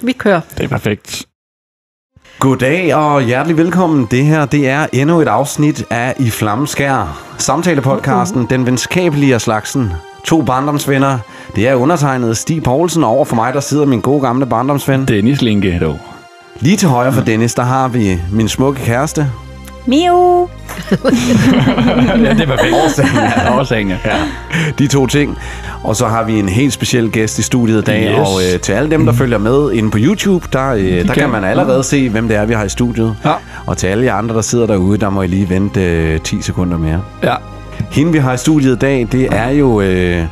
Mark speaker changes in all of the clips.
Speaker 1: Vi kører.
Speaker 2: Det er perfekt.
Speaker 3: Goddag og hjertelig velkommen. Det her det er endnu et afsnit af I Flammeskær. Samtalepodcasten
Speaker 2: Uhuh.
Speaker 3: uh-huh. Den Venskabelige af Slagsen. To barndomsvenner. Det er undertegnet Stig Poulsen og over for mig, der sidder min gode gamle barndomsven.
Speaker 2: Dennis Linke, dog.
Speaker 3: Lige til højre for Dennis, der har vi min smukke kæreste.
Speaker 1: Miu!
Speaker 2: ja, det er perfekt. Årsagen, ja. Årsagen, ja.
Speaker 3: De to ting. Og så har vi en helt speciel gæst i studiet i dag.
Speaker 2: Yes. Mm.
Speaker 3: Og øh, til alle dem, der følger med inde på YouTube, der, øh, der kan
Speaker 2: kan.
Speaker 3: man allerede se, hvem det er, vi har i studiet.
Speaker 2: Ja.
Speaker 3: Og til alle jer andre, der sidder derude, der må I lige vente øh, 10 sekunder mere.
Speaker 2: ja.
Speaker 3: Hende, vi har i studiet i dag, det er jo øh,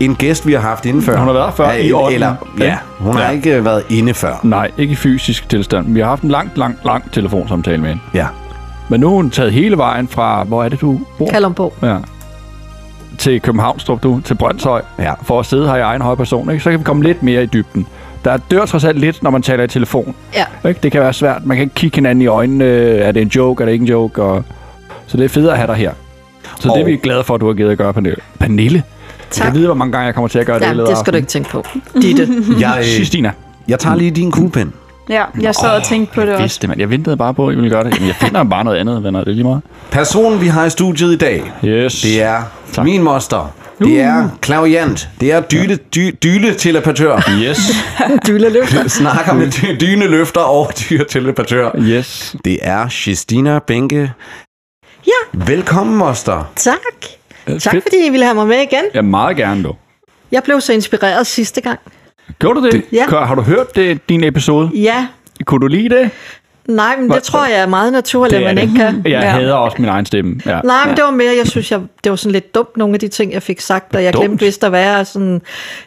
Speaker 3: en gæst, vi har haft inde før.
Speaker 2: Hun har været før
Speaker 3: ja,
Speaker 2: i orden,
Speaker 3: Eller,
Speaker 2: ikke?
Speaker 3: ja, hun har
Speaker 2: Ja.
Speaker 3: ikke øh, været inde før.
Speaker 2: Nej, ikke i fysisk tilstand. Vi har haft en lang, lang, lang telefonsamtale med hende.
Speaker 3: Ja.
Speaker 2: Men nu er hun taget hele vejen fra, hvor er det, du bor?
Speaker 1: Kalumborg.
Speaker 2: Ja. Til Københavnstrup, du, til Brøndshøj,
Speaker 3: Ja.
Speaker 2: for at sidde her i egen høje person. Ikke? Så kan vi komme lidt mere i dybden. Der dør trods alt lidt, når man taler i telefon.
Speaker 1: Ja.
Speaker 2: Ikke? Det kan være svært. Man kan ikke kigge hinanden i øjnene. Er det en joke? Er det ikke en joke? Og... Så det er fedt at have dig her. Så og... det
Speaker 3: Og-
Speaker 2: er vi glade for, at du har givet at gøre, Pernille. Pernille?
Speaker 1: Tak.
Speaker 2: Jeg ved, hvor mange gange jeg kommer til at gøre det.
Speaker 1: Ja, det skal du ikke tænke på. Ditte.
Speaker 3: Jeg, øh,
Speaker 2: Sistina.
Speaker 3: jeg tager lige din kuglepen.
Speaker 4: Ja, jeg sad og tænkte på det også.
Speaker 2: Vidste, man. Jeg ventede bare på, at I ville gøre det. Jamen, jeg finder bare noget andet, venner. Det er lige meget.
Speaker 3: Personen, vi har i studiet i dag,
Speaker 2: Yes.
Speaker 3: det er tak.
Speaker 2: Tak. Uh.
Speaker 3: min moster. Det er klaviant. Det er dyle, dy, dyle telepatør.
Speaker 2: Yes.
Speaker 1: Dyleløv.
Speaker 3: Snakker med dy, dyne løfter og dyre telepatør.
Speaker 2: Yes.
Speaker 3: Det er Christina Benke.
Speaker 1: Ja.
Speaker 3: Velkommen, moster.
Speaker 1: Tak.
Speaker 2: Øh,
Speaker 1: Tak,
Speaker 2: fedt.
Speaker 1: fordi I ville have mig med igen.
Speaker 2: Ja, meget gerne, du.
Speaker 1: Jeg blev så inspireret sidste gang.
Speaker 2: Gjorde du det?
Speaker 1: Ja.
Speaker 2: Kør- Har du hørt det, din episode?
Speaker 1: Ja,
Speaker 2: Kunne du lide det?
Speaker 1: nej, men det
Speaker 2: Hvor-
Speaker 1: tror jeg er meget naturligt, at man ikke kan.
Speaker 2: Jeg
Speaker 4: Ja.
Speaker 2: hader også min egen stemme. Ja.
Speaker 1: Nej, men det var mere, jeg synes, jeg, det var sådan lidt dumt, nogle af de ting, jeg fik sagt, og jeg
Speaker 2: Dumt?
Speaker 1: glemte, hvis der var sådan,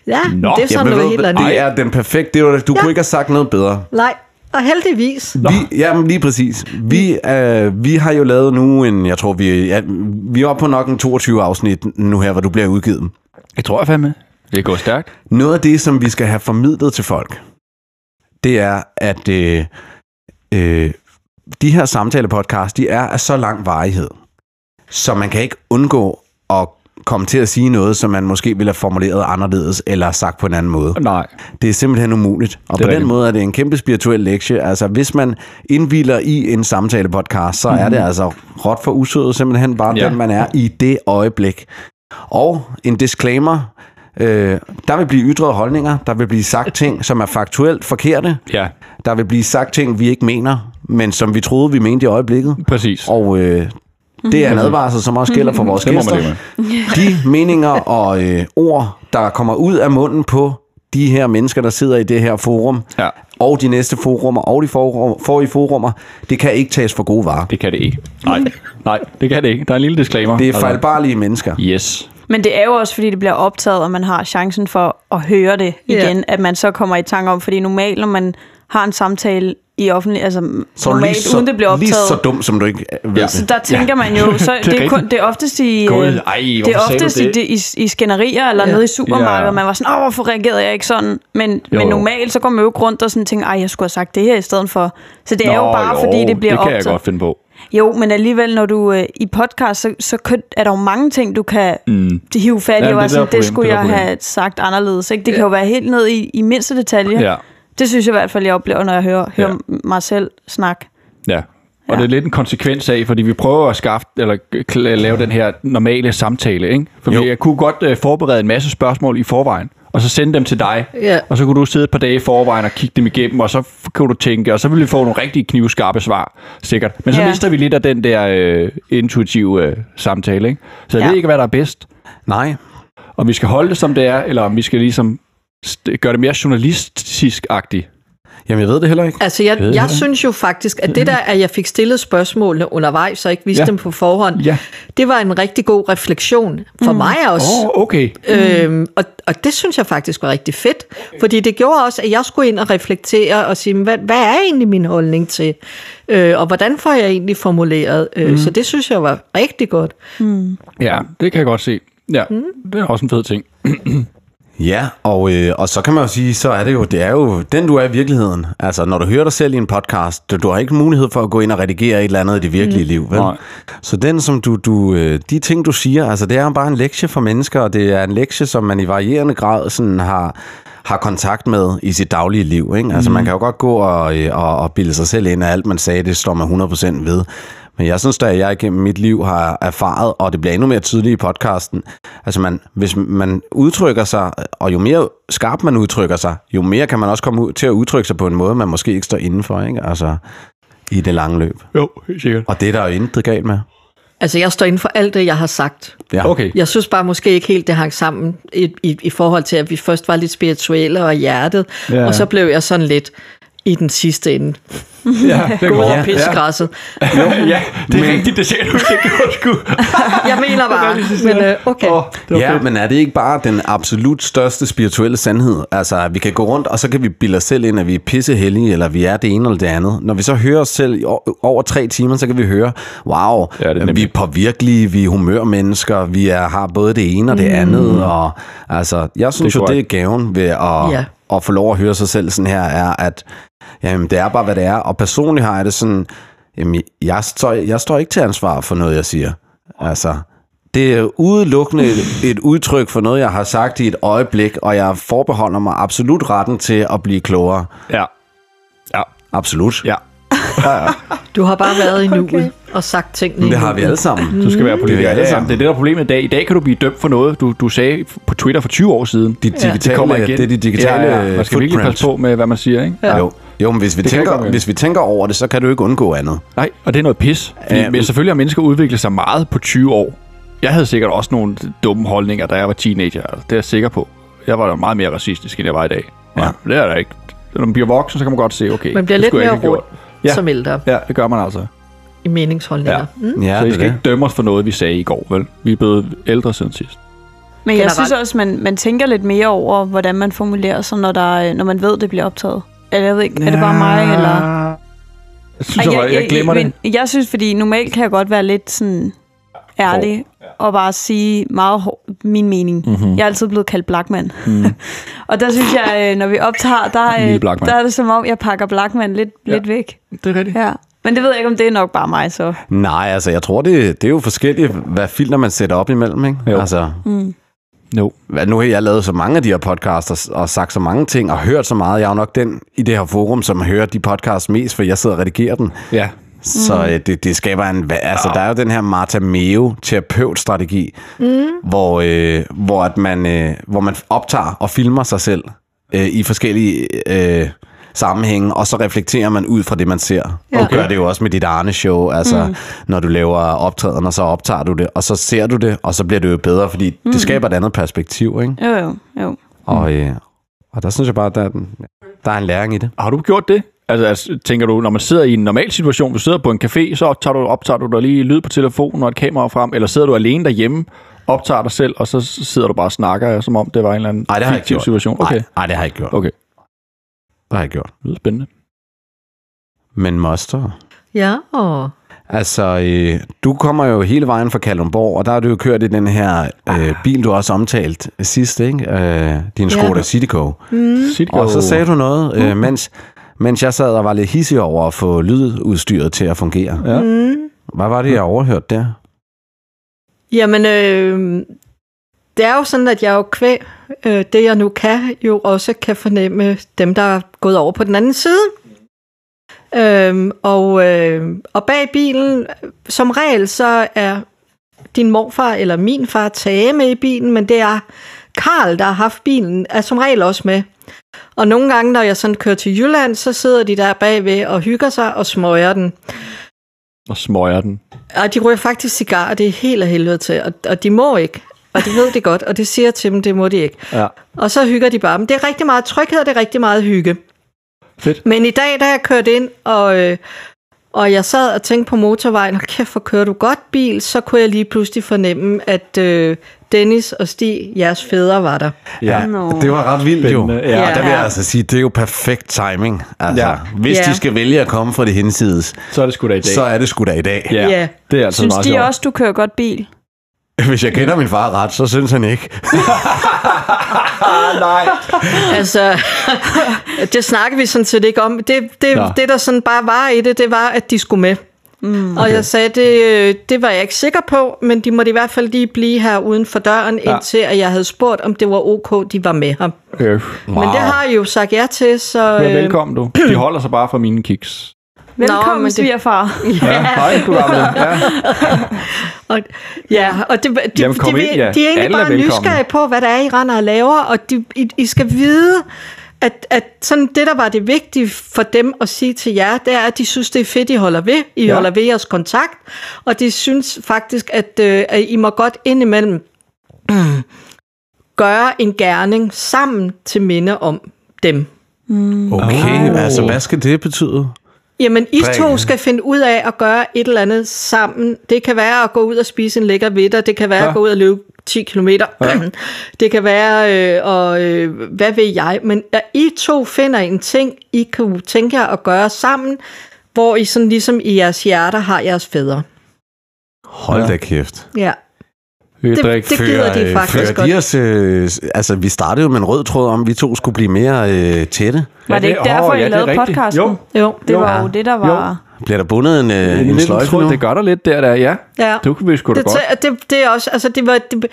Speaker 1: ja,
Speaker 2: Nå,
Speaker 1: Nå, det er sådan
Speaker 3: Jamen,
Speaker 1: noget
Speaker 3: ved
Speaker 1: helt
Speaker 3: du,
Speaker 1: andet.
Speaker 3: det er den perfekte. det var- Du ja. kunne ikke have sagt noget bedre.
Speaker 1: Nej, og heldigvis.
Speaker 3: Vi, jamen lige præcis. Vi, øh, vi har jo lavet nu en, jeg tror vi, ja, vi er oppe på nok en 22 afsnit nu her, hvor du bliver udgivet.
Speaker 2: Jeg tror jeg fandme. Det går stærkt.
Speaker 3: Noget af det, som vi skal have formidlet til folk, det er, at øh, øh, de her samtalepodcast, de er af så lang varighed, så man kan ikke undgå at komme til at sige noget, som man måske ville have formuleret anderledes eller sagt på en anden måde.
Speaker 2: Nej.
Speaker 3: Det er simpelthen umuligt. Og
Speaker 2: Det
Speaker 3: på
Speaker 2: er
Speaker 3: den
Speaker 2: rigtigt.
Speaker 3: måde er det en kæmpe spirituel lektie. Altså, hvis man indviler i en samtale-podcast, så er det altså råt for usødet simpelthen bare ja.
Speaker 2: Mhm. Ja.
Speaker 3: den, man er i det øjeblik. Og en disclaimer. Øh, der vil blive ytret holdninger. Der vil blive sagt ting, som er faktuelt forkerte.
Speaker 2: Ja,
Speaker 3: Der vil blive sagt ting, vi ikke mener, men som vi troede, vi mente i øjeblikket.
Speaker 2: præcis.
Speaker 3: Og øh, det er en advarsel, som også gælder for vores
Speaker 2: Det må man
Speaker 3: gæster.
Speaker 2: leve
Speaker 3: De meninger og øh, ord, der kommer ud af munden på de her mennesker, der sidder i det her forum,
Speaker 2: Ja.
Speaker 3: og de næste forummer, og de forum, forrige forummer, det kan ikke tages for gode varer.
Speaker 2: Det kan det ikke. Nej. Nej, det kan det ikke. Der er en lille disclaimer.
Speaker 3: Det er
Speaker 2: Altså,
Speaker 3: fejlbarlige mennesker.
Speaker 2: Yes.
Speaker 4: Men det er jo også, fordi det bliver optaget, og man har chancen for at høre det
Speaker 1: Ja.
Speaker 4: igen, at man så kommer i tanke om, fordi normalt, når man har en samtale i offentlig, altså
Speaker 3: Så
Speaker 4: så
Speaker 3: er du
Speaker 4: normalt,
Speaker 3: lige så,
Speaker 4: uden det bliver
Speaker 3: Lige
Speaker 4: optaget,
Speaker 3: så dum, som du ikke øh,
Speaker 2: Ja.
Speaker 3: ved. det.
Speaker 4: så der tænker
Speaker 2: Ja.
Speaker 4: man jo, så
Speaker 2: Det er
Speaker 4: det, er kun,
Speaker 2: rigtigt.
Speaker 4: det er oftest i,
Speaker 2: Gud,
Speaker 4: øh,
Speaker 2: ej,
Speaker 4: det
Speaker 2: hvorfor
Speaker 4: er
Speaker 2: sagde du
Speaker 4: oftest
Speaker 2: det?
Speaker 4: I, i, i skænderier eller
Speaker 1: Ja.
Speaker 4: noget i supermarkedet,
Speaker 2: Ja.
Speaker 4: og man var sådan, åh, hvorfor reagerede jeg ikke sådan? Men, men
Speaker 2: jo.
Speaker 4: normalt, så går man jo ikke rundt og sådan tænker, ej, jeg skulle have sagt det her i stedet for. Så det er jo bare, fordi det
Speaker 2: det
Speaker 4: bliver
Speaker 2: kan
Speaker 4: optaget.
Speaker 2: jeg godt finde på.
Speaker 4: Jo, men alligevel, når du øh, i podcast, så, så kan, er der jo mange ting, du kan mm. hive fat i.
Speaker 2: Ja,
Speaker 4: Ja,
Speaker 2: det er
Speaker 4: det, sådan,
Speaker 2: der
Speaker 4: det skulle
Speaker 2: problem, det er
Speaker 4: jeg
Speaker 2: der
Speaker 4: have sagt anderledes. Ikke? Det kan jo være helt ned i, i mindste detalje.
Speaker 2: Ja.
Speaker 4: Det synes jeg i hvert fald, jeg oplever, når jeg hører, hører
Speaker 2: Ja.
Speaker 4: mig selv snakke.
Speaker 2: Ja. Og ja. det er lidt en konsekvens af, fordi vi prøver at skaffe, eller kl- lave den her normale samtale, ikke? For
Speaker 3: Jo.
Speaker 2: jeg kunne godt øh, forberede en masse spørgsmål i forvejen, og så sende dem til dig.
Speaker 1: Ja.
Speaker 2: Og så kunne du sidde et par dage i forvejen og kigge dem igennem, og så f- kunne du tænke, og så ville vi få nogle rigtig knivskarpe svar, sikkert. Men så
Speaker 4: Ja.
Speaker 2: mister vi lidt af den der øh, intuitive øh, samtale, ikke? Så jeg ja.
Speaker 4: Ja.
Speaker 2: ved ikke, hvad der er bedst.
Speaker 3: Nej.
Speaker 2: Om vi skal holde det, som det er, eller om vi skal ligesom st- gøre det mere journalistisk-agtigt.
Speaker 3: Jamen, jeg ved det heller ikke.
Speaker 1: Altså, jeg,
Speaker 2: ved
Speaker 1: jeg
Speaker 2: det.
Speaker 1: synes jo faktisk, at det der, at jeg fik stillet spørgsmålene undervejs, og ikke vidste
Speaker 2: Ja.
Speaker 1: dem på forhånd,
Speaker 2: Ja.
Speaker 1: det var en rigtig god refleksion for mm. mig også.
Speaker 2: Åh, oh, okay.
Speaker 1: Øhm, og, og det synes jeg faktisk var rigtig fedt, fordi det gjorde også, at jeg skulle ind og reflektere og sige, hvad, hvad er egentlig min holdning til, øh, og hvordan får jeg egentlig formuleret? Øh, Så det synes jeg var rigtig godt.
Speaker 2: Ja, det kan jeg godt se. Ja,
Speaker 1: Mm.
Speaker 2: det er også en fed ting.
Speaker 3: Ja, og, øh, og så kan man jo sige, så er det jo, det er jo den, du er i virkeligheden. Altså, når du hører dig selv i en podcast, du, du har ikke mulighed for at gå ind og redigere et eller andet i det virkelige mm. liv, vel?
Speaker 2: Nej.
Speaker 3: Så den, som du, du, øh, de ting, du siger, altså, det er jo bare en lektie for mennesker, og det er en lektie, som man i varierende grad sådan har, har kontakt med i sit daglige liv. Ikke? Altså, mm. man kan jo godt gå og, øh, og, og bilde sig selv ind af alt, man sagde, det står man 100% ved. Men jeg synes da, at jeg igennem mit liv har erfaret, og det bliver endnu mere tydeligt i podcasten, altså man, hvis man udtrykker sig, og jo mere skarpt man udtrykker sig, jo mere kan man også komme ud til at udtrykke sig på en måde, man måske ikke står indenfor, ikke? Altså, i det lange løb.
Speaker 2: Jo, helt sikkert.
Speaker 3: Og det er der jo intet galt med.
Speaker 1: Altså, jeg står inden for alt det, jeg har sagt.
Speaker 3: Ja.
Speaker 2: Okay.
Speaker 1: Jeg synes bare måske ikke helt, det hang sammen i, i, i forhold til, at vi først var lidt spirituelle og i hjertet,
Speaker 2: Ja.
Speaker 1: ja. og så blev jeg sådan lidt i den sidste ende.
Speaker 2: Ja, det
Speaker 1: Gå
Speaker 2: går.
Speaker 1: over
Speaker 2: Ja,
Speaker 1: pissegræsset.
Speaker 2: ja, det er men... rigtigt, det ser du ikke godt sgu.
Speaker 1: Jeg mener bare, men øh, okay.
Speaker 2: Åh, det var
Speaker 3: Ja,
Speaker 2: fedt.
Speaker 3: men er det ikke bare den absolut største spirituelle sandhed? Altså, at vi kan gå rundt, og så kan vi bilde os selv ind, at vi er pissehellige, eller vi er det ene eller det andet. Når vi så hører os selv i o- over tre timer, så kan vi høre, wow,
Speaker 2: Ja, det er
Speaker 3: ja, vi er
Speaker 2: nemlig.
Speaker 3: påvirkelige, vi er humørmennesker, vi er, har både det ene og det andet. Og, altså, jeg synes
Speaker 2: Mm. Det er
Speaker 3: det jo, det er
Speaker 2: korrekt.
Speaker 3: gaven ved at,
Speaker 1: Ja.
Speaker 3: ja. at få lov at høre sig selv sådan her, er, at jamen, det er bare, hvad det er. Og personligt har jeg det sådan, jamen, jeg, står, jeg står ikke til ansvar for noget, jeg siger. Altså, det er udelukkende et, et udtryk for noget, jeg har sagt i et øjeblik, og jeg forbeholder mig absolut retten til at blive klogere.
Speaker 2: Ja. Ja.
Speaker 3: Absolut.
Speaker 2: Ja.
Speaker 1: Du har bare været i nuet okay. og sagt tingene i
Speaker 3: Det har vi
Speaker 1: nuet.
Speaker 3: alle sammen.
Speaker 2: Du skal være politiker.
Speaker 3: Det er vi alle
Speaker 2: ja, ja,
Speaker 3: sammen.
Speaker 2: Mm. det er det, der er problemet i dag. I dag kan du blive dømt for noget, du, du sagde på Twitter for 20 år siden.
Speaker 3: De digitale,
Speaker 2: det kommer igen.
Speaker 3: Det er de digitale
Speaker 2: ja, ja. Man skal virkelig
Speaker 3: footprint.
Speaker 2: passe på med, hvad man siger, ikke?
Speaker 3: Ja. Jo. jo, men hvis vi,
Speaker 2: Det kan jeg godt
Speaker 3: tænker,
Speaker 2: høre.
Speaker 3: hvis vi tænker over det, så kan du ikke undgå andet.
Speaker 2: Nej, og det er noget pis. Fordi,
Speaker 3: Ja,
Speaker 2: ja,
Speaker 3: men-
Speaker 2: men selvfølgelig har mennesker udviklet sig meget på 20 år. Jeg havde sikkert også nogle dumme holdninger, da jeg var teenager. Altså, det er jeg sikker på. Jeg var da meget mere racistisk, end jeg var i dag. Ja.
Speaker 3: Ja.
Speaker 2: ja det er der ikke. Når man bliver voksen, så kan man godt se, okay,
Speaker 1: Man bliver
Speaker 2: det
Speaker 1: lidt
Speaker 2: skulle jeg
Speaker 1: mere
Speaker 2: ikke have
Speaker 1: rundt
Speaker 2: Ja.
Speaker 1: ja. som ældre
Speaker 2: gjort. Ja, det gør man altså.
Speaker 1: i meningsholdninger.
Speaker 2: Ja.
Speaker 1: Ja. Mm.
Speaker 3: Ja,
Speaker 2: Ja, så I
Speaker 3: det er
Speaker 2: skal
Speaker 3: det.
Speaker 2: ikke dømme os for noget, vi sagde i går, vel? Vi er blevet ældre siden sidst.
Speaker 4: Men jeg
Speaker 1: Generelt.
Speaker 4: synes også, man, man tænker lidt mere over, hvordan man formulerer sig, når, der, er- når man ved, det bliver optaget. Eller jeg ved ikke, er det bare mig, eller...
Speaker 2: Jeg synes, jeg, jeg, jeg glemmer det.
Speaker 4: Men jeg synes, fordi normalt kan jeg godt være lidt sådan ærlig og bare sige meget hår, min mening.
Speaker 2: Mhm.
Speaker 4: Mm-hmm. Jeg er altid blevet kaldt blackman. Mm. og der synes jeg, øh, når vi optager, der,
Speaker 2: Lille
Speaker 4: øh,
Speaker 2: Blachman.
Speaker 4: der er det som om, jeg pakker blackman lidt, ja. lidt væk.
Speaker 2: Det er rigtigt.
Speaker 4: Ja. Men det ved jeg ikke, om det er nok bare mig, så.
Speaker 3: Nej, altså, jeg tror, det, det er jo forskelligt, hvad filter man sætter op imellem, ikke?
Speaker 2: Jo.
Speaker 3: Altså,
Speaker 2: Jo.
Speaker 3: hvad, nu har jeg lavet så mange af de her podcasts og, og sagt så mange ting og hørt så meget. Jeg er jo nok den i det her forum, som hører de podcasts mest, for jeg sidder og redigerer den.
Speaker 2: Ja.
Speaker 3: Så øh, det, det skaber en... hva- Altså, der er jo den her Martha Meo terapeutstrategi, mm. hvor, øh, hvor, at man, øh, hvor man optager og filmer sig selv øh, i forskellige øh, sammenhænge, og så reflekterer man ud fra det, man ser. Ja. Du
Speaker 4: Okay.
Speaker 3: gør det jo også med dit Arne-show, altså mm. når du laver optræden, og så optager du det, og så ser du det, og så bliver det jo bedre, fordi mm. det skaber et andet perspektiv, ikke?
Speaker 4: Jo, jo, jo.
Speaker 3: Og, øh, og der synes jeg bare, der er, den- der er en læring i det.
Speaker 2: Har du gjort det? Altså, altså, tænker du, når man sidder i en normal situation, du sidder på en café, så optager du, optager du der lige lyd på telefonen og et kamera frem, eller sidder du alene derhjemme, optager dig selv, og så sidder du bare og snakker, som om det var en eller anden
Speaker 3: Nej, det har jeg ikke
Speaker 2: fiktiv
Speaker 3: gjort.
Speaker 2: situation? Okay.
Speaker 3: Nej, nej, det har jeg ikke gjort.
Speaker 2: Okay,
Speaker 3: Det har jeg ikke gjort.
Speaker 2: det lyder spændende.
Speaker 3: Men monster...
Speaker 1: ja, og
Speaker 3: Altså, øh, du kommer jo hele vejen fra Kalundborg, og der har du jo kørt i den her øh, bil, du også omtalt sidst, ikke? Øh,
Speaker 1: Ja.
Speaker 3: din Skoda Citigo.
Speaker 1: Mm.
Speaker 2: Sitgo.
Speaker 3: Og så sagde du noget, øh, mens, mens jeg sad og var lidt hissig over at få lydudstyret til at fungere.
Speaker 2: Ja.
Speaker 1: Mm.
Speaker 3: Hvad var det, jeg overhørte der?
Speaker 1: Jamen, øh, det er jo sådan, at jeg jo kvæg, øh, det jeg nu kan, jo også kan fornemme dem, der er gået over på den anden side. Øhm, og, øh, og bag bilen, som regel, så er din morfar eller min far tage med i bilen, men det er Karl, der har haft bilen, er som regel også med. Og nogle gange, når jeg sådan kører til Jylland, så sidder de der bagved og hygger sig og smøger den.
Speaker 2: Og smøger den.
Speaker 1: Og de ryger faktisk cigarer, det er helt af helvede til, og, og de må ikke. Og det ved de godt, og det siger jeg til dem, det må de ikke.
Speaker 2: Ja.
Speaker 1: Og så hygger de bare. Men det er rigtig meget tryghed, og det er rigtig meget hygge.
Speaker 2: Fedt.
Speaker 1: Men i dag, da jeg kørte ind, og, øh, og jeg sad og tænkte på motorvejen, og kæft, hvor kører du godt bil, så kunne jeg lige pludselig fornemme, at øh, Dennis og Stig, jeres fædre, var der.
Speaker 2: Ja.
Speaker 4: Nå.
Speaker 3: det var ret vildt jo.
Speaker 2: Spændende, ja.
Speaker 3: Og der vil jeg
Speaker 1: Ja.
Speaker 3: altså sige, det er jo perfekt timing. Altså, ja.
Speaker 2: Ja.
Speaker 3: Hvis
Speaker 1: Ja.
Speaker 3: de skal vælge at komme fra det hinsides,
Speaker 2: Så er det sgu da i dag.
Speaker 3: så er det sgu da i dag.
Speaker 2: Ja,
Speaker 1: Ja.
Speaker 2: det er altså
Speaker 4: Synes
Speaker 2: meget
Speaker 4: de
Speaker 2: sjovt.
Speaker 4: også, du kører godt bil?
Speaker 3: Hvis jeg kender min far ret, så synes han ikke.
Speaker 1: Altså, det snakker vi sådan set ikke om. Det, det,
Speaker 2: Nå.
Speaker 1: det, der sådan bare var i det, det var, at de skulle med. Mm. Og jeg sagde, det, det var jeg ikke sikker på, men de måtte i hvert fald lige blive her uden for døren, ja. indtil at jeg havde spurgt, om det var ok, de var med ham.
Speaker 2: Øh,
Speaker 1: Wow. Men det har I jo sagt ja til, så... øh,
Speaker 2: Men velkommen du. De holder sig bare for mine kiks.
Speaker 1: Nå, men
Speaker 4: Velkommen,
Speaker 1: det-
Speaker 4: svigerfar.
Speaker 2: Ja, hej, du gamle. Ja.
Speaker 1: Og, ja, og det, de,
Speaker 2: Jamen, kom
Speaker 1: de,
Speaker 2: ind, ja.
Speaker 1: de er egentlig
Speaker 2: Alle er
Speaker 1: bare
Speaker 2: velkomne.
Speaker 1: nysgerrige på, hvad der er, I render og laver, og de, I, I skal vide, at, at sådan det, der var det vigtige for dem at sige til jer, det er, at de synes, det er fedt, I holder ved. I
Speaker 2: Ja.
Speaker 1: ja. holder ved jeres kontakt, og de synes faktisk, at, øh, at I må godt indimellem gøre en gerning sammen til minde om dem. Mm.
Speaker 3: Okay,
Speaker 2: Åh.
Speaker 3: altså hvad skal det betyde?
Speaker 1: Jamen, I to
Speaker 3: Præ-
Speaker 1: skal finde ud af at gøre et eller andet sammen. Det kan være at gå ud og spise en lækker vidder. Det kan være ja.
Speaker 2: Ja.
Speaker 1: at gå ud og løbe 10 km. Ja. Det kan være, øh, og øh, hvad ved jeg. Men at I to finder en ting, I kan tænke jer at gøre sammen, hvor I sådan ligesom i jeres hjerter har jeres fædre.
Speaker 3: Hold da kæft.
Speaker 1: Ja.
Speaker 2: Vi kan
Speaker 1: Det-
Speaker 2: drikke
Speaker 1: det- gider de
Speaker 3: øh,
Speaker 1: faktisk
Speaker 3: fører
Speaker 1: godt.
Speaker 3: de os, øh, s- altså, vi startede jo med en rød tråd om, at vi to skulle blive mere øh, tætte.
Speaker 4: Var det ikke
Speaker 2: åh,
Speaker 4: derfor, I
Speaker 2: det er
Speaker 4: lavede
Speaker 2: rigtigt.
Speaker 4: podcasten?
Speaker 2: Jo,
Speaker 1: Jo.
Speaker 4: Det
Speaker 2: Jo.
Speaker 4: var jo
Speaker 2: Ja.
Speaker 4: det, der var...
Speaker 3: Bliver der bundet en, øh,
Speaker 2: en
Speaker 3: en, en
Speaker 2: lidt
Speaker 3: sløjfe
Speaker 2: tråd,
Speaker 3: nu?
Speaker 2: det gør der lidt der, der, ja.
Speaker 1: Ja.
Speaker 2: Det kunne vi sgu da
Speaker 1: Det,
Speaker 2: godt.
Speaker 1: tæ- det, det er også, altså det var, det,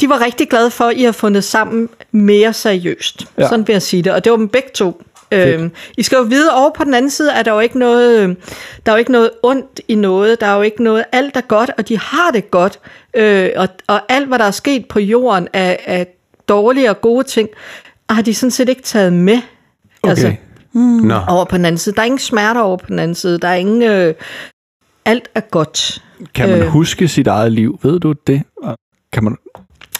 Speaker 1: de var rigtig glade for, at I har fundet sammen mere seriøst.
Speaker 2: Ja.
Speaker 1: Ja. Sådan vil jeg sige det. Og det var dem begge to. Øhm, I skal jo vide, over på den anden side er der jo ikke noget, øh, der er jo ikke noget ondt i noget, der er jo ikke noget, alt er godt, og de har det godt, øh, og, og alt, hvad der er sket på jorden af, af dårlige og gode ting, har de sådan set ikke taget med. Okay.
Speaker 3: Nå,
Speaker 1: over på den anden side. Der er ingen smerter over på den anden side. Der er ingen... Øh, alt er godt.
Speaker 2: Kan man
Speaker 1: Øh.
Speaker 2: huske sit eget liv? Ved du det? Kan man...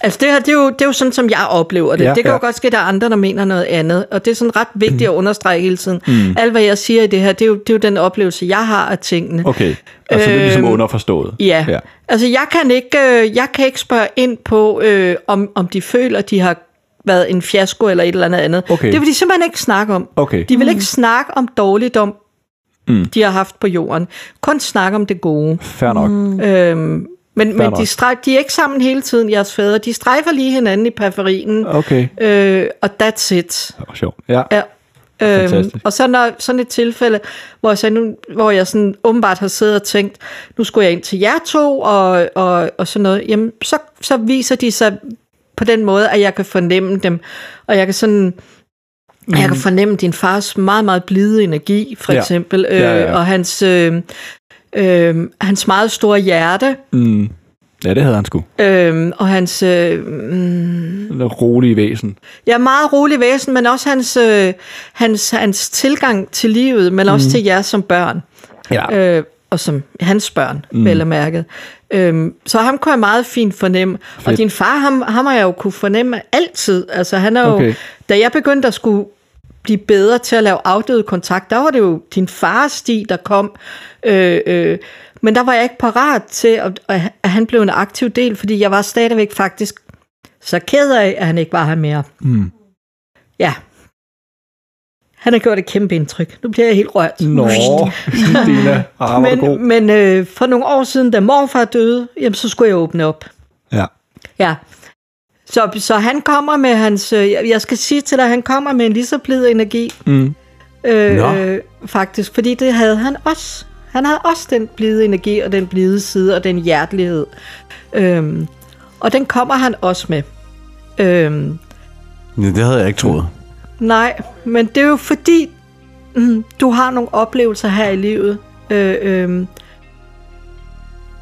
Speaker 1: Altså det her, det er jo, det er jo sådan, som jeg oplever det.
Speaker 2: Ja,
Speaker 1: Ja, det kan
Speaker 2: ja.
Speaker 1: ja. jo godt ske, at der er andre, der mener noget andet. Og det er sådan ret vigtigt at understrege hele tiden. Mm. Alt, hvad jeg siger i det her, det er jo, det er jo den oplevelse, jeg har af tingene.
Speaker 2: Okay, altså det er ligesom underforstået.
Speaker 1: Øh, Ja. ja, altså jeg kan ikke, øh, jeg kan ikke spørge ind på, øh, om, om de føler, at de har været en fiasko eller et eller andet andet.
Speaker 2: Okay.
Speaker 1: Det vil de simpelthen ikke snakke om.
Speaker 2: Okay.
Speaker 1: De vil ikke snakke om dårligdom, mm. de har haft på jorden. Kun snakke om det gode.
Speaker 2: Fair nok.
Speaker 1: Øhm, men men
Speaker 2: nok.
Speaker 1: de, strejf, de er ikke sammen hele tiden, jeres fædre. De strejfer lige hinanden i periferien,
Speaker 2: Okay.
Speaker 1: øh, og that's it.
Speaker 2: Det var sjovt. Ja.
Speaker 1: Ja. Øhm,
Speaker 2: Fantastisk.
Speaker 1: og så når, sådan et tilfælde, hvor jeg, så nu, hvor jeg sådan åbenbart har siddet og tænkt, nu skulle jeg ind til jer to, og, og, og sådan noget, jamen så, så viser de sig på den måde, at jeg kan fornemme dem, og jeg kan sådan... Jeg kan fornemme din fars meget, meget blide energi, for
Speaker 2: Ja.
Speaker 1: eksempel, øh,
Speaker 2: Ja, ja, ja.
Speaker 1: og hans, øh, øh, hans meget store hjerte,
Speaker 2: Mm. Ja, det havde han sgu.
Speaker 1: Øhm, og hans øh, mm,
Speaker 2: Det rolige væsen.
Speaker 1: ja, meget rolig væsen, men også hans, øh, hans, hans tilgang til livet, men også til jer som børn,
Speaker 2: Ja.
Speaker 1: øh, og som hans børn, mm. vel og mærket. Øhm, så ham kunne jeg meget fint fornemme. Fedt. Og din far, ham, ham har jeg jo kunne fornemme altid. Altså, han er jo,
Speaker 2: Okay.
Speaker 1: okay. Da jeg begyndte at skulle blive bedre til at lave afdøde kontakt, der var det jo din fars sti, der kom. Øh, øh, men der var jeg ikke parat til, at, at han blev en aktiv del, fordi jeg var stadigvæk faktisk så ked af, at han ikke var her mere.
Speaker 2: Mm.
Speaker 1: Ja. Han har gjort et kæmpe indtryk. Nu bliver jeg helt rørt.
Speaker 2: Nå, Dina. Ah, var du god.
Speaker 1: men men øh, for nogle år siden, da morfar døde, jamen, så skulle jeg åbne op.
Speaker 2: Ja.
Speaker 1: Ja. Så, så han kommer med hans... Øh, jeg jeg skal sige til dig, han kommer med en lige så blid energi,
Speaker 2: Mm.
Speaker 1: øh,
Speaker 3: Nå.
Speaker 1: øh, faktisk. Fordi det havde han også. Han havde også den blide energi, og den blide side, og den hjertelighed. Øhm, og den kommer han også med. Øhm,
Speaker 3: Ja, det havde jeg ikke troet.
Speaker 1: Nej, men det er jo fordi, mm, du har nogle oplevelser her i livet, øh, øh,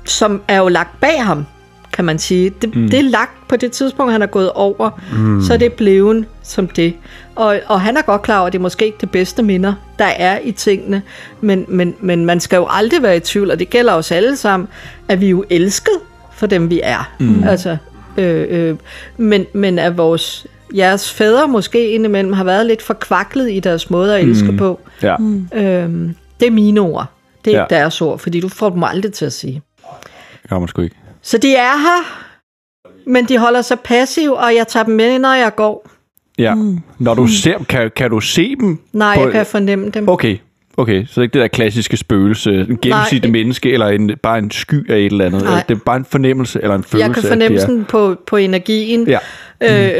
Speaker 1: som er jo lagt bag ham, kan man sige. Det, mm. det er lagt på det tidspunkt, han er gået over, mm. så er det blevet som det. Og, og han er godt klar over, at det er måske ikke det bedste minder, der er i tingene, men, men, men man skal jo aldrig være i tvivl, og det gælder os alle sammen, at vi er jo elsket for dem, vi er. Mm. Altså, øh, øh, men, men at vores jeres fædre måske indimellem har været lidt forkvaklet i deres måde at elske mm. på.
Speaker 2: Ja.
Speaker 1: Øhm, det er mine ord. Det er
Speaker 2: Ja.
Speaker 1: ja. ikke deres ord, fordi du får dem aldrig til at sige.
Speaker 2: Det gør man sgu ikke.
Speaker 1: Så de er her, men de holder sig passive, og jeg tager dem med, når jeg går.
Speaker 2: Ja. Når du ser dem, kan, kan du se dem?
Speaker 1: Mm. Nej,
Speaker 2: på-
Speaker 1: jeg kan fornemme dem.
Speaker 2: Okay. Okay, så det er ikke det der klassiske spøgelse, en gennemsigtig
Speaker 1: Nej.
Speaker 2: menneske, eller en, bare en sky af et eller andet.
Speaker 1: Nej.
Speaker 2: Det er bare en fornemmelse, eller en følelse.
Speaker 1: Jeg kan
Speaker 2: at
Speaker 1: fornemme
Speaker 2: det er-
Speaker 1: sådan på, på energien.
Speaker 2: Ja.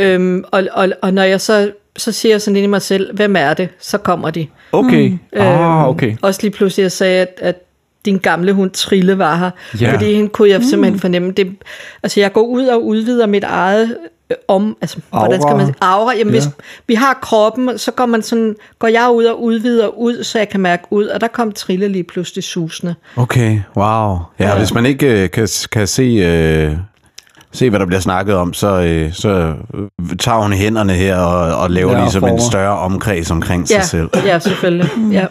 Speaker 1: Øh, øhm, og, og, og når jeg så, så siger jeg sådan ind i mig selv, hvem er det, så kommer de.
Speaker 4: Mm.
Speaker 2: Okay. Ah, okay.
Speaker 4: Øhm,
Speaker 1: Også lige pludselig, jeg sagde, at, at din gamle hund Trille var her.
Speaker 2: Ja.
Speaker 1: Ja. Fordi hende kunne jeg simpelthen fornemme. Det, altså, jeg går ud og udvider mit eget øh, om, altså, aura. hvordan skal man sige? Aura. Jamen, ja. hvis vi har kroppen, så går, man sådan, går jeg ud og udvider ud, så jeg kan mærke ud, og der kom Trille lige pludselig susende.
Speaker 3: Okay, wow. Ja, ja. hvis man ikke øh, kan, kan se, øh, se, hvad der bliver snakket om, så, øh, så øh, tager hun hænderne her og, og laver
Speaker 2: Ja,
Speaker 3: ja,
Speaker 2: og
Speaker 3: ligesom en
Speaker 2: former.
Speaker 3: større omkreds omkring sig
Speaker 1: Ja,
Speaker 3: selv.
Speaker 1: ja, selvfølgelig. Ja.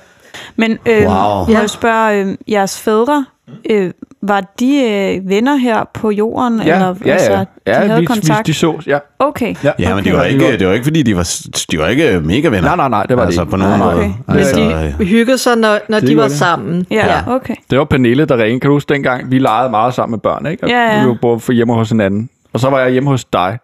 Speaker 4: Men øh,
Speaker 3: Wow.
Speaker 4: wow. må jeg spørge, øh, jeres fædre, øh, var de øh, venner her på jorden? eller,
Speaker 2: ja,
Speaker 4: altså,
Speaker 2: ja.
Speaker 4: de
Speaker 2: ja
Speaker 4: havde
Speaker 2: vi,
Speaker 4: kontakt?
Speaker 2: Vi, de så, ja.
Speaker 4: Okay.
Speaker 2: Ja.
Speaker 3: Ja, men det var,
Speaker 2: Okay.
Speaker 3: ikke, øh, det var ikke, fordi de var, de var ikke mega venner.
Speaker 2: Nej, nej, nej, det var det
Speaker 3: altså,
Speaker 2: ikke.
Speaker 3: på nogen
Speaker 4: Nej,
Speaker 3: måde.
Speaker 4: okay.
Speaker 1: Men
Speaker 3: Altså, øh,
Speaker 1: de hyggede sig, når, når de
Speaker 2: gjorde
Speaker 1: var
Speaker 2: det.
Speaker 1: sammen.
Speaker 4: Ja,
Speaker 3: Ja.
Speaker 4: ja. okay.
Speaker 2: Det var Pernille, der ringede. Kan du huske dengang, vi legede meget sammen med børn, ikke? Og
Speaker 4: Ja, ja.
Speaker 2: Vi var både for hjemme hos hinanden. Og så var jeg hjemme hos dig.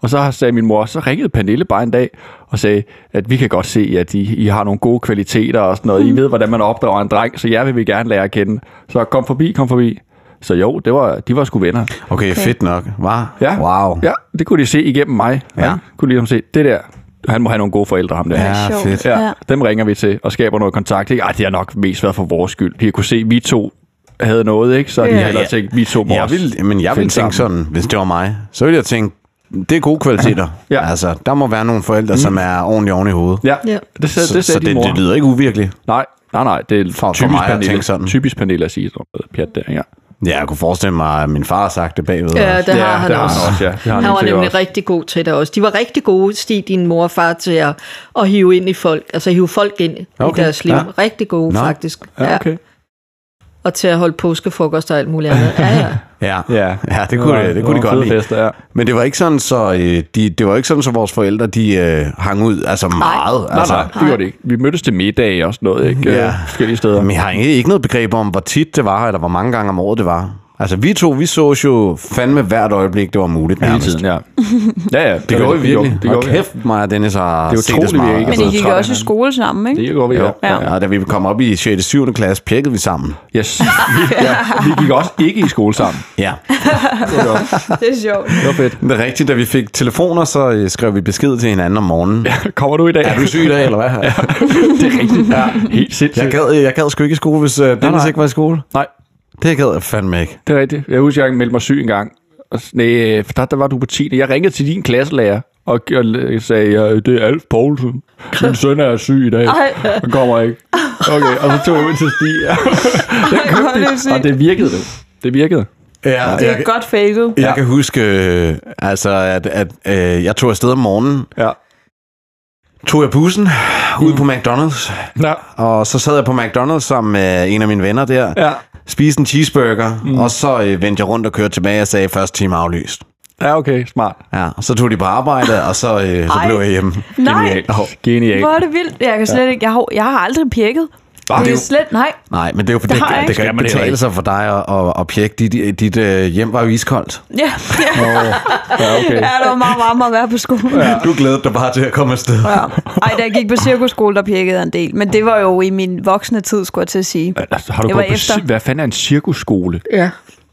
Speaker 2: Og så sagde min mor, så ringede Pernille bare en dag og sagde, at vi kan godt se, at I, I har nogle gode kvaliteter og sådan
Speaker 4: Hmm.
Speaker 2: noget. I ved, hvordan man opdrager en dreng, så jeg vil vi gerne lære at kende. Så kom forbi, kom forbi. Så jo, det var, de var sgu venner.
Speaker 3: okay, fedt nok. Var?
Speaker 2: Ja.
Speaker 3: Wow.
Speaker 2: Ja, det kunne de se igennem mig.
Speaker 3: Ja.
Speaker 2: Han kunne ligesom se, det der, han må have nogle gode forældre, ham der.
Speaker 3: Ja,
Speaker 4: sjovt.
Speaker 3: fedt.
Speaker 2: Ja, ja,
Speaker 4: Ja.
Speaker 2: dem ringer vi til og skaber noget kontakt. Ikke? Ej, det har nok mest været for vores skyld. De kunne se, at vi to havde noget, ikke? Så de ja, hellere
Speaker 3: ja.
Speaker 2: tænkt, vi to må
Speaker 3: Jeg
Speaker 2: også
Speaker 3: vil, men jeg vil
Speaker 2: finde
Speaker 3: tænke
Speaker 2: sammen.
Speaker 3: sådan, hvis det var mig, så ville jeg tænke, det er gode kvaliteter.
Speaker 2: Ja.
Speaker 3: Altså, der må være nogle forældre, mm. som er ordentligt oven i hovedet.
Speaker 2: Ja,
Speaker 1: Ja.
Speaker 2: det sagde,
Speaker 3: Så,
Speaker 2: det
Speaker 3: så
Speaker 2: sagde din
Speaker 3: det,
Speaker 2: mor.
Speaker 3: det lyder ikke uvirkeligt.
Speaker 2: Nej, nej, nej, det er
Speaker 3: For- for
Speaker 2: typisk,
Speaker 3: mig at
Speaker 2: Pernille,
Speaker 3: tænke sådan.
Speaker 2: typisk Pernille at sige sådan noget pjat der, ja.
Speaker 3: Ja, jeg kunne forestille mig, at min far har sagt det bagved.
Speaker 1: Ja,
Speaker 3: også.
Speaker 1: det har
Speaker 2: ja,
Speaker 1: han
Speaker 2: det
Speaker 1: også.
Speaker 2: Har han også ja. Det har
Speaker 1: Han,
Speaker 2: helt
Speaker 1: var
Speaker 2: sikkert
Speaker 1: nemlig
Speaker 2: også.
Speaker 1: rigtig god til det også. De var rigtig gode, Stig, din mor og far, til at, at hive ind i folk. Altså hive folk ind okay.
Speaker 3: Okay,
Speaker 1: i deres liv.
Speaker 3: ja.
Speaker 1: Rigtig gode,
Speaker 3: Nå.
Speaker 1: Nå. faktisk.
Speaker 2: Ja, okay.
Speaker 1: Og til at holde påskefrokost og alt muligt andet. Ja, ja.
Speaker 3: Ja.
Speaker 2: Ja,
Speaker 3: ja det kunne,
Speaker 2: var-
Speaker 3: det, det kunne de
Speaker 2: var
Speaker 3: godt
Speaker 2: fede
Speaker 3: lide.
Speaker 2: Fester, ja.
Speaker 3: Men det var ikke sådan, så øh, de, det var ikke sådan, så vores forældre de øh, hang ud altså meget.
Speaker 2: Nej,
Speaker 3: altså,
Speaker 2: nej, det gjorde det ikke. Vi mødtes til middag og sådan noget, ikke?
Speaker 3: Ja.
Speaker 2: Øh, Forskellige steder.
Speaker 3: Jamen, jeg har egentlig ikke noget begreb om, hvor tit det var, eller hvor mange gange om året det var. Altså, vi to, vi sås jo fandme hvert øjeblik, det var muligt
Speaker 2: Hele
Speaker 3: nærmest.
Speaker 2: tiden, ja. Ja, ja.
Speaker 3: Det gjorde vi virkelig.
Speaker 2: Det gjorde vi. ja.
Speaker 3: kæft, mig og Dennis har
Speaker 2: Det er
Speaker 3: set os
Speaker 2: utroligt, vi
Speaker 3: meget.
Speaker 2: ikke er
Speaker 4: Men I
Speaker 2: blevet
Speaker 3: altså,
Speaker 4: gik
Speaker 2: trætte af
Speaker 4: også i
Speaker 2: hinanden.
Speaker 4: skole sammen, ikke?
Speaker 2: Det gjorde vi, ja.
Speaker 3: ja. ja, da vi kom op i 6. og 7. klasse, pjekkede vi sammen.
Speaker 2: Yes. Vi, ja, vi gik også ikke i skole sammen.
Speaker 3: Ja.
Speaker 4: Det er sjovt.
Speaker 2: Det var fedt.
Speaker 3: Det er rigtigt, da vi fik telefoner, så øh, skrev vi besked til hinanden om morgenen.
Speaker 2: Kommer du i dag?
Speaker 3: Er du syg i dag, eller hvad? Ja.
Speaker 2: det er rigtigt. Ja. Helt
Speaker 3: Jeg,
Speaker 2: sindssygt.
Speaker 3: gad, jeg gad sgu ikke i skole, hvis øh, Dennis
Speaker 2: nej.
Speaker 3: ikke var i skole.
Speaker 2: Nej,
Speaker 3: Det gad jeg fandme ikke.
Speaker 2: det er rigtigt. Jeg husker, jeg meldte mig syg en gang. Og, s- nej, øh, for der, der var du på 10. Jeg ringede til din klasselærer og, g- og l- sagde, "Øh, det er Alf Poulsen. Min søn er syg i dag.
Speaker 4: Ej.
Speaker 2: Han kommer ikke. Okay, og så tog jeg ud til Stig.
Speaker 4: Ej, hvor er det
Speaker 2: og
Speaker 4: sygt.
Speaker 2: det virkede det. Det virkede.
Speaker 3: Ja,
Speaker 4: Det er godt faked.
Speaker 3: Jeg kan huske, øh, altså, at, at øh, jeg tog afsted om morgenen,
Speaker 2: Ja.
Speaker 3: tog jeg bussen mm. ud på McDonald's,
Speaker 2: Ja.
Speaker 3: og så sad jeg på McDonald's sammen med en af mine venner der,
Speaker 2: Ja.
Speaker 3: spiste en cheeseburger, mm. og så øh, vendte jeg rundt og kørte tilbage og sagde, første time aflyst.
Speaker 2: Ja, okay, smart.
Speaker 3: Ja, og så tog de på arbejde, og så, øh, så
Speaker 4: Ej.
Speaker 3: blev jeg hjemme.
Speaker 4: Nej,
Speaker 2: Genialt. Genialt. Ah,
Speaker 4: hvor er det vildt. Jeg, kan slet ikke, jeg, har, jeg har aldrig pjekket.
Speaker 2: det
Speaker 4: Det
Speaker 2: er
Speaker 4: er slet, nej.
Speaker 3: Nej, men det er jo fordi,
Speaker 4: Det
Speaker 3: det,
Speaker 4: har
Speaker 3: det,
Speaker 4: jeg
Speaker 3: det
Speaker 4: ikke.
Speaker 3: kan
Speaker 2: Skal
Speaker 3: ikke
Speaker 2: man heller
Speaker 3: betale
Speaker 2: ikke.
Speaker 3: sig for dig at, at, at pjekke. Dit, dit øh, hjem var jo iskoldt.
Speaker 4: Ja, ja.
Speaker 2: Ja, okay.
Speaker 4: ja det var meget varmere at være på skolen. Ja.
Speaker 3: Du glædede dig bare til at komme afsted.
Speaker 4: Ja. Ej, da jeg gik på cirkusskole, der pjekkede jeg en del. Men det var jo i min voksne tid, skulle jeg til at sige.
Speaker 2: Altså, har du
Speaker 4: Det
Speaker 2: gået
Speaker 4: var
Speaker 2: på,
Speaker 4: efter.
Speaker 2: ci- hvad fanden er en cirkusskole? Sådan
Speaker 1: ja.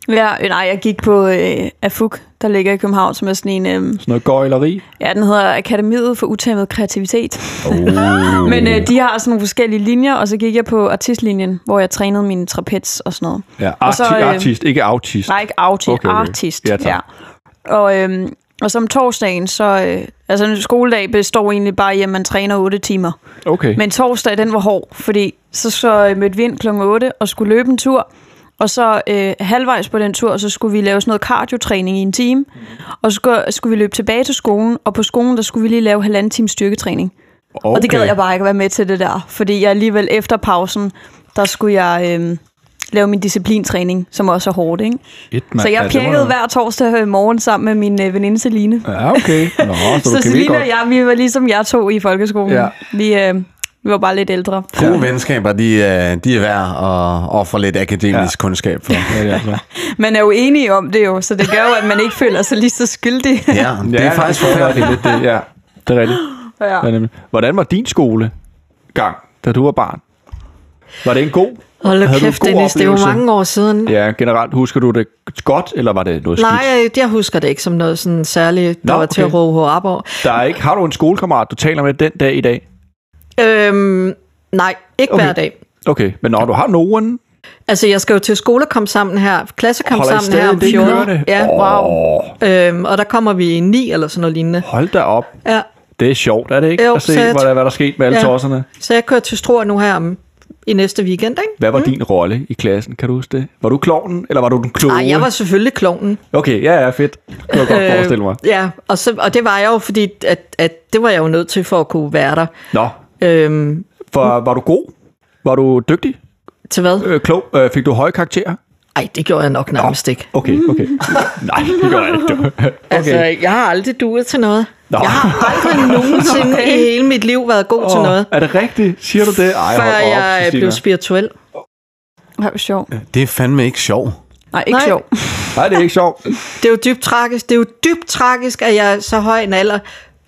Speaker 4: Ja, øh, nej, jeg gik på øh, AFUK, der ligger i København, som er sådan en... Øh,
Speaker 2: noget gøjleri?
Speaker 4: ja, den hedder Akademiet for Utæmmet Kreativitet. Oh. Men øh, de har sådan nogle forskellige linjer, og så gik jeg på artistlinjen, hvor jeg trænede min trapez og sådan noget.
Speaker 2: Ja,
Speaker 4: Og
Speaker 2: arti-
Speaker 4: så, øh,
Speaker 2: artist, ikke autist.
Speaker 4: Nej, ikke arti-
Speaker 2: Okay,
Speaker 4: okay,
Speaker 2: okay.
Speaker 4: okay. artist.
Speaker 2: Ja, tak.
Speaker 4: Og, øhm, og som torsdagen, så... Øh, altså, en skoledag består egentlig bare i, at man træner 8 timer.
Speaker 2: Okay.
Speaker 4: Men torsdag, den var hård, fordi så, så øh, mødte vi ind kl. 8 og skulle løbe en tur. Og så øh, halvvejs på den tur, så skulle vi lave sådan noget cardiotræning i en time.
Speaker 2: Mhm.
Speaker 4: Og så skulle, skulle vi løbe tilbage til skolen, og på skolen, der skulle vi lige lave halvanden times styrketræning.
Speaker 2: okay.
Speaker 4: Okay. Og det gad jeg bare ikke at være med til det der, fordi jeg alligevel efter pausen, der skulle jeg øh, lave min disciplintræning, som også er hårdt, ikke?
Speaker 2: Shit, mand.
Speaker 4: Så jeg
Speaker 2: Ja, det var
Speaker 4: pjekkede
Speaker 2: noget.
Speaker 4: hver torsdag morgen sammen med min øh, veninde Celine.
Speaker 2: Ja, okay. Nå, så,
Speaker 4: så
Speaker 2: du kan virkelig
Speaker 4: Celine og
Speaker 2: godt.
Speaker 4: jeg, vi var ligesom jeg to i folkeskolen.
Speaker 2: Ja.
Speaker 4: Ja. Vi, øh, vi var bare lidt ældre.
Speaker 3: Gode venskaber, de, øh, de er værd at ofre lidt akademisk ja. kundskab for.
Speaker 2: Ja, det er altså.
Speaker 4: Man er jo enige om det jo, så det gør jo, at man ikke føler sig lige så skyldig.
Speaker 3: Ja, det er faktisk forfærdeligt.
Speaker 2: lidt det. Ja, det er rigtigt.
Speaker 4: ja.
Speaker 2: Det er nemlig. Hvordan var din skolegang, da du var barn? Var det en god?
Speaker 1: Hold da
Speaker 2: Havde du
Speaker 1: kæft,
Speaker 2: en god
Speaker 1: Dennis, det er jo
Speaker 2: oplevelse?
Speaker 1: mange år siden.
Speaker 2: Ja, generelt husker du det godt, eller var det noget skidt?
Speaker 1: Nej, jeg husker det ikke som noget sådan særligt, der
Speaker 2: Nå,
Speaker 1: var til
Speaker 2: okay.
Speaker 1: at råbe hurra op over.
Speaker 2: Der er ikke, har du en skolekammerat, du taler med den dag i dag?
Speaker 1: Øhm, nej, ikke
Speaker 2: Okay.
Speaker 1: okay. hver dag.
Speaker 2: Okay, men når du har nogen,
Speaker 1: Altså, jeg skal jo til skolekom sammen her, klassekom
Speaker 2: Holder I
Speaker 1: sammen her
Speaker 2: stadig
Speaker 1: om
Speaker 2: det
Speaker 1: 14.
Speaker 2: kørende?
Speaker 1: Ja, wow.
Speaker 2: Åh,
Speaker 1: Øhm, og der kommer vi i 9 eller sådan noget lignende.
Speaker 2: hold da op.
Speaker 1: Ja.
Speaker 2: Det er sjovt, er det ikke?
Speaker 1: Jo,
Speaker 2: at se,
Speaker 1: så jeg-
Speaker 2: hvad der, hvad der skete med alle
Speaker 1: Ja.
Speaker 2: ja. tosserne.
Speaker 1: Så jeg kører til Struer nu her om, i næste weekend, ikke?
Speaker 2: Hvad var mm. din rolle i klassen? Kan du huske det? Var du klovnen, eller var du den kloge?
Speaker 1: Nej, jeg var Øh. selvfølgelig klovnen.
Speaker 2: Okay, ja, ja, fedt. Det kunne jeg godt forestille mig.
Speaker 1: ja, og, så, og det var jeg jo, fordi at, at det var jeg jo nødt til for at kunne være der.
Speaker 2: Nå,
Speaker 1: Øhm,
Speaker 2: for, var du god? Var du dygtig?
Speaker 1: til hvad?
Speaker 2: Øh, klog? Øh, fik du høje karakterer?
Speaker 1: Ej, det gjorde jeg nok nærmest ikke.
Speaker 2: Okay, okay. Nej, det gør jeg ikke. du.
Speaker 1: Okay. Mm. Altså, jeg har aldrig duet til noget.
Speaker 2: Nå.
Speaker 1: Jeg har aldrig nogensinde okay. i hele mit liv været god oh. til
Speaker 2: Åh,
Speaker 1: noget,
Speaker 2: Er det rigtigt? Siger du det? Ej,
Speaker 1: før
Speaker 2: hold op,
Speaker 1: jeg
Speaker 2: Christina.
Speaker 1: blev spirituel.
Speaker 4: Det var sjovt.
Speaker 3: Det er fandme ikke sjovt.
Speaker 4: Nej, ikke
Speaker 1: Nej.
Speaker 4: sjovt.
Speaker 2: Nej, det er ikke sjovt.
Speaker 1: Det er jo dybt tragisk. Det er jo dybt tragisk, at jeg så høj en alder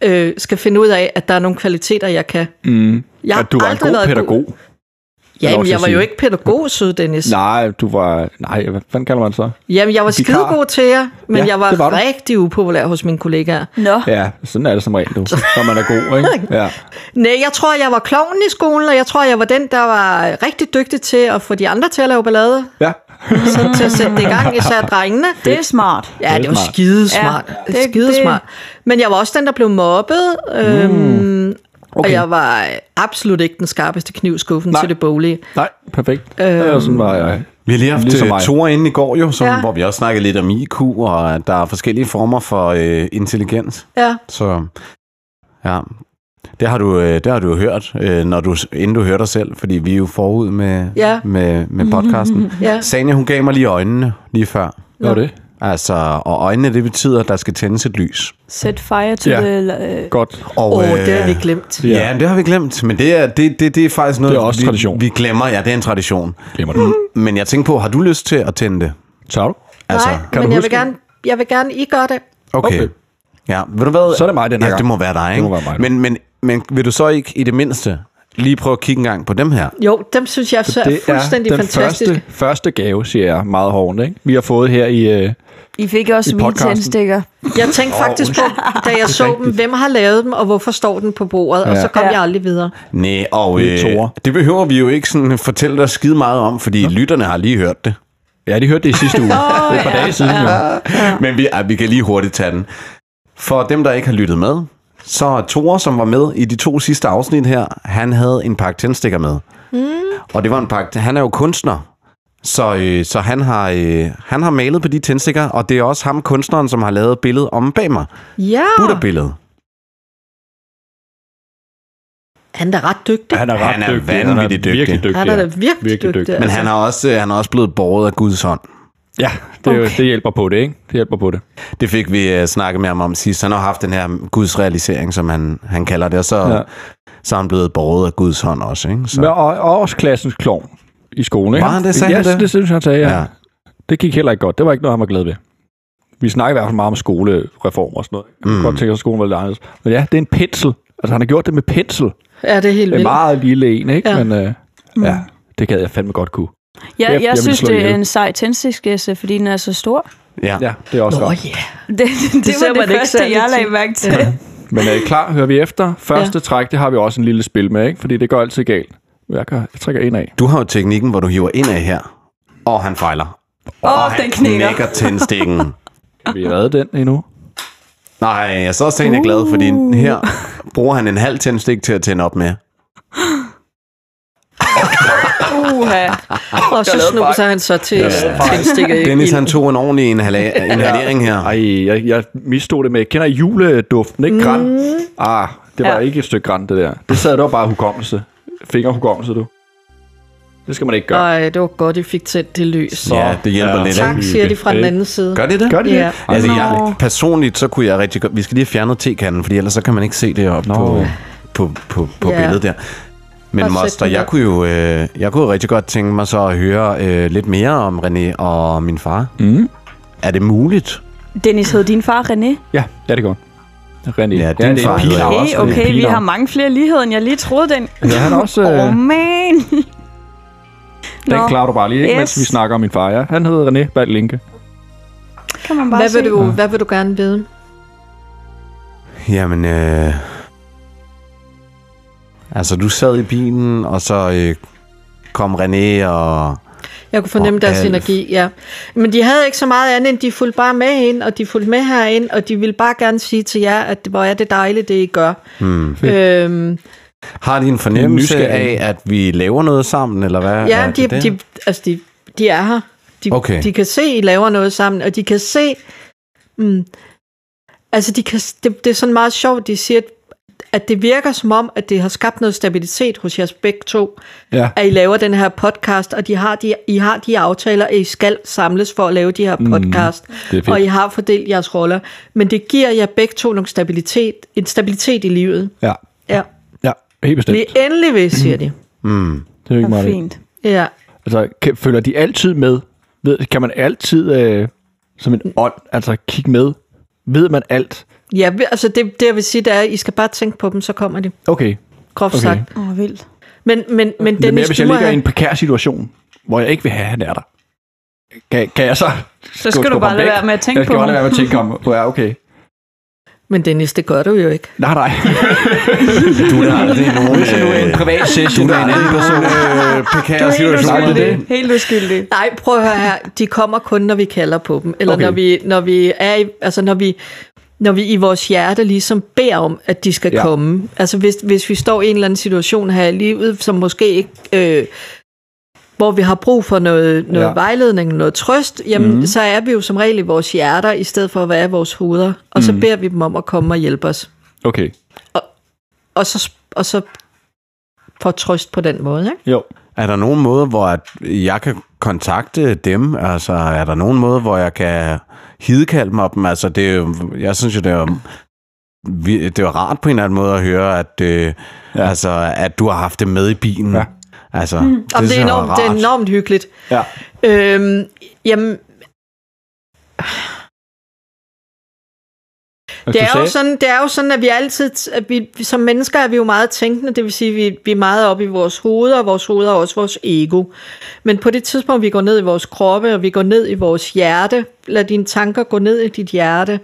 Speaker 1: øh, skal finde ud af, at der er nogle kvaliteter, jeg kan.
Speaker 2: Mm.
Speaker 1: Jeg har
Speaker 2: at du var en
Speaker 1: aldrig
Speaker 2: god
Speaker 1: været
Speaker 2: pædagog.
Speaker 1: Jamen,
Speaker 2: også
Speaker 1: jeg
Speaker 2: at
Speaker 1: var jo
Speaker 2: sige.
Speaker 1: ikke pædagog, søde Dennis.
Speaker 2: Nej, du var... Nej, hvad fanden kalder man så?
Speaker 1: Jamen, jeg var
Speaker 2: Vikar.
Speaker 1: skidegod til jer, men
Speaker 2: Ja,
Speaker 1: jeg var,
Speaker 2: det var du.
Speaker 1: rigtig upopulær hos mine kollegaer.
Speaker 4: Nå,
Speaker 2: Ja, sådan er det som regel, du. Når man er god, ikke? Ja.
Speaker 1: Nej, jeg tror, jeg var kloven i skolen, og jeg tror, jeg var den, der var rigtig dygtig til at få de andre til at lave ballade.
Speaker 2: ja.
Speaker 1: Så til at sætte det i gang, især drengene.
Speaker 4: det er smart.
Speaker 1: Ja, det var
Speaker 2: smart.
Speaker 1: skidesmart.
Speaker 4: Ja,
Speaker 1: Ja, det,
Speaker 4: det-
Speaker 1: skidesmart. Men jeg var også den, der blev mobbet. Øhm, mm. okay. Og jeg var absolut ikke den skarpeste knivskuffen
Speaker 2: Nej.
Speaker 1: til det boglige.
Speaker 2: Nej, perfekt.
Speaker 1: Øh.
Speaker 2: Øhm. Sådan var jeg.
Speaker 3: Vi har lige haft
Speaker 2: Ligesom
Speaker 3: ligesom
Speaker 2: mig.
Speaker 3: Tore inde i går jo, som,
Speaker 1: Ja.
Speaker 3: ja. hvor vi også snakkede lidt om IQ, og at der er forskellige former for øh, intelligens.
Speaker 1: Ja.
Speaker 3: Så ja, det har du, øh, det har du jo hørt, øh, når du, inden du hører dig selv, fordi vi er jo forud med,
Speaker 1: Ja.
Speaker 3: med, med podcasten.
Speaker 1: Ja.
Speaker 3: Sanja, hun gav mig lige øjnene lige før.
Speaker 2: Hvad var det?
Speaker 3: Altså, og øjnene, det betyder, at der skal tændes et lys.
Speaker 4: Set fire to
Speaker 2: Ja.
Speaker 4: the... Øh,
Speaker 2: Godt.
Speaker 3: Og,
Speaker 1: Åh, oh, det
Speaker 2: øh,
Speaker 1: har vi glemt.
Speaker 3: Ja. ja, det har vi glemt, men det er, det, det, det er faktisk noget,
Speaker 2: Det er også
Speaker 3: vi,
Speaker 2: tradition.
Speaker 3: vi glemmer. Ja, det er en tradition.
Speaker 2: Glemmer det.
Speaker 3: Men jeg tænker på, har du lyst til at tænde det?
Speaker 2: Tager du?
Speaker 3: Altså,
Speaker 1: Nej,
Speaker 2: kan du
Speaker 1: men jeg
Speaker 2: huske
Speaker 1: vil,
Speaker 2: det?
Speaker 1: gerne, jeg vil gerne, I gør det.
Speaker 3: Okay.
Speaker 2: Okay.
Speaker 3: okay. Ja, ved du hvad?
Speaker 2: Så er det mig den her
Speaker 3: ja,
Speaker 2: gang.
Speaker 3: det må være dig,
Speaker 2: Det må
Speaker 3: ikke?
Speaker 2: være mig, du.
Speaker 3: men, men, men vil du så ikke i det mindste lige prøve at kigge en gang på dem her?
Speaker 1: Jo, dem synes jeg så er
Speaker 2: Det er
Speaker 1: fuldstændig
Speaker 2: den
Speaker 1: fantastiske.
Speaker 2: første, første gave, siger jeg meget hårdt, ikke? Vi har fået her i... Øh,
Speaker 4: I fik også
Speaker 2: I
Speaker 4: mine
Speaker 2: podcasten.
Speaker 4: tændstikker.
Speaker 1: Jeg tænkte faktisk på, da jeg så dem, hvem har lavet dem, og hvorfor står den på bordet, og
Speaker 2: Ja.
Speaker 1: så kom
Speaker 4: Ja.
Speaker 1: jeg aldrig videre.
Speaker 3: Nej, og
Speaker 2: Det er
Speaker 3: øh,
Speaker 2: Tore.
Speaker 3: det behøver vi jo ikke sådan fortælle dig skide meget om, fordi lytterne har lige hørt det.
Speaker 2: ja, de hørte det i sidste uge. det er et par dage siden, jo.
Speaker 3: Men vi, ej, vi kan lige hurtigt tage den. For dem, der ikke har lyttet med, så er Tore, som var med i de to sidste afsnit her, han havde en pakke tændstikker med. Mm. Og det var en pakke, han er jo kunstner, så, øh, så han, har, øh, han har malet på de tændstikker, og det er også ham, kunstneren, som har lavet billedet om bag mig.
Speaker 1: Ja,
Speaker 3: Buddha-billedet.
Speaker 1: han er da ret dygtig.
Speaker 2: Han er ret
Speaker 3: Han er
Speaker 2: dygtig.
Speaker 3: vanvittigt dygtig.
Speaker 2: virkelig dygtig.
Speaker 1: Han er da
Speaker 2: ja.
Speaker 1: virkelig,
Speaker 2: virkelig
Speaker 1: dygtig. altså.
Speaker 2: dygtig.
Speaker 3: Men han er, også, øh, han er også blevet båret af Guds hånd.
Speaker 2: Ja, det, okay. jo,
Speaker 4: Okay.
Speaker 2: det hjælper på det, ikke? Det hjælper på det.
Speaker 3: Det fik vi øh, snakket med ham om sidst. Han har haft den her Guds realisering, som han, han kalder det, og så,
Speaker 2: Ja.
Speaker 3: ja. så er han blevet båret af Guds hånd også. Ikke? Så.
Speaker 2: Men, og, og også klassens klovn i skolen, ikke?
Speaker 3: Var han det? Sagde
Speaker 2: ja,
Speaker 3: han det?
Speaker 2: det synes jeg, han sagde, ja.
Speaker 3: Ja.
Speaker 2: ja. Det gik heller ikke godt. Det var ikke noget, han var glad ved. Vi snakker i hvert fald meget om skolereformer og sådan noget. Jeg mm. godt tænke, at skolen var lidt anderledes. Men ja, det er en pensel. Altså, han har gjort det med pensel. Det
Speaker 1: Ja, det er helt
Speaker 2: er en
Speaker 1: vildt.
Speaker 2: meget lille en, ikke?
Speaker 1: Ja. Mm.
Speaker 2: Ja. Men øh, ja, det gad jeg fandme godt kunne.
Speaker 4: Ja,
Speaker 2: Kæft,
Speaker 4: jeg,
Speaker 2: jeg
Speaker 4: jeg
Speaker 2: ville
Speaker 4: synes,
Speaker 2: slå
Speaker 4: det er
Speaker 2: ihjel.
Speaker 4: en sej tændstikskæsse, fordi den er så stor.
Speaker 3: Ja.
Speaker 2: Ja, det er også
Speaker 1: Nå
Speaker 2: godt.
Speaker 1: ja,
Speaker 4: Det, det, det, det
Speaker 1: ser
Speaker 4: var
Speaker 1: man
Speaker 4: det
Speaker 1: ikke
Speaker 4: første,
Speaker 1: særlig
Speaker 4: jeg
Speaker 1: til.
Speaker 4: lagde mærke til.
Speaker 2: Men er I klar? Hører vi efter? Første ja. træk, det har vi også en lille spil med, ikke? Fordi det går altid galt. Jeg, gør, jeg trækker en af.
Speaker 3: Du har jo teknikken, hvor du hiver ind af her, og han fejler.
Speaker 4: Åh,
Speaker 3: og
Speaker 4: den
Speaker 3: han
Speaker 4: knækker.
Speaker 3: knækker tændstikken.
Speaker 2: Vi har reddet den endnu.
Speaker 3: Nej, jeg er så også tænkt, jeg er glad,
Speaker 1: Uh.
Speaker 3: fordi her bruger han en halv tændstik til at tænde op med.
Speaker 4: Uha.
Speaker 1: Og så snuser han så til tændstikket. i
Speaker 3: Dennis, han
Speaker 1: ilden.
Speaker 3: tog en ordentlig inhala- inhalering her.
Speaker 2: Ej, jeg, jeg misstod det med. Kender I juleduften, ikke? Græn. Ah, det var
Speaker 4: Ja.
Speaker 2: ja. ikke et stykke græn, det der. Det sad der bare hukommelse. Fingerhukommelse, du. Det skal man ikke gøre.
Speaker 1: Ej, det var godt, I fik tændt det løs.
Speaker 2: Nå,
Speaker 3: Ja, det hjælper
Speaker 2: ja.
Speaker 3: lidt,
Speaker 1: Tak,
Speaker 3: ikke?
Speaker 1: siger de fra den anden side.
Speaker 3: Gør det det?
Speaker 2: Gør det
Speaker 1: Ja.
Speaker 2: ja.
Speaker 3: Altså,
Speaker 4: Nå.
Speaker 3: jeg, personligt, så kunne jeg rigtig godt... Vi skal lige have fjernet tekanden, fordi ellers så kan man ikke se det op på, på, på, på
Speaker 1: Ja.
Speaker 3: billedet der.
Speaker 1: Bare
Speaker 3: Men
Speaker 1: sæt
Speaker 3: Moster,
Speaker 1: den
Speaker 3: jeg
Speaker 1: der.
Speaker 3: kunne jo øh, jeg kunne jo rigtig godt tænke mig så at høre øh, lidt mere om René og min far. Mm. Er det muligt?
Speaker 4: Dennis hed din far René.
Speaker 2: Ja, ja, det går. René.
Speaker 3: Ja, din
Speaker 2: det er
Speaker 3: far
Speaker 2: en
Speaker 3: hedder
Speaker 2: pigenavn
Speaker 4: Okay,
Speaker 2: også. Det er
Speaker 4: okay,
Speaker 2: en
Speaker 4: vi har
Speaker 2: pigenavn.
Speaker 4: mange flere ligheder, end jeg lige troede den.
Speaker 2: Ja, han er også... Øh,
Speaker 4: Oh man.
Speaker 2: den klarer du bare lige, ikke? Yes. Mens
Speaker 4: Yes.
Speaker 2: vi snakker om min far, ja. Han hedder René Ballinke.
Speaker 4: kan man bare
Speaker 1: Hvad vil,
Speaker 4: se.
Speaker 1: du, hvad vil du gerne vide?
Speaker 3: Jamen, øh, altså du sad i bilen, og så øh, kom René og
Speaker 1: Jeg kunne fornemme
Speaker 3: Og
Speaker 1: deres
Speaker 3: Alf.
Speaker 1: energi, ja. Men de havde ikke så meget andet, end de fulgte bare med ind, og de fulgte med herind, og de ville bare gerne sige til jer, at hvor er det dejligt, det I gør.
Speaker 3: Hmm.
Speaker 1: Øhm,
Speaker 3: Har de en fornemmelse af,
Speaker 2: nysgerrige.
Speaker 3: at vi laver noget sammen, eller hvad?
Speaker 1: ja,
Speaker 3: er
Speaker 1: de,
Speaker 3: det der?
Speaker 1: de, altså de, de er her. De,
Speaker 3: Okay.
Speaker 1: de kan se, I laver noget sammen, og de kan se... Mm, altså, de kan, det, det er sådan meget sjovt, de siger, at det virker som om, at det har skabt noget stabilitet hos jeres begge to,
Speaker 2: Ja.
Speaker 1: at I laver den her podcast, og de har de, I har de aftaler, at I skal samles for at lave de her podcast,
Speaker 2: det er fedt.
Speaker 1: og I har fordelt jeres roller. Men det giver jer begge to nogle stabilitet, en stabilitet i livet.
Speaker 2: Ja.
Speaker 1: Ja.
Speaker 2: Ja, helt bestemt.
Speaker 1: Vi er endelig ved, siger de.
Speaker 3: Mm.
Speaker 2: Det er jo ikke
Speaker 4: Hvor
Speaker 2: meget.
Speaker 4: fint.
Speaker 1: Ja.
Speaker 2: Altså, kan, følger de altid med? Ved, kan man altid, øh, som en ånd, altså kigge med? Ved man alt?
Speaker 1: Ja, vi- altså det, det jeg vil sige, det er, at I skal bare tænke på dem, så kommer de,
Speaker 2: Okay.
Speaker 1: groft
Speaker 2: Okay.
Speaker 1: okay. sagt.
Speaker 4: Åh, oh, vildt.
Speaker 1: Men, men, men
Speaker 2: Men mere,
Speaker 1: Dennis,
Speaker 2: hvis
Speaker 1: du
Speaker 2: jeg
Speaker 1: må
Speaker 2: ligger i en
Speaker 1: have,
Speaker 2: prekær situation, hvor jeg ikke vil have, at han er der. Kan, kan jeg så...
Speaker 4: Så skal du bare lade være med at tænke
Speaker 2: jeg
Speaker 4: på
Speaker 2: skal bare lade
Speaker 4: ham.
Speaker 2: være med at tænke om, hvor jeg er okay.
Speaker 1: men Dennis, det gør du jo ikke.
Speaker 2: Nej, nej.
Speaker 3: Du er der aldrig i nogen...
Speaker 2: Hvis jeg nu er i en
Speaker 3: Øh,
Speaker 2: privat
Speaker 3: du
Speaker 2: session med
Speaker 3: er der
Speaker 2: en
Speaker 3: aldrig i
Speaker 2: anden person.
Speaker 3: nogen øh, prekære situation.
Speaker 2: Nej, det er det.
Speaker 4: Helt uskyldig.
Speaker 1: Nej, prøv at høre her. De kommer kun, når vi kalder på dem. Eller
Speaker 2: Okay.
Speaker 1: okay. når, vi, når vi er i, altså når vi, når vi i vores hjerte ligesom beder om, at de skal
Speaker 2: Ja.
Speaker 1: ja. komme. Altså hvis, hvis vi står i en eller anden situation her i livet, som måske ikke... Øh, hvor vi har brug for noget, noget
Speaker 2: Ja. Mhm.
Speaker 1: ja. vejledning, noget trøst, jamen mm. så er vi jo som regel i vores hjerter, i stedet for at være i vores hoveder. Og mm. så
Speaker 2: Mhm.
Speaker 1: beder vi dem om at komme og hjælpe os.
Speaker 2: Okay,
Speaker 1: Og så, og så får trøst på den måde, ikke?
Speaker 2: jo.
Speaker 3: Er der nogen måde, hvor at jeg kan kontakte dem? Altså, er der nogen måde, hvor jeg kan hidkalde mig dem? Altså, det er jo, jeg synes jo, det er jo, vi- det er jo rart på en eller anden måde at høre, at, øh, ja. altså, at du har haft det med i bilen.
Speaker 2: Ja.
Speaker 3: Ja. Altså, mm. det,
Speaker 1: Jamen, det, er
Speaker 3: synes jeg
Speaker 1: enormt, det er enormt hyggeligt.
Speaker 2: Ja.
Speaker 1: Øhm, jamen,
Speaker 2: Og
Speaker 1: det
Speaker 2: du
Speaker 1: er, jo
Speaker 2: sagde-
Speaker 1: sådan, det er jo sådan, at vi altid, at vi, som mennesker er vi jo meget tænkende, det vil sige, at vi, vi er meget oppe i vores hoveder, og vores hoveder er også vores ego. Men på det tidspunkt, vi går ned i vores kroppe, og vi går ned i vores hjerte, lad dine tanker gå ned i dit hjerte,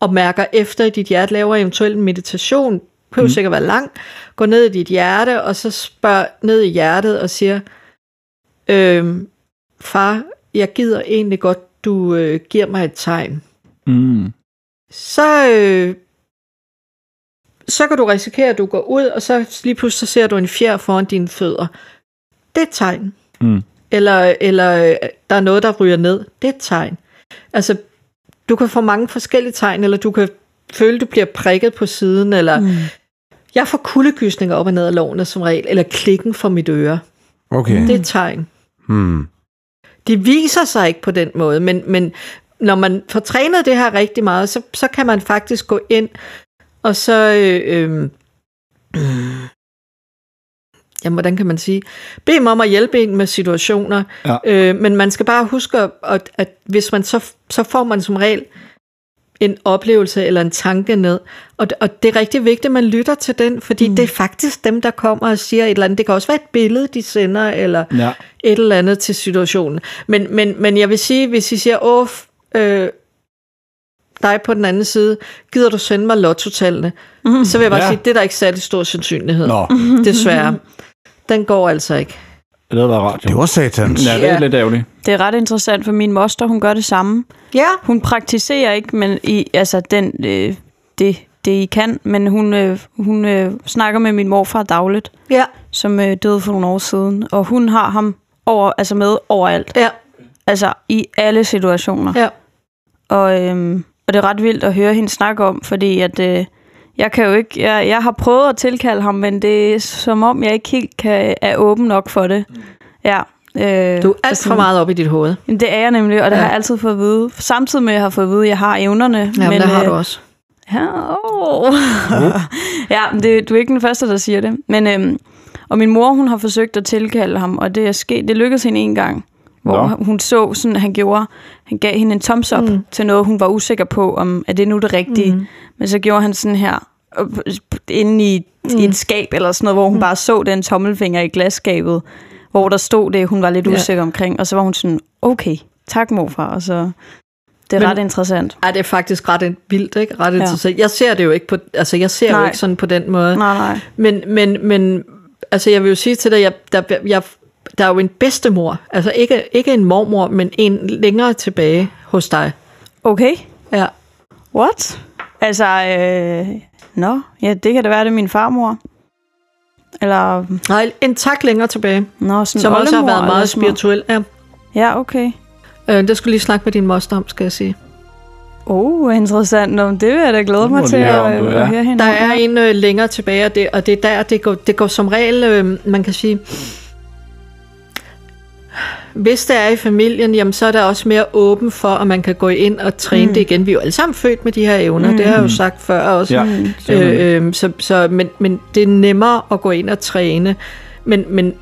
Speaker 1: og mærker efter i dit hjerte, laver eventuelt en meditation, Det behøver mm. sikkert være lang, går ned i dit hjerte, og så spørger ned i hjertet og siger, øhm, far, jeg gider egentlig godt, du øh, giver mig et tegn
Speaker 2: Mm.
Speaker 1: så, øh, så kan du risikere, at du går ud, og så lige pludselig så ser du en fjer foran dine fødder. Det er et tegn.
Speaker 2: Mm.
Speaker 1: Eller, eller øh, der er noget, der ryger ned. Det er et tegn. Altså, du kan få mange forskellige tegn, eller du kan føle, du bliver prikket på siden, eller mm. jeg får kuldegysninger op og ned af lårene som regel, eller klikken fra mit øre.
Speaker 3: Okay.
Speaker 1: Det er et tegn.
Speaker 3: Hmm.
Speaker 1: Det viser sig ikke på den måde, men, men når man får trænet det her rigtig meget, så, så kan man faktisk gå ind, og så... Øh, øh, jamen, hvordan kan man sige? Bed dem om at hjælpe en med situationer,
Speaker 2: Ja.
Speaker 1: øh, men man skal bare huske, at, at hvis man så, så får man som regel en oplevelse eller en tanke ned. Og, og det er rigtig vigtigt, at man lytter til den, fordi mm. det er faktisk dem, der kommer og siger et eller andet. Det kan også være et billede, de sender, eller
Speaker 2: Ja.
Speaker 1: et eller andet til situationen. Men, men, men jeg vil sige, hvis I siger, åh, f- øh, dig på den anden side, gider du sende mig lottotallene? Mm. Så vil jeg bare
Speaker 2: Ja.
Speaker 1: ja. sige, det er der ikke særlig stor sandsynlighed,
Speaker 2: Nå,
Speaker 1: desværre. Den går altså ikke.
Speaker 2: det havde været rart. jo.
Speaker 3: Det var satans.
Speaker 2: Ja, det er
Speaker 1: Ja.
Speaker 2: lidt ærgerligt.
Speaker 4: Det er ret interessant, for min moster, hun gør det samme.
Speaker 1: Ja.
Speaker 4: Hun praktiserer ikke, men i, altså den, øh, det, det I kan, men hun, øh, hun øh, snakker med min morfar dagligt,
Speaker 1: Ja,
Speaker 4: som øh, døde for nogle år siden, og hun har ham over, altså med overalt,
Speaker 1: ja,
Speaker 4: altså i alle situationer.
Speaker 1: ja.
Speaker 4: Og, øhm, og det er ret vildt at høre hende snakke om, fordi at, øh, jeg kan jo ikke, jeg, jeg har prøvet at tilkalde ham, men det er som om, jeg ikke helt kan, er åben nok for det. Ja. Øh,
Speaker 1: Du er alt for
Speaker 4: sådan-
Speaker 1: meget op i dit hoved.
Speaker 4: Jamen, det er jeg nemlig, og det ja.
Speaker 1: Ja.
Speaker 4: har jeg altid fået at vide. Samtidig med, at jeg har fået at vide, at jeg har evnerne.
Speaker 1: Jamen, men, det har
Speaker 4: øh,
Speaker 1: du også.
Speaker 4: Ja, åh. ja men det, du er ikke den første, der siger det. Men, øhm, og min mor, hun har forsøgt at tilkalde ham, og det er sket. Det lykkedes hende en gang, hvor
Speaker 2: Nå.
Speaker 4: hun så, sådan han gjorde. Han gav hende en thumbs up mm. til noget, hun var usikker på, om er det nu det rigtige. Mm. Men så gjorde han sådan her, og p- p- inde i, mm. i et skab eller sådan noget, hvor hun mm. bare så den tommelfinger i glasskabet, hvor der stod det, hun var lidt
Speaker 1: Ja.
Speaker 4: usikker omkring. Og så var hun sådan, okay, tak morfar. Og så, det er
Speaker 1: Men-
Speaker 4: ret interessant.
Speaker 1: Ej, det er faktisk ret vildt, ikke? Ret
Speaker 4: Ja.
Speaker 1: interessant. Jeg ser det jo ikke på, altså jeg ser Nej.
Speaker 4: Nej.
Speaker 1: jo ikke sådan på den måde.
Speaker 4: Nej, nej.
Speaker 1: Men, men, men altså, jeg vil jo sige til dig, jeg, der, jeg der er jo en bedstemor, altså ikke, ikke en mormor, men en længere tilbage hos dig.
Speaker 4: Okay.
Speaker 1: Ja.
Speaker 4: What? Altså, øh, nå, ja, det kan da være, det er min farmor. Eller, mm,
Speaker 1: Nej, en tak længere tilbage,
Speaker 4: nå, sådan
Speaker 1: som også har
Speaker 4: oldemor
Speaker 1: været meget
Speaker 4: eller sådan noget.
Speaker 1: spirituel. Ja.
Speaker 4: Ja, okay.
Speaker 1: Øh, det skulle lige snakke med din moster om, skal jeg sige.
Speaker 4: Oh, interessant. Nå, men det vil jeg da glæde
Speaker 2: Det må
Speaker 4: mig
Speaker 2: vi
Speaker 4: til
Speaker 2: lige
Speaker 4: at, øh,
Speaker 2: høre om, du- ja.
Speaker 4: at høre hende.
Speaker 1: Der
Speaker 4: om.
Speaker 1: er en øh, længere tilbage, og det, og det er der, det går, det går som regel, øh, man kan sige, hvis der er i familien, jamen, så er der også mere åben for, at man kan gå ind og træne mm. det igen. Vi er jo alle sammen født med de her evner, mm. det har jeg jo sagt før også.
Speaker 2: Ja,
Speaker 1: øh, øh, så, så, men, men det er nemmere at gå ind og træne. Men, men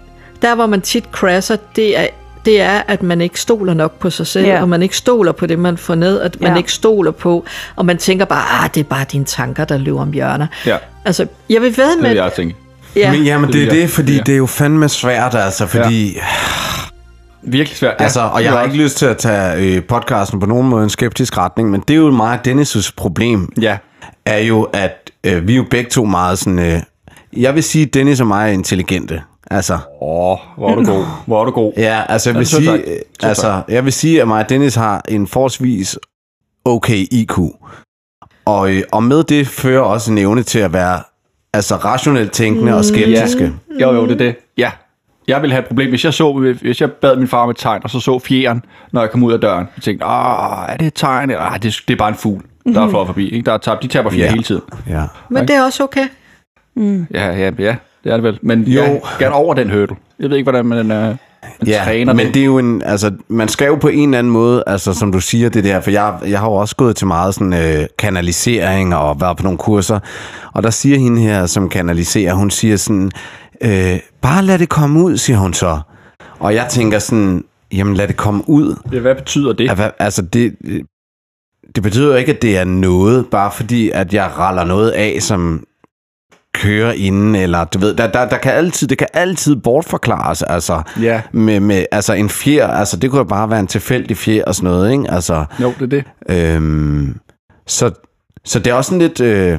Speaker 1: der, hvor man tit crasher, det er, det er, at man ikke stoler nok på sig selv,
Speaker 4: Ja.
Speaker 1: yeah. og man ikke stoler på det, man får ned, at man
Speaker 4: Ja.
Speaker 1: yeah. ikke stoler på, og man tænker bare, ah, det er bare dine tanker, der løber om hjørner.
Speaker 2: Ja.
Speaker 1: Altså, jeg vil ved
Speaker 2: Det
Speaker 1: med...
Speaker 2: vil jeg tænke.
Speaker 1: Ja,
Speaker 3: Men jamen, det er
Speaker 2: Det vil jeg.
Speaker 3: det, fordi
Speaker 2: Ja.
Speaker 3: det er jo fandme svært, altså, fordi... Ja.
Speaker 2: Virkelig svært. Ja,
Speaker 3: Altså, og jeg har ikke lyst til at tage øh, podcasten på nogen måde en skeptisk retning, men det er jo meget Dennis' problem,
Speaker 2: Ja.
Speaker 3: er jo, at øh, vi er jo begge to meget sådan... Øh, jeg vil sige, at Dennis og mig er intelligente. Altså,
Speaker 2: Åh, oh, hvor er du god. Hvor er du god.
Speaker 3: ja, altså, jeg vil,
Speaker 2: Ja, tusind
Speaker 3: sige,
Speaker 2: tak.
Speaker 3: øh,
Speaker 2: Tusind
Speaker 3: altså, jeg vil sige, at mig og Dennis har en forholdsvis okay IQ. Og, øh, og med det fører også en evne til at være altså, rationelt tænkende og skeptiske.
Speaker 2: Jo, jo, det er det. Ja. Jeg ville have et problem, hvis jeg, så, hvis jeg bad min far om et tegn, og så så fjeren, når jeg kom ud af døren. Jeg tænkte, ah, er det et tegn? Ah, det, det er bare en fugl, der er flået forbi. Ikke? Der er tabt. De taber fjeren
Speaker 3: Ja.
Speaker 2: yeah. hele tiden.
Speaker 3: Ja.
Speaker 1: men det er også okay.
Speaker 2: Ja, ja, ja. Det er det vel. Men jo. Jeg gerne over den hurdle. Jeg ved ikke, hvordan man, øh, man
Speaker 3: Ja,
Speaker 2: træner
Speaker 3: men
Speaker 2: det.
Speaker 3: det. er jo en, altså, man skal jo på en eller anden måde, altså som du siger det der, for jeg, jeg har jo også gået til meget sådan øh, kanalisering og været på nogle kurser, og der siger hende her, som kanaliserer, hun siger sådan, øh, bare lad det komme ud, siger hun så. Og jeg tænker sådan, jamen lad det komme ud.
Speaker 2: Ja, hvad betyder det?
Speaker 3: Ja, hvad- Altså det, det betyder jo ikke, at det er noget, bare fordi, at jeg raller noget af, som kører inden, eller du ved, der, der, der kan altid, det kan altid bortforklares, altså,
Speaker 2: Ja.
Speaker 3: med, med, altså en fjer, altså det kunne jo bare være en tilfældig fjer og sådan noget, ikke? Altså,
Speaker 2: Jo, det er det.
Speaker 3: øhm, så, så det er også sådan lidt, øh,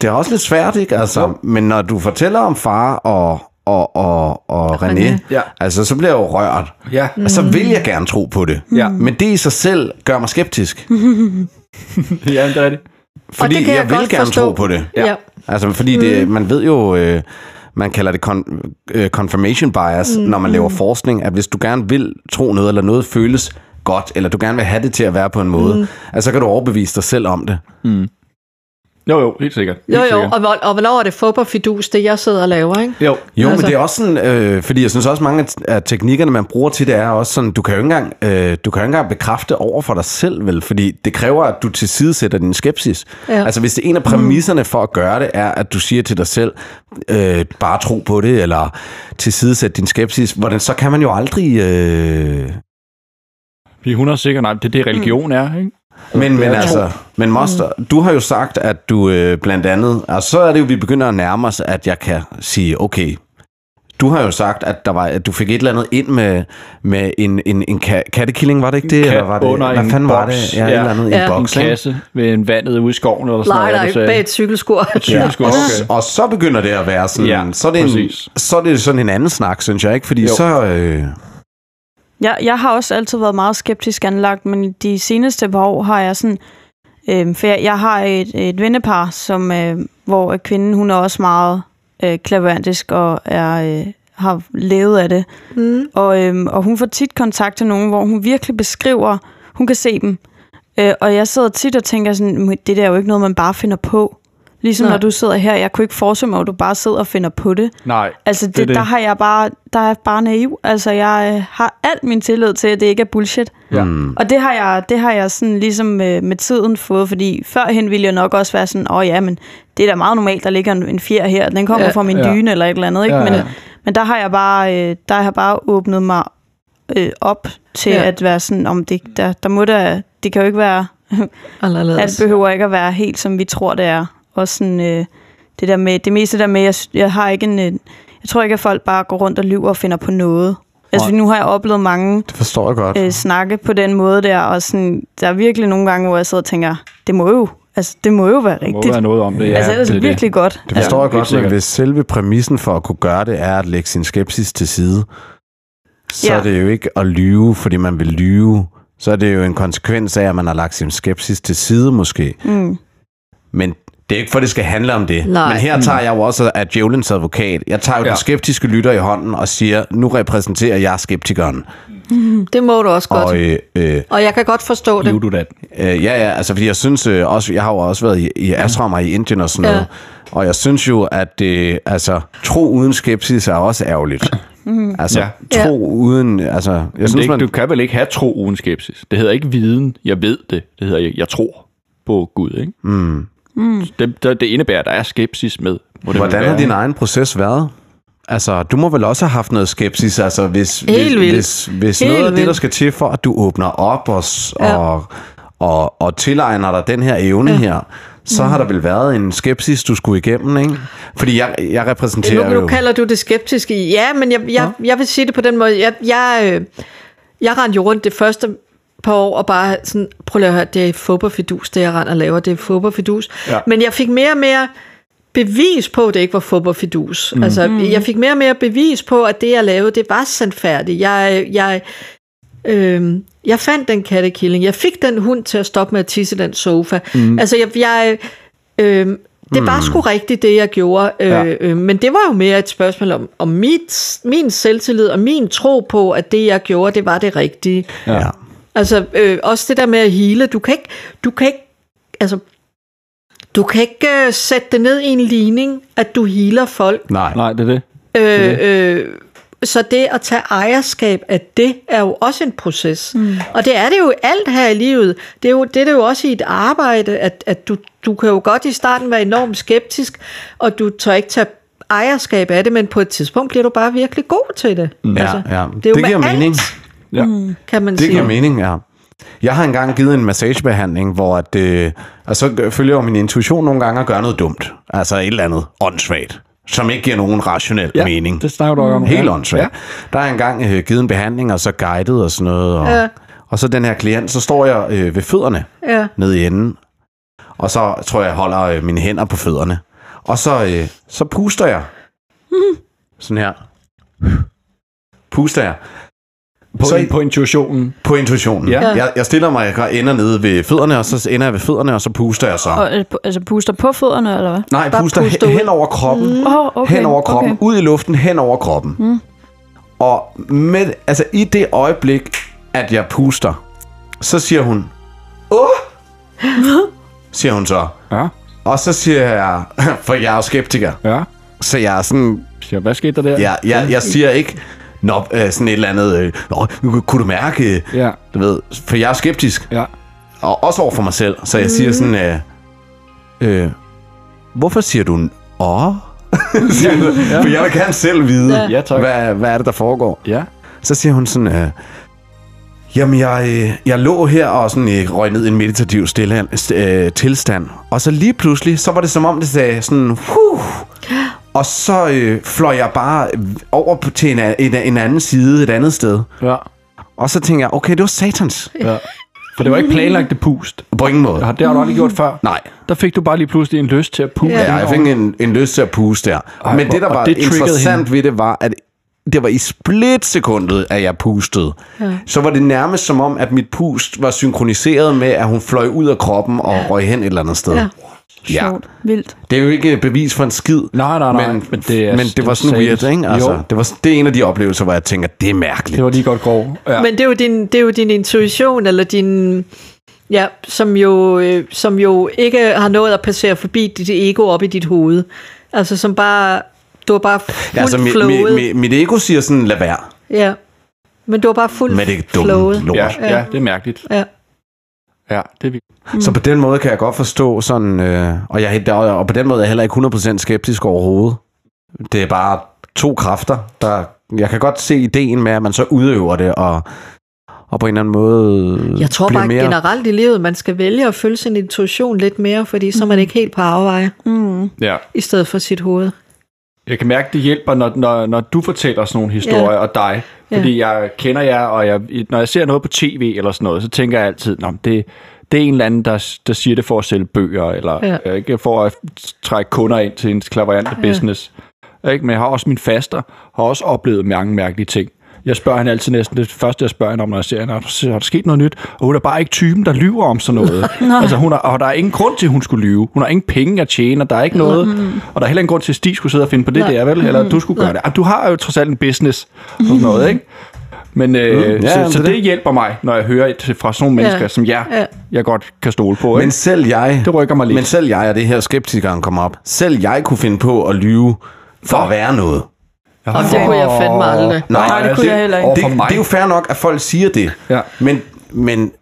Speaker 3: det er også lidt svært, ikke? Altså,
Speaker 2: Jo.
Speaker 3: men når du fortæller om far og, og, og, og René,
Speaker 1: René.
Speaker 2: Ja.
Speaker 3: altså så bliver jeg jo rørt.
Speaker 2: Ja.
Speaker 3: Og så vil jeg gerne tro på det.
Speaker 2: Ja.
Speaker 3: Men det i sig selv gør mig skeptisk.
Speaker 2: ja, det er det.
Speaker 3: Fordi
Speaker 1: det kan
Speaker 3: jeg,
Speaker 1: jeg
Speaker 3: vil
Speaker 1: godt
Speaker 3: gerne
Speaker 1: forstå.
Speaker 3: tro på det.
Speaker 1: Ja. ja.
Speaker 3: Altså, fordi det, man ved jo, øh, man kalder det con- øh, confirmation bias, mm. når man laver forskning, at hvis du gerne vil tro noget, eller noget føles godt, eller du gerne vil have det til at være på en måde, mm. altså, så kan du overbevise dig selv om det.
Speaker 2: Jo, jo, helt sikkert. Helt
Speaker 1: Jo, jo,
Speaker 2: sikkert.
Speaker 1: og, hvor- og hvornår er det fodboldfidus, det jeg sidder og laver, ikke?
Speaker 2: Jo,
Speaker 3: Jo, altså.
Speaker 1: Altså-
Speaker 3: men det er også sådan, øh, fordi jeg synes også, mange af, af teknikkerne, man bruger til det, er også sådan, du kan jo ikke engang, øh, du kan jo ikke engang bekræfte over for dig selv, vel? Fordi det kræver, at du tilsidesætter din skepsis. Ja.
Speaker 1: Ja.
Speaker 3: Altså, hvis det en af præmisserne for at gøre det, er, at du siger til dig selv, øh, bare tro på det, eller tilsidesæt din skepsis, hvordan, så kan man jo aldrig... Øh...
Speaker 2: vi er 100 sikre. Nej, det er det, religion er, ikke?
Speaker 3: Men, men
Speaker 2: er
Speaker 3: altså, men Moster, du har jo sagt, at du øh, blandt andet, og så er det jo, vi begynder at nærme os, at jeg kan sige, okay, du har jo sagt, at, der var, at du fik et eller andet ind med, med en, en, en ka- kattekilling, var det ikke det?
Speaker 2: kat
Speaker 3: eller var det,
Speaker 2: under
Speaker 3: hvad
Speaker 2: en
Speaker 3: fanden var
Speaker 2: boks.
Speaker 3: det? Ja,
Speaker 2: Ja.
Speaker 3: et eller andet i en
Speaker 1: Ja.
Speaker 2: En
Speaker 3: boks, ikke?
Speaker 2: kasse ved en vandet ude i skoven eller sådan
Speaker 1: Nej,
Speaker 2: noget. er
Speaker 1: nej,
Speaker 2: det, du
Speaker 1: bag
Speaker 2: sagde?
Speaker 1: et cykelskur.
Speaker 3: Ja,
Speaker 2: Typisk
Speaker 3: og,
Speaker 2: også.
Speaker 3: og så begynder det at være sådan,
Speaker 2: Ja,
Speaker 3: ja, så, er det en,
Speaker 2: præcis.
Speaker 3: så er det sådan en anden snak, synes jeg, ikke? Fordi
Speaker 2: Jo.
Speaker 3: jo. så... Øh,
Speaker 4: Jeg, jeg har også altid været meget skeptisk anlagt, men de seneste par år har jeg sådan... Øh, for jeg, jeg har et, et vennepar, som, øh, hvor at kvinden hun er også meget øh, klaverantisk og er, øh, har levet af det.
Speaker 1: Mm.
Speaker 4: Og, øhm, og hun får tit kontakt til nogen, hvor hun virkelig beskriver, hun kan se dem. Øh, og jeg sidder tit og tænker sådan, "Men det der er jo ikke noget, man bare finder på. Ligesom Nej.
Speaker 1: Nej.
Speaker 4: når du sidder her, jeg kunne ikke forestille mig, at du bare sidder og finder på det.
Speaker 2: Nej.
Speaker 4: Altså, det,
Speaker 2: Det er det.
Speaker 4: det. der har jeg bare, der er jeg bare naiv. Altså, jeg øh, har alt min tillid til, at det ikke er bullshit.
Speaker 2: Ja.
Speaker 3: Mm.
Speaker 4: Og det har jeg, det har jeg sådan ligesom øh, med tiden fået, fordi førhen ville jeg nok også være sådan, åh oh, ja, men det er da meget normalt, der ligger en, en fjer her, den kommer
Speaker 1: Ja,
Speaker 4: ja, fra min
Speaker 2: ja.
Speaker 4: ja. dyne eller et eller andet, ikke?
Speaker 2: Ja,
Speaker 4: men, øh,
Speaker 2: ja.
Speaker 4: men der har jeg bare, øh, der har jeg bare åbnet mig øh, op til
Speaker 1: Ja.
Speaker 4: ja. at være sådan, om det, der, der må der, det kan jo ikke være, at
Speaker 1: Anderledes.
Speaker 4: det behøver ikke at være helt, som vi tror, det er. Og sådan, øh, det der med, det meste der med, jeg, s- jeg har ikke en, øh, jeg tror ikke, at folk bare går rundt og lyver og finder på noget. Altså, nu har jeg oplevet mange
Speaker 3: det forstår jeg godt.
Speaker 4: øh, snakke på den måde der, og sådan, der er virkelig nogle gange, hvor jeg sidder og tænker, det må jo, Altså, det må jo være
Speaker 2: Der må
Speaker 4: rigtigt.
Speaker 2: være noget om det.
Speaker 4: Ja, altså, ellers er
Speaker 2: det
Speaker 4: det
Speaker 2: er
Speaker 4: virkelig godt.
Speaker 3: Det forstår
Speaker 2: Ja,
Speaker 3: ja, jeg
Speaker 2: helt
Speaker 3: godt, men
Speaker 2: sikkert.
Speaker 3: hvis selve præmissen for at kunne gøre det er at lægge sin skepsis til side, så
Speaker 4: Ja.
Speaker 3: ja. er det jo ikke at lyve, fordi man vil lyve. Så er det jo en konsekvens af, at man har lagt sin skepsis til side måske.
Speaker 4: Mm.
Speaker 3: Men det er ikke for, det skal handle om det.
Speaker 1: Nej.
Speaker 3: Men her tager jeg jo også at djævelens advokat. Jeg tager jo ja.
Speaker 2: Ja.
Speaker 3: den skeptiske lytter i hånden og siger, nu repræsenterer jeg skeptikeren.
Speaker 1: Det må du også godt.
Speaker 3: Og øh, øh,
Speaker 1: Og jeg kan godt forstå
Speaker 2: det.
Speaker 1: det.
Speaker 2: Jo, du dat.
Speaker 3: Øh, ja, ja, altså fordi jeg synes øh, også, jeg har jo også været i, i Ashram og i Indien og sådan noget, og jeg synes jo, at det, altså, tro uden skepsis er også ærgerligt.
Speaker 1: Mhm.
Speaker 3: Mm. Altså,
Speaker 2: Ja.
Speaker 3: ja. tro uden, altså, jeg
Speaker 2: Jeg
Speaker 3: synes,
Speaker 2: synes,
Speaker 3: man,
Speaker 2: ikke, du kan vel ikke have tro uden skepsis. Det hedder ikke viden, jeg ved det. Det hedder, jeg, jeg tror på Gud, ikke? Mm. Det, det, det indebærer, at der er skepsis med. Må det
Speaker 3: hvordan
Speaker 2: være,
Speaker 3: har din
Speaker 2: ikke?
Speaker 3: egen proces været? Altså, du må vel også have haft noget skepsis, altså, hvis, hvis,
Speaker 1: Helt vildt.
Speaker 3: hvis, hvis
Speaker 1: Helt
Speaker 3: noget af det,
Speaker 1: vildt.
Speaker 3: der skal til for, at du åbner op og, s-
Speaker 1: Ja.
Speaker 3: og, og, og tilegner dig den her evne ja. her, så har
Speaker 1: Mhm.
Speaker 3: der vel været en skepsis, du skulle igennem, ikke? Fordi jeg, jeg repræsenterer
Speaker 1: Nu, nu
Speaker 3: jo...
Speaker 1: kalder du det skeptiske. Ja, men jeg, jeg, jeg vil sige det på den måde. Jeg, jeg, øh, jeg rendte jo rundt det første par år og bare sådan, prøv lige at høre, det er fodboldfidus, det jeg render og laver, det er fodboldfidus.
Speaker 2: Ja.
Speaker 1: Ja. Men jeg fik mere og mere bevis på, at det ikke var fodboldfidus. Mm. Altså, jeg fik mere og mere bevis på, at det, jeg lavede, det var sandfærdigt. Jeg, jeg, øh, jeg fandt den kattekilling. Jeg fik den hund til at stoppe med at tisse i den sofa. Mm. Altså, jeg, jeg øh, det var sgu rigtigt, det jeg gjorde. Øh,
Speaker 2: Ja.
Speaker 1: øh, men det var jo mere et spørgsmål om, om mit, min selvtillid og min tro på, at det, jeg gjorde, det var det rigtige.
Speaker 3: Ja.
Speaker 1: Altså, øh, også det der med at hele. Du kan ikke, du kan ikke, altså, du kan ikke øh, sætte det ned i en ligning, at du healer folk.
Speaker 3: Nej.
Speaker 2: Nej, det er det.
Speaker 4: Mm.
Speaker 1: Øh, øh, så det at tage ejerskab af det, er jo også en proces. Mm. Og det er det jo i alt her i livet. Det er, jo, det er det jo også i et arbejde, at, at du, du kan jo godt i starten være enormt skeptisk, og du tør ikke tage ejerskab af det, men på et tidspunkt bliver du bare virkelig god til det. Mm.
Speaker 3: Ja, ja. Det giver
Speaker 1: alt,
Speaker 3: mening.
Speaker 2: Ja.
Speaker 1: kan man
Speaker 3: Det
Speaker 1: sige.
Speaker 3: giver mening, ja. Jeg har engang givet en massagebehandling, hvor at, øh, altså, så følger jeg min intuition nogle gange og gør noget dumt. Altså et eller andet åndssvagt, som ikke giver nogen rationel
Speaker 2: Ja,
Speaker 3: mening.
Speaker 2: det snakker du også om.
Speaker 3: Helt
Speaker 2: Ja.
Speaker 3: åndssvagt.
Speaker 2: Ja.
Speaker 3: Der er engang øh, givet en behandling, og så guidet og sådan noget. Og,
Speaker 1: Ja.
Speaker 3: og så den her klient, så står jeg øh, ved fødderne
Speaker 1: Ja.
Speaker 3: nede i enden, og så tror jeg, jeg holder øh, mine hænder på fødderne. Og så, øh, så puster jeg. Sådan her. Puster jeg.
Speaker 2: På,
Speaker 3: Så-
Speaker 2: så, på intuitionen.
Speaker 3: På intuitionen.
Speaker 2: Ja.
Speaker 3: Ja. Jeg, jeg stiller mig, jeg ender nede ved fødderne, og så ender jeg ved fødderne, og så puster jeg så.
Speaker 4: Og, øh, pu- altså puster på fødderne, eller hvad?
Speaker 3: Nej,
Speaker 1: bare
Speaker 3: puster
Speaker 1: puster
Speaker 3: he-
Speaker 1: ud.
Speaker 3: hen over kroppen. Mm.
Speaker 4: Åh, oh,
Speaker 3: Okay, hen over kroppen. Okay. Ud i luften, hen over kroppen. Mm. Og med, altså, i det øjeblik, at jeg puster, så siger hun, Åh! siger hun så.
Speaker 2: Ja,
Speaker 3: Og så siger jeg, for jeg er jo skeptiker,
Speaker 2: ja.
Speaker 3: så jeg er sådan,
Speaker 2: Så, hvad skete der der?
Speaker 3: jeg, jeg, jeg siger ikke, Nå, øh, sådan et eller andet, øh, Nå, kunne du mærke, øh,
Speaker 2: Ja.
Speaker 3: du ved, for jeg er skeptisk.
Speaker 2: Ja.
Speaker 3: og også over for mig selv. Så jeg
Speaker 2: Mhm.
Speaker 3: siger sådan, øh, øh, hvorfor siger du en åh? siger hun, For jeg vil gerne selv vide,
Speaker 2: Ja, tak.
Speaker 3: hvad, hvad er det, der foregår.
Speaker 2: Ja.
Speaker 3: Så siger hun sådan, øh, jamen jeg, øh, jeg lå her og sådan, øh, røg ned i en meditativ stille, st- øh, tilstand. Og så lige pludselig, så var det som om, det sagde sådan, huh, og så øh, fløj jeg bare over på- til en, a- en, en anden side, et andet sted.
Speaker 2: ja.
Speaker 3: Og så tænker jeg, okay, det var satans.
Speaker 2: ja. For det var ikke planlagt det pust.
Speaker 3: På ingen måde.
Speaker 2: Ja, Det har du aldrig gjort før.
Speaker 3: Nej.
Speaker 2: Der fik du bare lige pludselig en lyst til at puste.
Speaker 3: Ja, jeg fik en, en lyst til at puste der.
Speaker 2: Ej,
Speaker 3: Ej, Men det, der
Speaker 2: hvor- og
Speaker 3: var
Speaker 2: det
Speaker 3: det
Speaker 2: triggede
Speaker 3: interessant ved det, var, at det var i splitsekundet, at jeg pustede. Ja. Så var det nærmest som om, at mit pust var synkroniseret med, at hun fløj ud af kroppen og røg hen et eller andet sted.
Speaker 1: Ja.
Speaker 3: Ja.
Speaker 4: Ja.
Speaker 3: ja.
Speaker 4: Sjovt. Vildt.
Speaker 3: Det er jo ikke bevis for en skid.
Speaker 2: Nej, nej, nej,
Speaker 3: Men,
Speaker 2: men
Speaker 3: men,
Speaker 2: det
Speaker 3: det,
Speaker 2: er-
Speaker 3: men det,
Speaker 2: det
Speaker 3: var sådan
Speaker 2: er
Speaker 3: weird, ikke?
Speaker 2: Jo.
Speaker 3: Altså, det, var, det er en af de oplevelser, hvor jeg tænker, det er
Speaker 2: Det
Speaker 3: mærkeligt.
Speaker 2: var lige godt grov. Ja.
Speaker 1: Men det er, jo din, det er jo din intuition, eller din... Ja, som jo, øh, som jo ikke har nået at passere forbi dit ego op i dit hoved. Altså som bare... Du har bare fuldt
Speaker 3: Ja, altså, mit,
Speaker 1: flowet.
Speaker 3: mit, mit, mit ego siger sådan, lad være
Speaker 1: Ja. Men du var bare fuldt
Speaker 3: med det dumme
Speaker 1: flowet.
Speaker 3: lort.
Speaker 2: Ja,
Speaker 3: Ja.
Speaker 2: ja, det er mærkeligt.
Speaker 1: Ja.
Speaker 2: Ja, det er vi.
Speaker 1: Mm.
Speaker 3: Så på den måde kan jeg godt forstå sådan, øh, og, jeg, der- og på den måde er jeg heller ikke 100% skeptisk overhovedet. Det er bare to kræfter, der... Jeg kan godt se ideen med, at man så udøver det, og, og på en eller anden måde
Speaker 1: Jeg tror
Speaker 3: bliver
Speaker 1: bare mere...
Speaker 3: mere...
Speaker 1: generelt i livet, man skal vælge at følge sin intuition lidt mere, fordi så er man ikke helt på afveje,
Speaker 4: Mm.
Speaker 2: Ja.
Speaker 1: i stedet for sit hoved.
Speaker 2: Jeg kan mærke, det hjælper, når, når, når du fortæller sådan nogle historier, ja. og dig. Fordi jeg kender jer, og jeg, når jeg ser noget på tv eller sådan noget, så tænker jeg altid, Nå, men det, det er en eller anden, der, der siger det for at sælge bøger, eller
Speaker 1: Ja.
Speaker 2: ja. øh, ikke for at trække kunder ind til ens klaverante ja. business. Ikke? Men jeg har også min faster, har også oplevet mange mærkelige ting. Jeg spørger hende altid næsten, det første jeg spørger hende om, når jeg ser hende, er, "Så har der sket noget nyt? Og hun er bare ikke typen, der lyver om sådan noget. altså, hun er, og der er ingen grund til, at hun skulle lyve. Hun har ingen penge at tjene, og der er ikke noget. Og der er heller ingen grund til, at Stig skulle sidde og finde på det
Speaker 1: Mm-hmm. Nej.
Speaker 2: der, vel? Eller du skulle gøre det. Ah, Du har jo trods alt en business og sådan noget, ikke? Men øh,
Speaker 3: Mm,
Speaker 2: mm,
Speaker 3: ja,
Speaker 2: ja,
Speaker 3: men
Speaker 2: så, så
Speaker 3: det er
Speaker 2: det hjælper mig, når jeg hører et fra sådan nogle mennesker,
Speaker 1: Ja,
Speaker 2: ja. som jer,
Speaker 1: ja.
Speaker 2: ja. jeg godt kan stole på. Ikke?
Speaker 3: Men selv jeg...
Speaker 2: Det rykker mig lidt.
Speaker 3: Men selv jeg, og det er her skeptikeren kommer op, selv jeg kunne finde på at lyve for at være noget.
Speaker 1: Og det kunne jeg fandme aldrig.
Speaker 4: Nej, det kunne jeg heller ikke.
Speaker 2: Overfor
Speaker 3: Det,
Speaker 2: mig.
Speaker 3: det er jo fair nok, at folk siger det.
Speaker 2: Ja.
Speaker 3: Men, men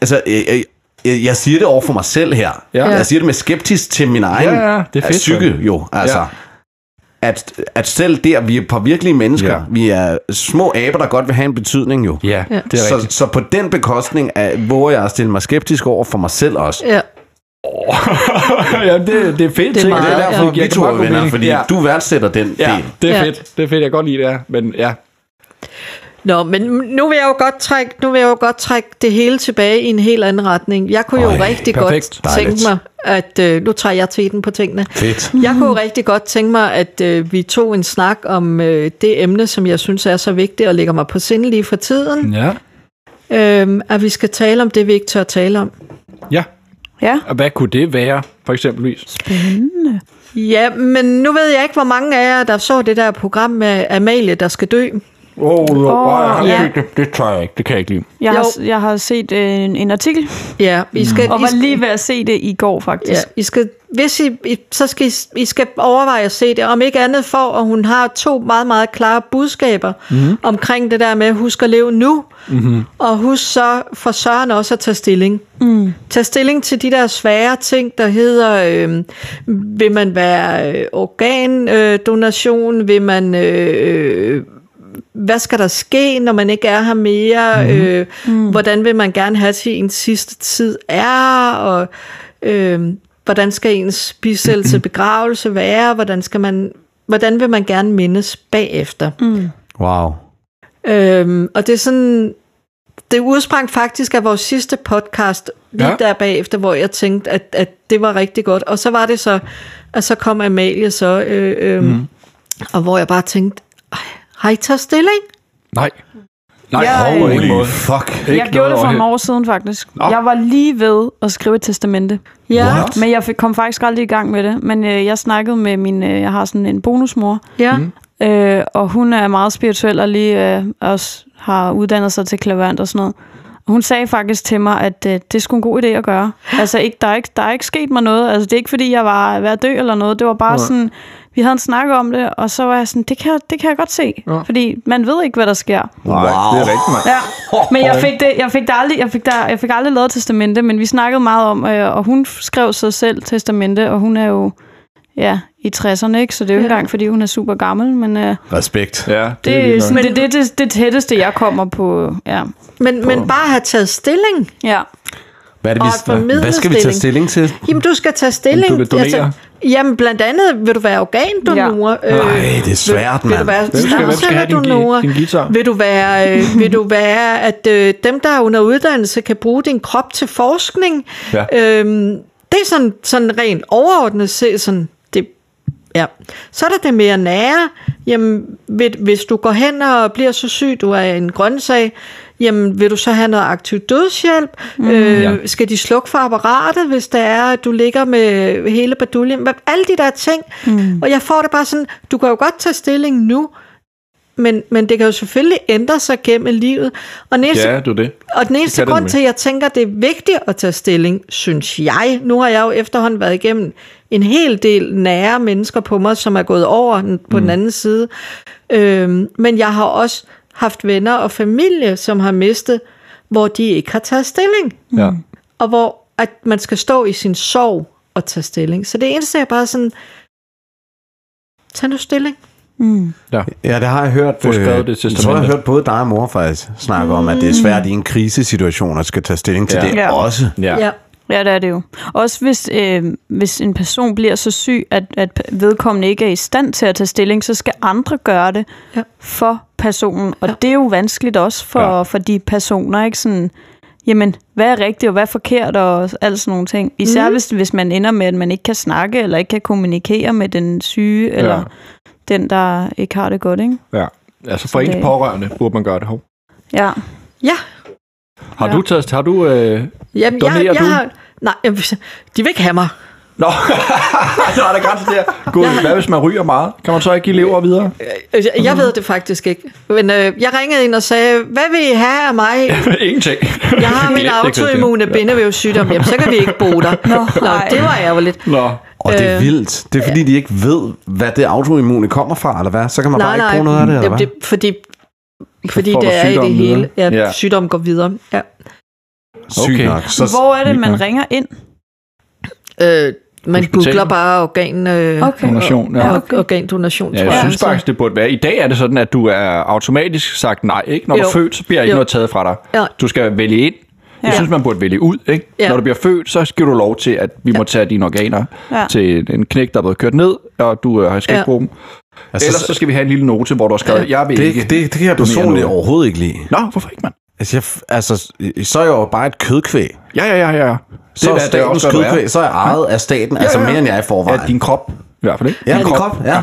Speaker 3: altså, øh, øh, jeg, jeg siger det over for mig selv her.
Speaker 2: Ja.
Speaker 3: Jeg siger det med skeptisk til min egen
Speaker 2: ja, det er fedt,
Speaker 3: psyke,
Speaker 2: mand.
Speaker 3: jo. Altså,
Speaker 2: Ja.
Speaker 3: at, at selv der, vi er på virkelige mennesker,
Speaker 2: Ja.
Speaker 3: vi er små aber, der godt vil have en betydning, jo.
Speaker 2: Ja,
Speaker 1: Ja.
Speaker 2: det er
Speaker 3: Så,
Speaker 2: rigtigt.
Speaker 3: så på den bekostning af, våger jeg at stille mig skeptisk over for mig selv også.
Speaker 1: Ja.
Speaker 2: ja, det, det er fedt.
Speaker 1: Det er
Speaker 2: ikke?
Speaker 1: meget,
Speaker 3: Det er derfor,
Speaker 2: Det giver
Speaker 3: vi to
Speaker 2: meget
Speaker 3: er
Speaker 2: god
Speaker 3: venner,
Speaker 2: mening.
Speaker 3: fordi
Speaker 2: ja.
Speaker 3: du værdsætter den
Speaker 2: Ja,
Speaker 3: del.
Speaker 2: det er
Speaker 1: Ja.
Speaker 2: fedt. Det er fedt, jeg kan godt lide det her. Men ja,
Speaker 1: Nå, men nu vil jeg jo godt trække, nu vil jeg jo godt trække det hele tilbage i en helt anden retning. Jeg kunne jo
Speaker 3: Øj,
Speaker 1: rigtig
Speaker 2: perfekt.
Speaker 1: godt tænke
Speaker 3: Dejligt.
Speaker 1: mig, at øh, nu tager jeg teten på tingene.
Speaker 3: Fedt.
Speaker 1: Jeg kunne jo rigtig godt tænke mig, at øh, vi tog en snak om øh, det emne, som jeg synes er så vigtigt og ligger mig på sinde lige for tiden.
Speaker 2: ja.
Speaker 1: Øh, at vi skal tale om det, vi ikke tør tale om.
Speaker 2: ja.
Speaker 4: Ja.
Speaker 2: Og hvad kunne det være, for eksempelvis?
Speaker 1: Ja, men nu ved jeg ikke, hvor mange af jer, der så det der program med Amalie, der skal dø.
Speaker 2: Åh, oh, oh,
Speaker 4: Åh,
Speaker 1: ja.
Speaker 2: det, det tør jeg ikke. Det kan jeg ikke lide.
Speaker 4: Jeg,
Speaker 1: Jo.
Speaker 4: har, jeg har set øh, en, en artikel,
Speaker 1: Ja, I skal,
Speaker 4: og
Speaker 1: I
Speaker 4: var
Speaker 1: skal,
Speaker 4: lige ved at se det i går,
Speaker 1: ja,
Speaker 4: faktisk.
Speaker 1: I skal, hvis I, I, så skal I, I skal overveje at se det, om ikke andet for, at hun har to meget, meget klare budskaber mm-hmm. omkring det der med, husk at leve nu, mm-hmm. og husk så for søren også at tage stilling. Mm. Tag stilling til de der svære ting, der hedder, øh, vil man være øh, organdonation, vil man... Øh, øh, hvad skal der ske, når man ikke er her mere? Mm. Øh, mm. Hvordan vil man gerne have til ens sidste tid er? Og øh, hvordan skal ens bisæl til begravelse være? Hvordan, skal man, hvordan vil man gerne mindes bagefter? Mm.
Speaker 3: Wow.
Speaker 1: Øh, og det er sådan... Det udsprang faktisk af vores sidste podcast, lige ja.
Speaker 2: Ja.
Speaker 1: der bagefter, hvor jeg tænkte, at, at det var rigtig godt. Og så var det så, at så kom Amalie så, øh, øh, mm. og hvor jeg bare tænkte, "Ej, har I taget stilling?
Speaker 2: Nej. Nej,
Speaker 4: Jeg-
Speaker 2: jeg, på ingen
Speaker 3: Holy
Speaker 2: måde.
Speaker 3: fuck.
Speaker 2: Ikke
Speaker 4: Jeg gjorde
Speaker 2: noget
Speaker 4: det for
Speaker 2: overhæng.
Speaker 4: nogle år siden, faktisk. Jeg var lige ved at skrive et testamente.
Speaker 1: Ja.
Speaker 3: What?
Speaker 4: Men jeg fik- kom faktisk aldrig i gang med det. Men øh, jeg snakkede med min... Øh, jeg har sådan en bonusmor,
Speaker 1: Ja. Mm.
Speaker 4: øh, og hun er meget spirituel og lige øh, også har uddannet sig til klaverant og sådan noget. Og Hun sagde faktisk til mig, at øh, det skulle en god idé at gøre. Altså, ikke, der, er ikke, der er ikke sket mig noget. Altså, det er ikke, fordi jeg var ved at dø eller noget. Det var bare sådan, vi havde en snak om det, og så var jeg sådan, det kan, jeg- det kan jeg godt se. Fordi man ved ikke, hvad der sker.
Speaker 2: Nej, det er rigtigt, mand.
Speaker 4: Ja, men jeg fik, det, jeg fik det aldrig, jeg fik, der, jeg fik aldrig lavet testamente, men vi snakkede meget om, øh, og hun skrev sig selv testamente, og hun er jo ja, i 60'erne, ikke? så det er jo ikke engang, fordi hun er super gammel, men øh, det,
Speaker 3: Respekt.
Speaker 2: Ja, det, det
Speaker 4: det, er
Speaker 2: vildt nok.
Speaker 4: sådan, det, det, det, det tætteste, jeg kommer på. Ja.
Speaker 1: Men, men bare have taget stilling.
Speaker 4: ja.
Speaker 3: Hvad, er det,
Speaker 1: Og at formidle
Speaker 3: vi, hvad skal vi tage stilling
Speaker 1: stilling.
Speaker 3: til?
Speaker 1: Jamen, du skal tage stilling. Altså,
Speaker 2: Du vil donere.
Speaker 1: jamen, blandt andet vil du være organdonor. Ja.
Speaker 3: Nej, det er svært,
Speaker 1: Vil, vil du
Speaker 3: mand.
Speaker 1: være
Speaker 2: Hvem skal- hvem skal have din
Speaker 1: stamcelledonor?
Speaker 2: gi- din guitar?
Speaker 1: Vil du være, øh, vil du være at øh, dem, der er under uddannelse, kan bruge din krop til forskning?
Speaker 2: Ja.
Speaker 1: Øhm, det er sådan, sådan rent overordnet set, sådan, det, ja. Så er der det mere nære. Jamen, vil, hvis du går hen og bliver så syg, du er en grøntsag, jamen, vil du så have noget aktiv dødshjælp? Mm. Øh,
Speaker 2: Ja.
Speaker 1: Skal de slukke for apparatet, hvis det er, at du ligger med hele baduljen? Hvad- Alle de der ting. Mm. Og jeg får det bare sådan, du kan jo godt tage stilling nu, men, men det kan jo selvfølgelig ændre sig gennem livet. Og den eneste,
Speaker 2: Ja, du det.
Speaker 1: og den eneste
Speaker 2: kan det
Speaker 1: grund
Speaker 2: nemlig.
Speaker 1: til, at jeg tænker, at det er vigtigt at tage stilling, synes jeg, nu har jeg jo efterhånden været igennem en hel del nære mennesker på mig, som er gået over den- på mm. den anden side. Øhm, men jeg har også haft venner og familie, som har mistet, hvor de ikke har taget stilling.
Speaker 4: Mm.
Speaker 2: Ja.
Speaker 1: Og hvor at man skal stå i sin sorg og tage stilling. Så det eneste er bare sådan, tag nu stilling.
Speaker 4: Mm.
Speaker 3: Ja, det har jeg hørt. øh,
Speaker 2: Få skrevet det
Speaker 3: jeg tror, jeg har
Speaker 2: testamente.
Speaker 3: hørt både dig og mor faktisk snakke om, at det er svært i en krisesituation at skal tage stilling til
Speaker 2: Ja.
Speaker 3: det
Speaker 4: Ja.
Speaker 3: også.
Speaker 2: Ja.
Speaker 1: Ja.
Speaker 4: ja, det er det jo. Også hvis, øh, hvis en person bliver så syg, at, at vedkommende ikke er i stand til at tage stilling, så skal andre gøre det
Speaker 1: Ja.
Speaker 4: for personen. Og det er jo vanskeligt også for,
Speaker 2: Ja.
Speaker 4: for de personer, ikke? Sådan, jamen, hvad er rigtigt og hvad er forkert og alt sådan nogle ting. Især mm. hvis, hvis man ender med, at man ikke kan snakke eller ikke kan kommunikere med den syge, ja. eller den, der ikke har det godt, ikke?
Speaker 2: Ja. Altså for
Speaker 4: Så
Speaker 2: ens
Speaker 4: det-
Speaker 2: pårørende burde man gøre det. Hov.
Speaker 4: Ja.
Speaker 1: Ja,
Speaker 2: Har du taget... Har du... Øh...
Speaker 1: Jamen,
Speaker 2: Donerer
Speaker 1: jeg, jeg
Speaker 2: du?
Speaker 1: Har, nej, jamen, de vil ikke have mig.
Speaker 2: Nå, så er der grænse der. God, hvad hvis man ryger meget? Kan man så ikke give lever videre?
Speaker 1: Øh, Jeg, jeg ved det faktisk ikke. Men øh, jeg ringede ind og sagde, hvad vil I have af mig?
Speaker 2: Ingenting.
Speaker 1: Jeg har min
Speaker 2: Glæd dig, Christian.
Speaker 1: autoimmune bindevævssygdom. Jamen, så kan vi ikke bo der. Nå,
Speaker 4: nej.
Speaker 1: det var ærgerligt.
Speaker 2: Nå.
Speaker 3: Og det er
Speaker 1: Øh,
Speaker 3: vildt. Det er fordi, de ikke ved, hvad det autoimmune kommer fra, eller hvad? Så kan man bare ikke bruge noget af det, eller
Speaker 1: Jamen,
Speaker 3: hvad?
Speaker 1: det, fordi fordi
Speaker 2: får
Speaker 1: det
Speaker 2: du
Speaker 1: er i det
Speaker 2: sygdommen
Speaker 1: hele.
Speaker 2: videre.
Speaker 1: Ja,
Speaker 2: Ja.
Speaker 1: ja. Sygdommen går videre. Ja.
Speaker 3: Sygt
Speaker 2: Okay.
Speaker 3: nok. Så,
Speaker 4: Hvor er det, man
Speaker 2: Ja.
Speaker 4: ringer ind?
Speaker 1: Øh, man
Speaker 2: Hospitalet.
Speaker 1: googler bare organ, øh, okay.
Speaker 2: Donation, ja.
Speaker 1: ja,
Speaker 4: okay.
Speaker 1: okay. organdonation,
Speaker 2: Ja,
Speaker 1: tror
Speaker 2: jeg
Speaker 1: jeg.
Speaker 2: synes faktisk, det burde være. I dag er det sådan, at du er automatisk sagt nej. Ikke? Når du
Speaker 1: Jo.
Speaker 2: er født, så bliver ikke
Speaker 1: Jo.
Speaker 2: noget taget fra dig.
Speaker 1: Ja.
Speaker 2: Du skal vælge ind. Jeg
Speaker 4: Ja.
Speaker 2: synes, man burde vælge ud. Ikke?
Speaker 1: Ja.
Speaker 2: Når du bliver født, så skal du lov til, at vi må tage dine organer
Speaker 4: Ja.
Speaker 2: til en knæk, der er blevet kørt ned, og du øh, skal
Speaker 1: Ja.
Speaker 2: ikke bruge dem.
Speaker 3: altså,
Speaker 2: Ellers så skal vi have en lille note, hvor du har skrevet, jeg vil
Speaker 3: det,
Speaker 2: ikke.
Speaker 3: det, det, kan jeg
Speaker 2: donere
Speaker 3: personligt
Speaker 2: noget.
Speaker 3: overhovedet ikke lide.
Speaker 2: Nå, hvorfor ikke, mand?
Speaker 3: Altså, jeg, f- altså, så er jeg jo bare et kødkvæg.
Speaker 2: Ja, ja, ja, ja.
Speaker 3: Så er
Speaker 2: hvad-
Speaker 3: statens
Speaker 2: godt, hvad
Speaker 3: kødkvæg, så er jeg ejet af staten, altså
Speaker 2: ja, ja.
Speaker 3: mere end jeg er i forvejen.
Speaker 2: Ja, din krop. I hvert fald ikke.
Speaker 3: Ja, din krop, ja.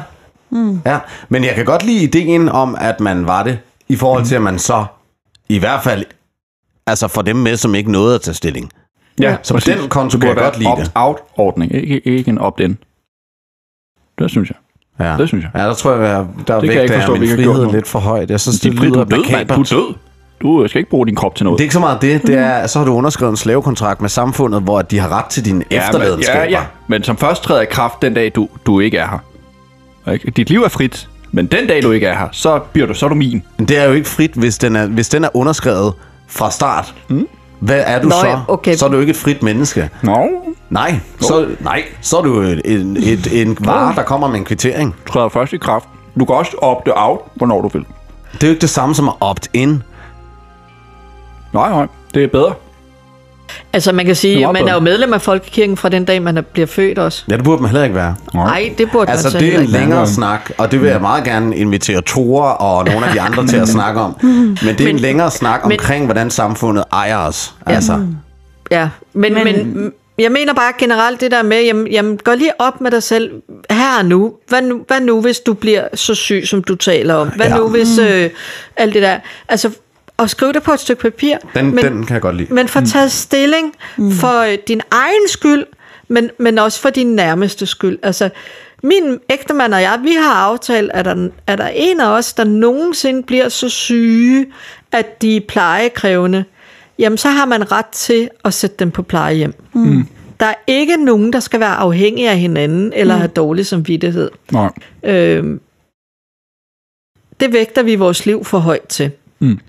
Speaker 3: Mm. ja. Men jeg kan godt lide ideen om, at man var det, i forhold til, at man så i hvert fald altså får dem med, som ikke nåede at tage stilling.
Speaker 2: Ja,
Speaker 3: Så på den konto kan jeg godt lide det.
Speaker 2: opt-out-ordning, ikke, ikke en opt-in. Det synes jeg.
Speaker 3: Ja.
Speaker 2: Det synes jeg.
Speaker 3: Ja, der tror jeg, at der
Speaker 2: kan jeg ikke
Speaker 3: vægter jeg
Speaker 2: forstå, vi
Speaker 3: min
Speaker 2: ikke har gjort
Speaker 3: frihed
Speaker 2: nu.
Speaker 3: lidt for højt. Jeg synes,
Speaker 2: Det er fordi, du er død, mand. Du
Speaker 3: makabert.
Speaker 2: er død. Du øh, skal ikke bruge din krop til noget.
Speaker 3: Det er ikke så meget det. Det er, så har du underskrevet en slavekontrakt med samfundet, hvor de har ret til dine
Speaker 2: men,
Speaker 3: efterladenskaber.
Speaker 2: ja, ja. men som først træder i kraft den dag, du, du ikke er her. Ikke? Dit liv er frit, men den dag, du ikke er her, så, bliver du, så er du min.
Speaker 3: Men Det er jo ikke frit, hvis den er, hvis den er underskrevet fra start.
Speaker 2: Hmm?
Speaker 3: Mm. Hvad er du
Speaker 1: Nå,
Speaker 3: så?
Speaker 1: ja, okay.
Speaker 3: Så er du ikke et frit menneske.
Speaker 2: Nå.
Speaker 3: Nej, så, nej, så er du et, en, et, en vare, der kommer med en kvittering.
Speaker 2: Du træder først i kraft. Du kan også opte out, hvornår du vil.
Speaker 3: Det er jo ikke det samme som at opt-in.
Speaker 2: Nej, nej. Det er bedre.
Speaker 1: Altså, man kan
Speaker 2: Det er
Speaker 1: sige, at
Speaker 2: meget
Speaker 1: man er jo
Speaker 2: bedre.
Speaker 1: medlem af Folkekirken fra den dag, man er- bliver født også.
Speaker 3: Ja, det burde man heller ikke være.
Speaker 1: Nej, det burde
Speaker 3: Altså,
Speaker 1: man så
Speaker 3: det er
Speaker 1: heller
Speaker 3: en
Speaker 1: ikke.
Speaker 3: længere snak, og det vil jeg meget gerne invitere Tore og nogle af de andre til at snakke om. Men det er en længere snak omkring, hvordan samfundet ejer os. Altså,
Speaker 1: Ja, men,
Speaker 4: Men-
Speaker 1: men, men jeg mener bare generelt det der med, jamen, jamen gå lige op med dig selv her og nu. Hvad, nu. hvad nu, hvis du bliver så syg, som du taler om? Hvad
Speaker 3: Ja.
Speaker 1: ja. nu, hvis øh, alt det der... Altså, og skrive det på et stykke papir.
Speaker 3: den,
Speaker 1: men,
Speaker 3: den kan jeg godt lide. Mm.
Speaker 1: men få taget stilling for øh, din egen skyld, men, men også for din nærmeste skyld. Altså, min ægtemand og jeg, vi har aftalt, at der, at der er en af os, der nogensinde bliver så syge, at de er plejekrævende, jamen så har man ret til at sætte dem på plejehjem. Mm. Der er ikke nogen, der skal være afhængig af hinanden eller mm. have dårlig samvittighed.
Speaker 2: Nej.
Speaker 1: Øh, det vægter vi vores liv for højt til.
Speaker 2: Mm.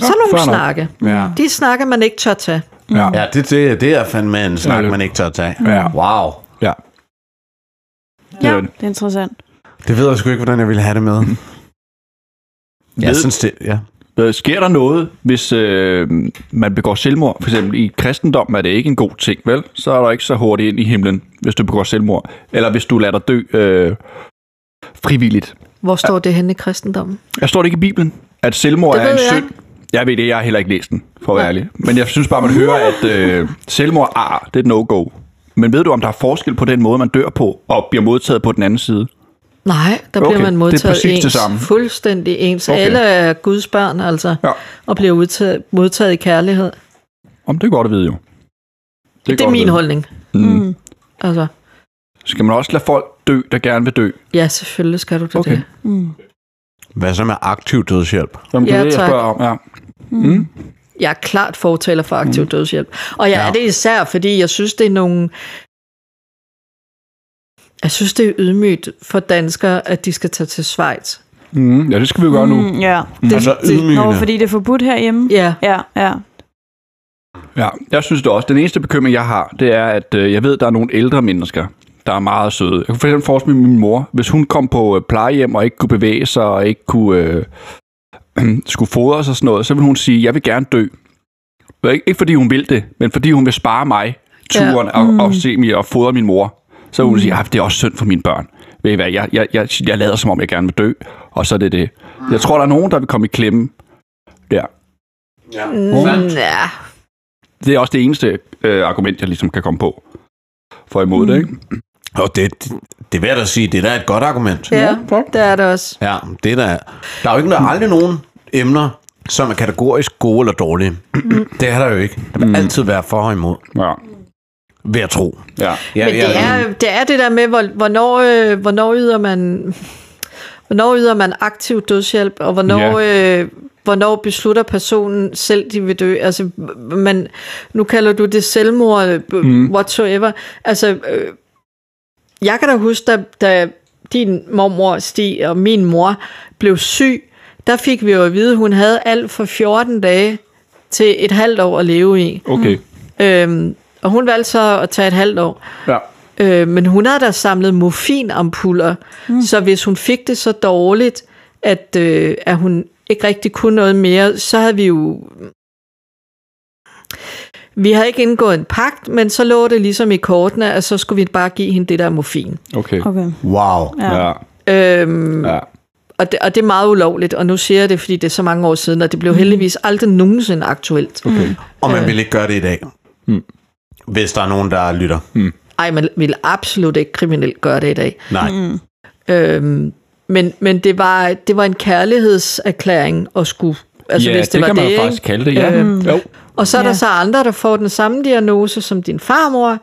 Speaker 1: Så
Speaker 2: fair
Speaker 1: nogle
Speaker 2: nok.
Speaker 1: snakke.
Speaker 2: Ja.
Speaker 1: De snakker, man ikke tør tage.
Speaker 3: Ja, det, det, det er fandme en snak,
Speaker 2: Ja, det-
Speaker 3: man ikke tør tage.
Speaker 2: Ja.
Speaker 3: Wow.
Speaker 2: ja.
Speaker 4: Ja,
Speaker 2: er det.
Speaker 4: det er interessant.
Speaker 3: Det ved jeg sgu ikke, hvordan jeg ville have det med.
Speaker 2: Ved-
Speaker 3: Jeg synes det, ja.
Speaker 2: Øh, Sker der noget, hvis øh, man begår selvmord? For eksempel i kristendom er det ikke en god ting, vel? Så er der ikke så hurtigt ind i himlen, hvis du begår selvmord. Eller hvis du lader dig dø øh, frivilligt.
Speaker 1: Hvor står det henne i kristendommen?
Speaker 2: Jeg står det ikke i Bibelen, at selvmord
Speaker 1: Det
Speaker 2: er en
Speaker 1: ved jeg
Speaker 2: synd. Jeg ved det, jeg har heller ikke læst den, for at være ærlig. Men jeg synes bare, man hører, at øh, selvmord ah, det er et no-go. Men ved du, om der er forskel på den måde, man dør på, og bliver modtaget på den anden side?
Speaker 1: Nej, der
Speaker 2: Okay,
Speaker 1: bliver
Speaker 2: det
Speaker 1: man
Speaker 2: er
Speaker 1: modtaget
Speaker 2: præcis det
Speaker 1: ens.
Speaker 2: samme.
Speaker 1: Fuldstændig ens.
Speaker 2: Okay.
Speaker 1: Okay. Alle er Guds børn, altså.
Speaker 2: Ja.
Speaker 1: Og bliver udtaget, modtaget i kærlighed. Det
Speaker 2: Om det er godt at vide, jo.
Speaker 1: er, det
Speaker 2: godt
Speaker 1: er
Speaker 2: at
Speaker 1: min
Speaker 2: vide.
Speaker 1: holdning.
Speaker 2: Mm.
Speaker 4: Mm.
Speaker 1: Altså,
Speaker 2: Skal man også lade folk dø, der gerne vil dø?
Speaker 1: ja, selvfølgelig skal du det.
Speaker 2: Okay.
Speaker 1: det.
Speaker 4: Mm.
Speaker 3: Hvad så med aktiv dødshjælp?
Speaker 2: Jamen, det er
Speaker 1: Ja,
Speaker 2: det, jeg
Speaker 1: tak.
Speaker 2: spørger om. Ja.
Speaker 4: Mm.
Speaker 2: Mm.
Speaker 1: Jeg er klart fortaler for aktiv dødshjælp. Og jeg ja.
Speaker 3: Ja.
Speaker 1: er det især, fordi jeg synes, det er nogle... Jeg synes, det er ydmygt for danskere, at de skal tage til Schweiz.
Speaker 2: Mm. Ja, det skal vi jo gøre nu.
Speaker 4: Mm, ja.
Speaker 1: Det,
Speaker 3: Altså ydmygende.
Speaker 4: Nå, fordi det er forbudt herhjemme?
Speaker 1: Ja,
Speaker 4: Ja, ja.
Speaker 2: Ja, jeg synes det også. Den eneste bekymring, jeg har, det er, at øh, jeg ved, der er nogle ældre mennesker, der er meget søde. Jeg kunne for eksempel forestille mig min mor, hvis hun kom på øh, plejehjem og ikke kunne bevæge sig og ikke kunne øh, skulle fodre sig og sådan noget, så ville hun sige, jeg vil gerne dø. Og Ikke, ikke fordi hun vil det, men fordi hun vil spare mig turen ja. og, og, se mig og fodre min mor. Så ville hun sige, at det er også synd for mine børn. Ved I hvad, jeg, jeg, jeg, jeg lader som om, jeg gerne vil dø, og så er det det. Jeg tror, der er nogen, der vil komme i klemme der.
Speaker 3: Ja.
Speaker 1: Mm, ja.
Speaker 2: Det er også det eneste øh, argument, jeg ligesom kan komme på for imod mm. det, ikke?
Speaker 3: Og det, det, det vil jeg da sige, det er da et godt argument.
Speaker 1: ja, det er det også.
Speaker 3: Ja, det er da, der er jo ikke der er aldrig nogen emner, som er kategorisk gode eller dårlige. det er der jo ikke. Der vil mm. altid være for og imod,
Speaker 2: Ja.
Speaker 3: ved at tro.
Speaker 2: ja.
Speaker 3: Ja,
Speaker 1: Men det er, det er det der med, hvor- hvornår, øh, hvornår yder man... Hvornår yder man aktiv dødshjælp, og hvornår, øh, hvornår beslutter personen selv, de vil dø? Altså, man, nu kalder du det selvmord, mm. whatsoever. Altså, øh, jeg kan da huske, da, da din mormor Stig og min mor blev syg, der fik vi jo at vide, at hun havde alt for 14 dage til et halvt år at leve i.
Speaker 2: Okay.
Speaker 1: Øhm, og hun valgte så at tage et halvt år.
Speaker 2: Ja.
Speaker 1: Øh, men hun havde da samlet morfinampuller, mm. så hvis hun fik det så dårligt, at, øh, at hun ikke rigtig kunne noget mere, så havde vi jo... Vi havde ikke indgået en pagt, men så lå det ligesom i kortene, at så skulle vi bare give hende det der morfin.
Speaker 2: Okay.
Speaker 4: Okay.
Speaker 3: Wow.
Speaker 4: Ja.
Speaker 2: Ja.
Speaker 1: Øhm,
Speaker 2: ja.
Speaker 1: og, det, og det er meget ulovligt, og nu siger jeg det, fordi det er så mange år siden, og det blev heldigvis aldrig nogensinde aktuelt.
Speaker 2: Okay.
Speaker 3: Og
Speaker 1: Øh.
Speaker 3: man vil ikke gøre det i dag.
Speaker 2: Mm.
Speaker 3: Hvis der er nogen, der lytter.
Speaker 1: Ej, man ville absolut ikke kriminelt gøre det i dag.
Speaker 3: Nej.
Speaker 1: Øhm, men men det, var, det var en kærlighedserklæring at skulle... Altså,
Speaker 2: ja,
Speaker 1: hvis det, var
Speaker 2: kan
Speaker 1: det,
Speaker 2: man jo
Speaker 1: ikke?
Speaker 2: faktisk kalde det, ja. Øhm. Jo.
Speaker 1: Og så er ja. der
Speaker 4: Ja.
Speaker 1: så andre, der får den samme diagnose som din farmor,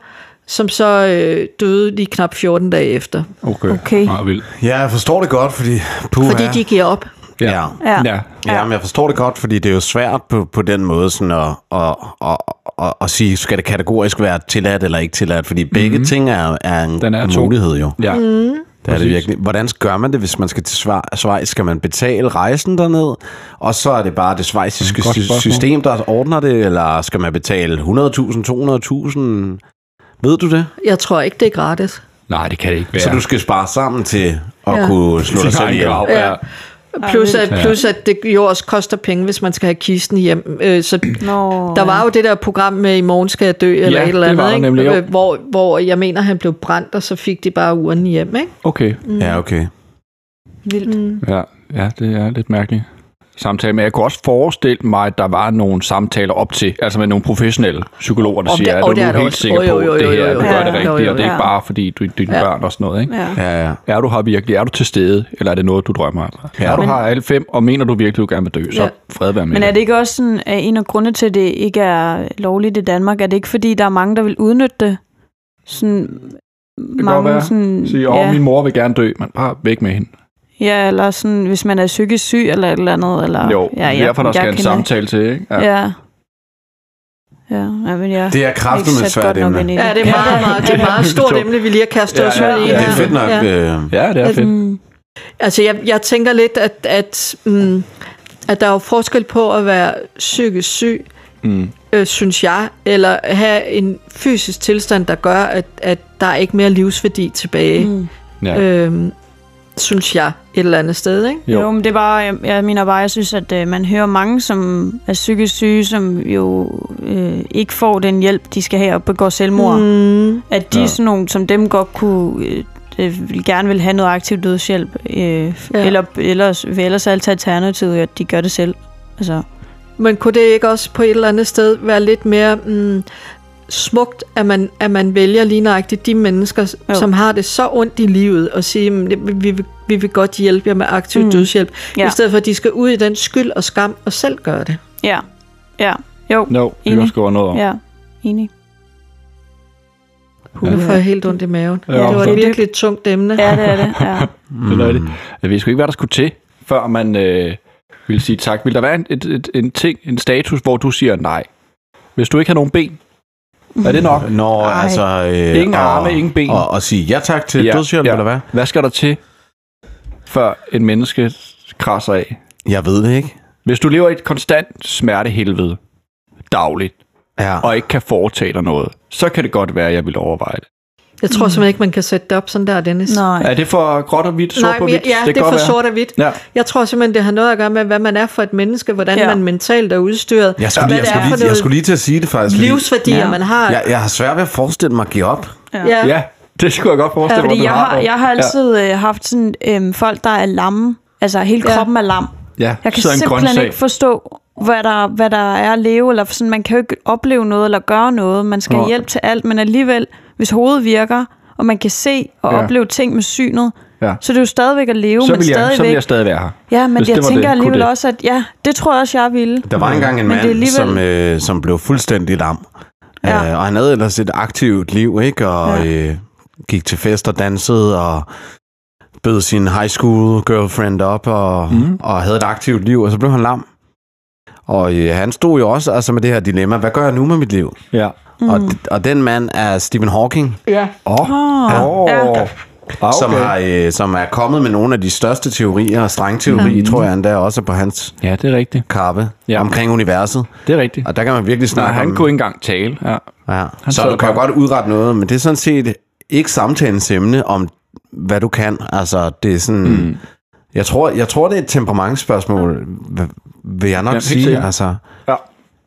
Speaker 1: som så øh, døde lige knap 14 dage efter.
Speaker 2: Okay.
Speaker 4: Okay.
Speaker 2: Meget vildt.
Speaker 3: Ja, jeg forstår det godt, fordi... Puh,
Speaker 1: Fordi de giver op.
Speaker 3: Ja.
Speaker 2: Ja.
Speaker 3: ja.
Speaker 4: Ja.
Speaker 2: ja.
Speaker 3: Ja, men jeg forstår det godt, fordi det er jo svært på, på den måde sådan at, at, at, at, at sige, skal det kategorisk være tilladt eller ikke tilladt, fordi begge mm-hmm. ting er, er en
Speaker 2: Den er tung.
Speaker 3: mulighed jo.
Speaker 2: ja. Mm.
Speaker 3: Det er det
Speaker 2: Præcis.
Speaker 3: virkelig. Hvordan gør man det, hvis man skal til Schwe- Schweiz? Skal man betale rejsen derned, og så er det bare det schweiziske
Speaker 2: Godt spørgsmål.
Speaker 3: sy- system, der ordner det, eller skal man betale 100.000, 200.000? Ved du det?
Speaker 1: Jeg tror ikke, det er gratis.
Speaker 2: Nej, det kan det ikke
Speaker 3: Ja.
Speaker 2: være.
Speaker 3: Så du skal spare sammen til at ja.
Speaker 1: Ja.
Speaker 3: kunne slå dig selv ihjel.
Speaker 2: ja. ja.
Speaker 1: Plus at, plus at det jo også koster penge, hvis man skal have kisten hjem. Øh, så
Speaker 4: Nå,
Speaker 1: der var jo det der program med, i morgen skal jeg dø, eller
Speaker 2: Ja,
Speaker 1: et
Speaker 2: det
Speaker 1: eller andet,
Speaker 2: var der
Speaker 1: ikke?
Speaker 2: nemlig, jo.
Speaker 1: Øh, hvor, hvor jeg mener, han blev brændt, og så fik de bare uren hjem. Ikke?
Speaker 2: Okay.
Speaker 1: Mm.
Speaker 3: Ja, okay.
Speaker 4: vildt.
Speaker 2: Ja, ja, det er lidt mærkeligt samtale, men jeg kunne også forestille mig, at der var nogle samtaler op til, altså med nogle professionelle psykologer, der
Speaker 1: Om det-
Speaker 2: siger, at
Speaker 1: og
Speaker 2: du
Speaker 1: det er
Speaker 2: er
Speaker 1: der
Speaker 2: nu helt
Speaker 1: også.
Speaker 2: sikker
Speaker 1: Jo, jo,
Speaker 2: på,
Speaker 1: jo,
Speaker 2: at det
Speaker 1: jo,
Speaker 2: her,
Speaker 1: jo, jo.
Speaker 2: du gør det
Speaker 1: Ja,
Speaker 2: rigtigt,
Speaker 1: jo,
Speaker 2: og
Speaker 1: jo,
Speaker 2: det er ikke
Speaker 4: ja.
Speaker 2: bare, fordi du, dine
Speaker 4: Ja.
Speaker 2: børn og sådan noget, ikke?
Speaker 4: Ja.
Speaker 3: Ja, ja.
Speaker 2: Er du her virkelig? Er du til stede? Eller er det noget, du drømmer om? Ja, er du
Speaker 4: Men-
Speaker 2: her alle fem, og mener du virkelig, du gerne vil dø? Så
Speaker 1: Ja.
Speaker 2: fred være med
Speaker 4: Men er det ikke også sådan, at en af grunde til, at det ikke er lovligt i Danmark, er det ikke fordi, der er mange, der vil udnytte det? Sådan,
Speaker 2: kan
Speaker 4: mange,
Speaker 2: godt være.
Speaker 4: sådan,
Speaker 2: Sige, åh,
Speaker 4: ja,
Speaker 2: min mor vil gerne dø, men bare væk med hende.
Speaker 4: ja, eller sådan, hvis man er psykisk syg eller et eller andet. Eller,
Speaker 2: Jo,
Speaker 4: Ah, ja,
Speaker 2: ja, derfor der
Speaker 4: jeg
Speaker 2: skal en
Speaker 4: kender-
Speaker 2: samtale til, ikke? Ja.
Speaker 4: Ja. Ja, ja men jeg
Speaker 3: Det er kraftigt med et svært emne.
Speaker 4: i
Speaker 1: Ja, det er meget, meget, det er meget stort emne, vi lige har kastet os ud i.
Speaker 2: Ja,
Speaker 3: Det er
Speaker 1: her.
Speaker 3: fedt nok.
Speaker 1: Ja.
Speaker 3: Ja. Øh,
Speaker 2: Ja, det er fedt.
Speaker 4: Mm,
Speaker 1: Altså, jeg, jeg tænker lidt, at, at, mm, at der er jo forskel på at være psykisk syg,
Speaker 2: Mm.
Speaker 1: øh, synes jeg, eller have en fysisk tilstand, der gør, at, at der er ikke mere livsværdi tilbage, mm.
Speaker 2: Ja.
Speaker 1: øhm, synes jeg, et eller andet sted, ikke?
Speaker 2: Jo.
Speaker 4: jo. jo, men det er bare, jeg, jeg mener bare, jeg synes, at øh, man hører mange, som er psykisk syge, som jo øh, ikke får den hjælp, de skal have og begår selvmord. Mm.
Speaker 1: Mm.
Speaker 4: At de
Speaker 2: Ja.
Speaker 4: ja. sådan nogle, som dem godt kunne, øh, øh, vil- gerne vil have noget aktiv dødshjælp, øh, ja. eller ellers, vil ellers alt tage alternativet, at de gør det selv. Altså,
Speaker 1: Men kunne det ikke også på et eller andet sted være lidt mere mm, smukt, at man, at man vælger lige nøjagtigt de mennesker, jo.
Speaker 4: Jo.
Speaker 1: som har det så ondt i livet, og sige, "Men det- vi vil, vi vil godt hjælpe jer med aktiv mm.
Speaker 4: Mm.
Speaker 1: dødshjælp, ja.
Speaker 4: Ja.
Speaker 1: i stedet for at de skal ud i den skyld og skam og selv gøre det.
Speaker 4: ja, ja, jo,
Speaker 2: No, det kan
Speaker 4: Enig.
Speaker 2: også gå noget om.
Speaker 4: ja, enig.
Speaker 1: Hun ja. får jeg helt ondt i maven. Ja,
Speaker 2: Ja,
Speaker 1: det var
Speaker 4: det
Speaker 1: et
Speaker 4: er
Speaker 1: virkelig et tungt emne.
Speaker 4: Ja, det er det, ja.
Speaker 2: Mm. Det. Jeg ved sgu ikke, hvad der skulle til, før man øh, ville sige tak. Vil der være en, et, et, en ting, en status, hvor du siger nej? Hvis du ikke har nogen ben, er det nok?
Speaker 3: Når
Speaker 4: Ej.
Speaker 3: altså... Øh,
Speaker 2: Ingen arme, ingen ben.
Speaker 3: Og, og sige ja tak til ja, dødshjælp, ja. eller hvad?
Speaker 2: Hvad skal der til, før en menneske krasser af?
Speaker 3: Jeg ved det ikke.
Speaker 2: Hvis du lever i et konstant smertehelvede dagligt,
Speaker 3: Ja.
Speaker 2: og ikke kan foretage dig noget, så kan det godt være, at jeg vil overveje det.
Speaker 1: Jeg
Speaker 4: Mm.
Speaker 1: tror simpelthen ikke, man kan sætte det op sådan der, Dennis.
Speaker 4: Nej.
Speaker 2: Er det for gråt og hvidt, sort
Speaker 1: Nej,
Speaker 2: på
Speaker 1: men
Speaker 2: hvidt?
Speaker 1: jeg- ja, det, det
Speaker 2: kan
Speaker 1: er for
Speaker 2: godt
Speaker 1: sort og hvidt.
Speaker 2: Ja.
Speaker 1: Jeg tror simpelthen, det har noget at gøre med, hvad man er for et menneske, hvordan ja.
Speaker 4: Ja.
Speaker 1: man mentalt er udstyret,
Speaker 3: Jeg skulle,
Speaker 1: hvad
Speaker 3: lige, jeg,
Speaker 1: det er
Speaker 3: skulle
Speaker 1: for
Speaker 3: lige, jeg skulle
Speaker 1: noget
Speaker 3: lige til at sige det faktisk. fordi
Speaker 1: livsværdier,
Speaker 4: Ja.
Speaker 1: man har.
Speaker 3: Jeg, jeg har svært ved at forestille mig at give op.
Speaker 1: Ja.
Speaker 2: Ja, det skulle jeg godt forestille mig.
Speaker 4: Fordi
Speaker 2: du
Speaker 4: jeg har,
Speaker 2: dog.
Speaker 4: jeg har altid øh, haft sådan øhm, folk, der er lamme. Altså hele
Speaker 1: Ja.
Speaker 4: kroppen er lam.
Speaker 2: Ja,
Speaker 4: Jeg kan
Speaker 2: sidder en
Speaker 4: simpelthen
Speaker 2: grøntsag.
Speaker 4: ikke forstå, hvad der, hvad der er at leve, eller sådan, man kan jo ikke opleve noget eller gøre noget, man skal
Speaker 2: Nej.
Speaker 4: have hjælp til alt, men alligevel, hvis hovedet virker, og man kan se og
Speaker 2: Ja.
Speaker 4: ja. opleve ting med synet,
Speaker 2: Ja.
Speaker 4: så er det jo stadigvæk at leve,
Speaker 2: Så
Speaker 4: men
Speaker 2: vil, jeg, så vil
Speaker 4: stadigvæk...
Speaker 2: jeg stadig være her.
Speaker 4: ja, men
Speaker 2: hvis
Speaker 4: jeg
Speaker 2: det var
Speaker 4: tænker
Speaker 2: det, kunne
Speaker 4: alligevel
Speaker 2: det.
Speaker 4: også, at ja, det tror jeg også, jeg ville.
Speaker 3: Der var engang en
Speaker 4: Men det
Speaker 3: mand,
Speaker 4: er alligevel-
Speaker 3: som, øh, som blev fuldstændig lam.
Speaker 4: Ja.
Speaker 3: Ja. Øh, og han havde ellers et aktivt liv, ikke? Og
Speaker 4: Ja.
Speaker 3: ja. øh, gik til fest og dansede og bød sin high school girlfriend op og,
Speaker 2: Mhm.
Speaker 3: mm. og havde et aktivt liv, og så blev han lam. Og øh, han stod jo også altså med det her dilemma, hvad gør jeg nu med mit liv?
Speaker 2: Ja.
Speaker 3: Mm. Og, og den mand er Stephen Hawking,
Speaker 1: Ja.
Speaker 2: Åh.
Speaker 4: Åh,
Speaker 2: Åh.
Speaker 4: ja.
Speaker 2: Ah, okay.
Speaker 3: som, har, øh, som er kommet med nogle af de største teorier og strengteorier, mm. tror jeg endda også er på hans
Speaker 2: Ja, det er rigtigt.
Speaker 3: karpe
Speaker 2: Ja.
Speaker 3: ja. omkring universet.
Speaker 2: Det er rigtigt.
Speaker 3: Og der kan man virkelig
Speaker 2: Nej,
Speaker 3: snakke
Speaker 2: han
Speaker 3: om...
Speaker 2: kunne ikke engang tale. Ja.
Speaker 3: Ja.
Speaker 2: sad
Speaker 3: Så du kan jo
Speaker 2: bare-
Speaker 3: godt udrette noget, men det er sådan set ikke samtalens emne om, hvad du kan. Altså, det er sådan... Mm. Jeg, tror, jeg tror, det er et temperamentsspørgsmål, hva- vil jeg nok
Speaker 2: Ja,
Speaker 3: ja,
Speaker 2: helt
Speaker 3: sige.
Speaker 2: sikkert.
Speaker 3: Altså,
Speaker 2: ja.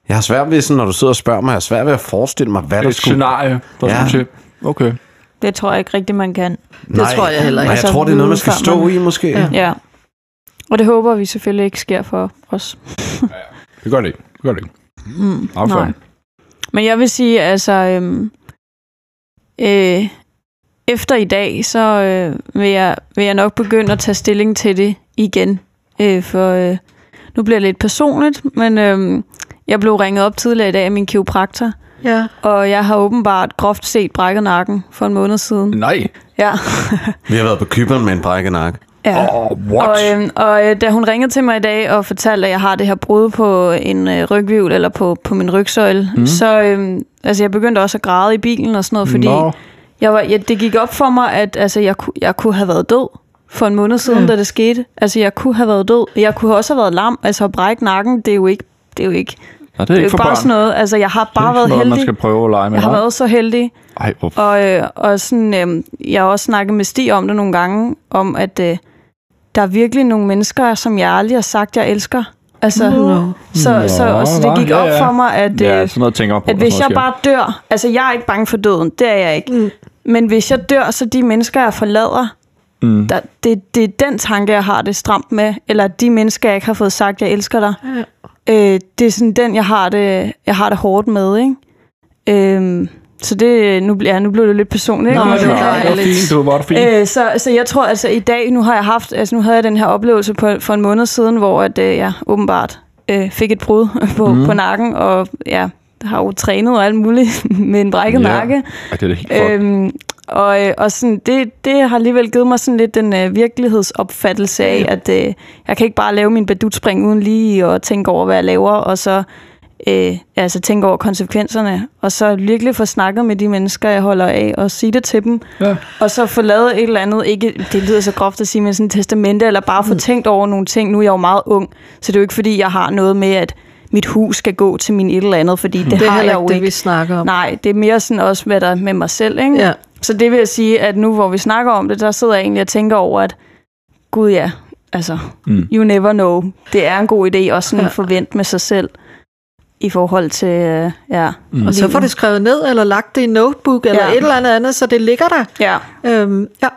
Speaker 3: jeg har svært ved, sådan, når du sidder og spørger mig, jeg har svært ved at forestille mig, hvad der
Speaker 2: Et
Speaker 3: skulle...
Speaker 2: scenarie, der
Speaker 3: Ja.
Speaker 2: ja. skulle til. Okay.
Speaker 4: Det tror jeg ikke rigtig, man kan.
Speaker 1: Det tror jeg heller ikke.
Speaker 3: Nej, jeg tror, det er noget, man skal
Speaker 4: Altså,
Speaker 3: stå i, måske. Ja.
Speaker 4: Ja. Og det håber vi selvfølgelig ikke sker for os.
Speaker 2: Det gør det ikke. Det gør det ikke.
Speaker 4: Mm,
Speaker 2: Affald.
Speaker 4: Men jeg vil sige, altså, øhm, øh, efter i dag, så øh, vil, jeg, vil jeg nok begynde at tage stilling til det igen. Øh, for øh, nu bliver det lidt personligt, men øh, jeg blev ringet op tidligere i dag af min kiropraktor,
Speaker 1: Ja.
Speaker 4: og jeg har åbenbart groft set brækket nakken for en måned siden.
Speaker 2: Nej.
Speaker 4: Ja.
Speaker 3: Vi har været på Kyberen med en brækket nakke.
Speaker 4: ja.
Speaker 2: Åh, oh, what?
Speaker 4: Og, øh, og øh, da hun ringede til mig i dag og fortalte, at jeg har det her brud på en øh, rygvivl eller på, på min rygsøjle, mm. så øh, altså, jeg begyndte også at græde i bilen og sådan noget, fordi
Speaker 2: Nå.
Speaker 4: jeg var, jeg, det gik op for mig, at altså, jeg, ku- jeg kunne have været død for en måned siden, mm. da det skete. Altså, jeg kunne have været død. Jeg kunne også have været lam. Altså, at brække nakken, det er jo ikke... Det er jo ikke, det
Speaker 2: Nej, det er
Speaker 4: er jo
Speaker 2: ikke
Speaker 4: ikke
Speaker 2: for
Speaker 4: bare
Speaker 2: børn.
Speaker 4: sådan noget. Altså, jeg har
Speaker 2: det er
Speaker 4: bare
Speaker 2: ikke sådan
Speaker 4: været
Speaker 2: noget,
Speaker 4: heldig.
Speaker 2: man skal prøve at lege med.
Speaker 4: Jeg har
Speaker 2: hva'?
Speaker 4: været så heldig.
Speaker 2: Ej, hvor
Speaker 4: Og, øh, og sådan, øh, jeg har også snakket med Stig om det nogle gange, om at øh, der er virkelig nogle mennesker, som jeg aldrig har sagt, jeg elsker. Altså,
Speaker 1: Nå.
Speaker 4: så, så, så, så
Speaker 2: hva?
Speaker 4: det gik
Speaker 2: Ja,
Speaker 4: op
Speaker 2: ja.
Speaker 4: for mig, at,
Speaker 2: Ja,
Speaker 4: øh,
Speaker 2: sådan noget tænker jeg på.
Speaker 4: at
Speaker 2: når
Speaker 4: hvis
Speaker 2: sådan
Speaker 4: jeg
Speaker 2: noget
Speaker 4: bare dør, altså jeg er ikke bange for døden, det er jeg ikke.
Speaker 1: Mm.
Speaker 4: Men hvis jeg dør, så de mennesker, jeg forlader,
Speaker 2: sker. Mm.
Speaker 4: der, det, det er den tanke, jeg har det stramt med. Eller de mennesker, jeg ikke har fået sagt, jeg elsker dig.
Speaker 1: Ja.
Speaker 4: Øh, det er sådan den, jeg har det, jeg har det hårdt med, ikke? Øhm, så det, nu, bl- ja, nu blev det lidt personligt.
Speaker 1: Nå, Åh,
Speaker 2: Nej,
Speaker 4: ikke? Men,
Speaker 1: det var
Speaker 2: nej, det var
Speaker 1: dejligt.
Speaker 2: fint. Det var bare fint.
Speaker 4: øh, så, så jeg tror altså i dag, nu har jeg haft, altså nu havde jeg den her oplevelse på, for en måned siden, hvor at, øh, jeg åbenbart øh, fik et brud på, mm. på nakken, og ja, har jo trænet og alt muligt med en brækket
Speaker 2: Ja.
Speaker 4: nakke.
Speaker 2: Ej, det er da helt fuck.
Speaker 4: Øhm, og, øh, og sådan, det, det har alligevel givet mig sådan lidt den øh, virkelighedsopfattelse af, at øh, jeg kan ikke bare lave min badutspring uden lige og tænke over, hvad jeg laver, og så øh, altså tænke over konsekvenserne, og så virkelig få snakket med de mennesker, jeg holder af, og sige det til dem,
Speaker 2: Ja.
Speaker 4: og så få lavet et eller andet, ikke, det lyder så groft at sige, men sådan et testamente, eller bare
Speaker 2: Mm.
Speaker 4: få tænkt over nogle ting. Nu er jeg jo meget ung, så det er jo ikke fordi, jeg har noget med, at mit hus skal gå til min et eller andet,
Speaker 2: Mm.
Speaker 4: fordi det,
Speaker 1: Det er
Speaker 4: har jeg
Speaker 1: heller
Speaker 4: jo
Speaker 1: ikke det,
Speaker 4: ikke.
Speaker 1: vi snakker om.
Speaker 4: Nej, det er mere sådan også, hvad der er med mig selv. Ikke?
Speaker 1: Ja.
Speaker 4: Så det vil jeg sige, at nu hvor vi snakker om det, der sidder jeg egentlig og tænker over, at gud ja, altså,
Speaker 2: Mm.
Speaker 4: mm. you never know. Det er en god idé også sådan
Speaker 1: Ja.
Speaker 4: at forvente med sig selv i forhold til, øh, ja.
Speaker 2: Mm.
Speaker 1: Og så får
Speaker 4: livet.
Speaker 1: det skrevet ned, eller lagt det i en notebook, eller
Speaker 4: Ja.
Speaker 1: ja. et eller andet andet, så det ligger der.
Speaker 4: Ja,
Speaker 1: Øhm, ja.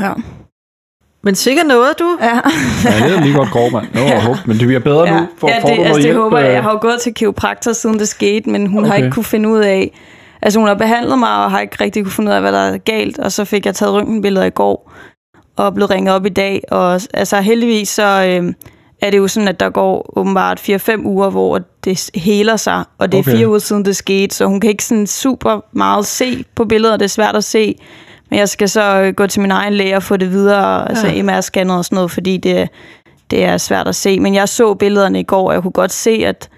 Speaker 4: ja.
Speaker 1: Men sikkert noget, du.
Speaker 4: ja.
Speaker 2: Ja, det er lige godt grov, mand. Nå,
Speaker 4: Ja.
Speaker 2: ja. men det bliver bedre nu. For,
Speaker 4: ja,
Speaker 2: får du
Speaker 4: det,
Speaker 2: noget
Speaker 4: altså, det
Speaker 2: hjælp,
Speaker 4: håber jeg.
Speaker 2: øh,
Speaker 4: Jeg har jo gået til kiropraktor, siden det skete, men hun okay. har
Speaker 2: Okay.
Speaker 4: ikke kunne finde ud af... Altså, hun har behandlet mig, og har ikke rigtig kunne finde ud af, hvad der er galt. Og så fik jeg taget røntgenbilleder i går, og blev ringet op i dag. Og altså, heldigvis så øh, er det jo sådan, at der går åbenbart 4-5 uger, hvor det s- heler sig. Og det er
Speaker 2: Okay.
Speaker 4: fire uger siden, det skete, så hun kan ikke sådan super meget se på billeder. Det er svært at se. Men jeg skal så øh, gå til min egen læge og få det videre, ja. altså
Speaker 1: Ja.
Speaker 4: MR-scannet og sådan noget, fordi det, det er svært at se. Men jeg så billederne i går, og jeg kunne godt se, at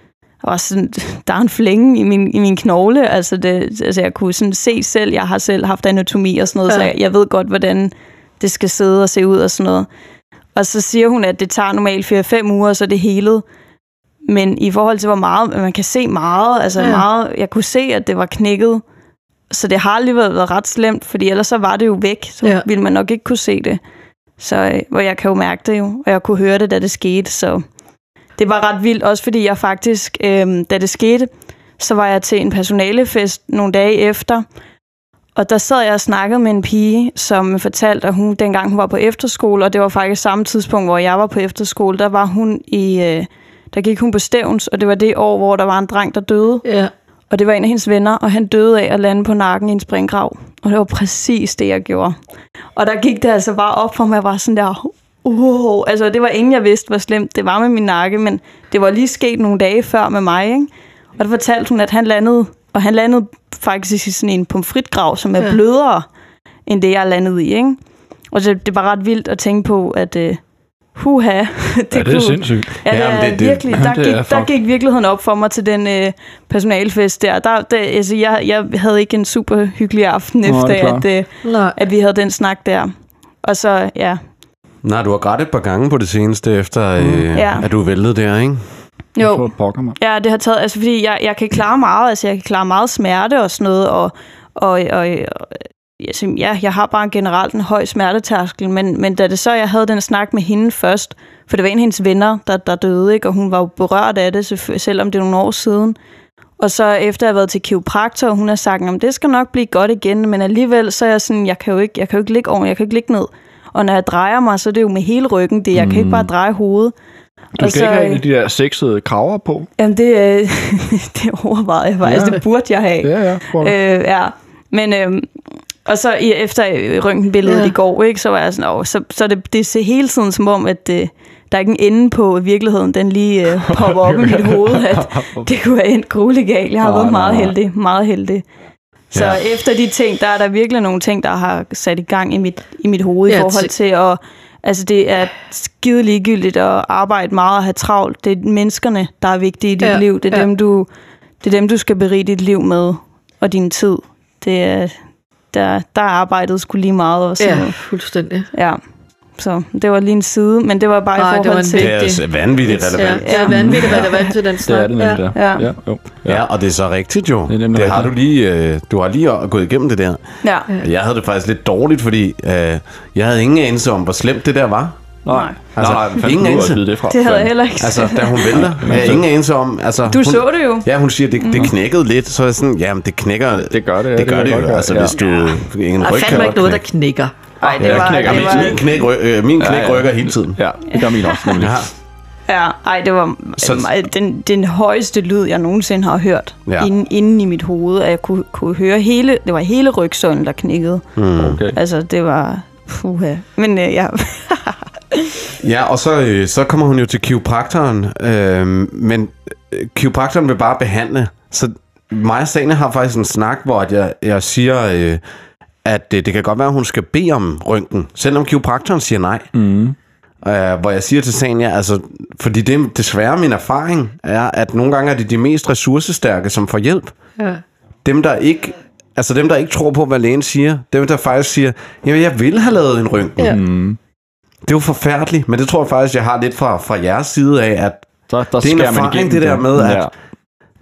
Speaker 4: der, var sådan, der er en flænge i min, i min knogle. Altså, det, altså, jeg kunne sådan se selv, jeg har selv haft anatomi og sådan noget, ja. så
Speaker 1: Ja.
Speaker 4: jeg, jeg ved godt, hvordan det skal sidde og se ud og sådan noget. Og så siger hun, at det tager normalt 4-5 uger, og så er det helet. Men i forhold til, hvor meget man kan se meget, altså ja.
Speaker 1: Ja.
Speaker 4: meget, jeg kunne se, at det var knækket. Så det har alligevel været ret slemt, fordi ellers så var det jo væk. Så ja.
Speaker 1: Ja.
Speaker 4: ville man nok ikke kunne se det. Så, øh, hvor jeg kan jo mærke det jo, og jeg kunne høre det, da det skete. Så det var ret vildt, også fordi jeg faktisk, øh, da det skete, så var jeg til en personalefest nogle dage efter, og der sad jeg og snakkede med en pige, som fortalte, at hun dengang hun var på efterskole, og det var faktisk samme tidspunkt, hvor jeg var på efterskole, der var hun i øh, der gik hun på Stævns, og det var det år, hvor der var en dreng, der døde.
Speaker 1: Ja.
Speaker 4: Og det var en af hendes venner, og han døde af at lande på nakken i en springgrav. Og det var præcis det, jeg gjorde. Og der gik det altså bare op for mig, jeg var sådan der, wow. Altså, det var ingen, jeg vidste, hvor slemt det var med min nakke, men det var lige sket nogle dage før med mig, ikke? Og der fortalte hun, at han landede, og han landede faktisk i sådan en pomfritgrav, som er
Speaker 1: Ja.
Speaker 4: blødere, end det, jeg landede i, ikke? Og så, det var ret vildt at tænke på, at uh, huha, det,
Speaker 2: Ja, det er sindssygt.
Speaker 4: Ja, det
Speaker 3: Jamen,
Speaker 4: er
Speaker 3: det- det-
Speaker 4: det, det, virkelig. Der,
Speaker 2: det
Speaker 4: det
Speaker 2: er
Speaker 4: gik, der
Speaker 2: fuck.
Speaker 4: gik virkeligheden op for mig til den øh, personalfest der. der, der altså, jeg, jeg havde ikke en super hyggelig aften
Speaker 2: Nå, det er
Speaker 4: efter,
Speaker 2: klart.
Speaker 4: at, øh,
Speaker 1: Nej.
Speaker 4: at vi havde den snak der. Og så, ja.
Speaker 3: Nej, du har grædt et par gange på det seneste, efter øh,
Speaker 4: Ja.
Speaker 3: at du væltede der, ikke?
Speaker 2: Jeg tror,
Speaker 4: Jo,
Speaker 2: det pokker mig.
Speaker 4: ja, det har taget... Altså, fordi jeg, jeg kan klare meget. Altså, jeg kan klare meget smerte og sådan noget. Og, og, og, og altså, ja, jeg har bare generelt en høj smertetærskel. Men, men da det så, jeg havde den snak med hende først, for det var en af hendes venner, der, der døde, ikke? og hun var jo berørt af det, selvfø- selvom det er nogle år siden. Og så efter jeg har været til kiropraktor, og hun har sagt, at det skal nok blive godt igen, men alligevel så er jeg sådan, jeg kan jo ikke, jeg kan jo ikke ligge oven, jeg kan jo ikke ligge ned. Og når jeg drejer mig, så er det jo med hele ryggen, det jeg kan ikke bare dreje hovedet.
Speaker 2: Du
Speaker 4: Og
Speaker 2: skal
Speaker 4: så,
Speaker 2: ikke have en af
Speaker 4: øh,
Speaker 2: de der sexede kraver på.
Speaker 4: Jamen det, øh, det overvejede jeg faktisk,
Speaker 2: Ja.
Speaker 4: ja. det burde jeg have.
Speaker 2: Ja, ja. prøv at-
Speaker 4: Øh, ja. Men, øh, og så i, efter øh, røntgenbilledet
Speaker 1: Ja.
Speaker 4: ja. i går, ikke, så var jeg sådan, åh, så, så det, det ser hele tiden som om, at øh, der er ikke en ende på at virkeligheden, den lige øh, popper op i mit hoved, at det kunne være endt grueligt galt. Jeg har
Speaker 2: Nej,
Speaker 4: været
Speaker 2: nej,
Speaker 4: meget
Speaker 2: nej.
Speaker 4: heldig, meget heldig. Så
Speaker 3: Ja.
Speaker 4: ja. efter de ting, der er der virkelig nogle ting, der har sat i gang i mit, i mit hoved
Speaker 1: Ja,
Speaker 4: i forhold
Speaker 1: til-
Speaker 4: til at... Altså, det er skide ligegyldigt at arbejde meget og have travlt. Det er menneskerne, der er vigtige i dit
Speaker 1: Ja,
Speaker 4: ja, liv. Det er,
Speaker 1: ja.
Speaker 4: ja. dem, du, det er dem, du skal berige dit liv med og din tid. Det er, der, der er arbejdet skulle lige meget også.
Speaker 1: Ja, fuldstændig.
Speaker 4: ja. Så det var lige en side, men det var bare
Speaker 1: Ej,
Speaker 4: Ej, i
Speaker 1: det
Speaker 4: forhold
Speaker 1: var en
Speaker 4: til...
Speaker 1: vigtig-
Speaker 3: Det er altså vanvittigt relevant.
Speaker 1: Ja, ja vanvittigt relevant til den
Speaker 2: Det
Speaker 1: snak.
Speaker 2: er det nemlig, der.
Speaker 4: Ja.
Speaker 2: ja. jo.
Speaker 3: Ja. ja, og det er så rigtigt jo.
Speaker 2: Det er
Speaker 3: Det,
Speaker 2: nemlig
Speaker 3: det har du lige, øh, du har lige gået igennem det der.
Speaker 4: Ja.
Speaker 3: Jeg havde det faktisk lidt dårligt, fordi øh, jeg havde ingen anelse om, hvor slemt det der var.
Speaker 2: Nej.
Speaker 3: Altså,
Speaker 2: Nej, men fanden
Speaker 3: ingen
Speaker 2: kunne du
Speaker 3: anelse.
Speaker 2: at vide det fra.
Speaker 4: Det havde jeg heller ikke.
Speaker 3: Altså, da hun vælter, jeg havde ingen anelse om. Altså,
Speaker 4: du
Speaker 3: hun,
Speaker 4: så det jo.
Speaker 3: Ja, hun siger, det, det knækkede lidt. Så er jeg sådan, jamen, det knækker.
Speaker 2: Det gør det, ja,
Speaker 3: Det
Speaker 2: det
Speaker 3: gør
Speaker 2: kan
Speaker 3: det,
Speaker 2: jeg
Speaker 3: jo.
Speaker 2: godt
Speaker 3: Altså,
Speaker 2: gøre,
Speaker 3: hvis du... Ingen
Speaker 1: Der er
Speaker 3: ryg kan
Speaker 1: fandme
Speaker 3: godt
Speaker 1: ikke noget, der
Speaker 3: knække.
Speaker 1: knikker.
Speaker 4: Nej, det
Speaker 2: jeg
Speaker 4: var...
Speaker 2: knækker
Speaker 4: Det
Speaker 2: mit-
Speaker 4: var
Speaker 3: Min knæk, ry- øh, min knæk rykker hele tiden.
Speaker 2: Ja, det gør min også. Nemlig.
Speaker 3: Ja.
Speaker 4: ja, ej, det var
Speaker 3: Så-
Speaker 4: så... den, den højeste lyd, jeg nogensinde har hørt
Speaker 3: Ja.
Speaker 4: ja. inden, inden i mit hoved, at jeg kunne, kunne høre hele... Det var hele rygsøjlen, der knækkede.
Speaker 2: Okay.
Speaker 4: Altså, det var... Puha. Men øh, ja,
Speaker 3: Ja, og så, øh, så kommer hun jo til kiropraktoren, øh, men øh, kiropraktoren vil bare behandle. Så mig og Stane har faktisk en snak, hvor at jeg, jeg siger, øh, at øh, det, det kan godt være, at hun skal bede om røntgen, selvom kiropraktoren siger nej. Mm. Øh, hvor jeg siger til Sanja, altså, fordi det er desværre min erfaring, er, at nogle gange er det de mest ressourcestærke, som får hjælp
Speaker 1: Ja.
Speaker 3: dem der ikke altså dem der ikke tror på hvad lægen siger, dem der faktisk siger, jamen jeg vil have lavet en røntgen.
Speaker 1: Ja.
Speaker 2: Mm.
Speaker 3: Det er jo forfærdeligt, men det tror jeg faktisk jeg har lidt fra fra jeres side af at
Speaker 2: Der, der
Speaker 3: Det er en
Speaker 2: skærer man
Speaker 3: erfaring,
Speaker 2: igennem
Speaker 3: det der med, at-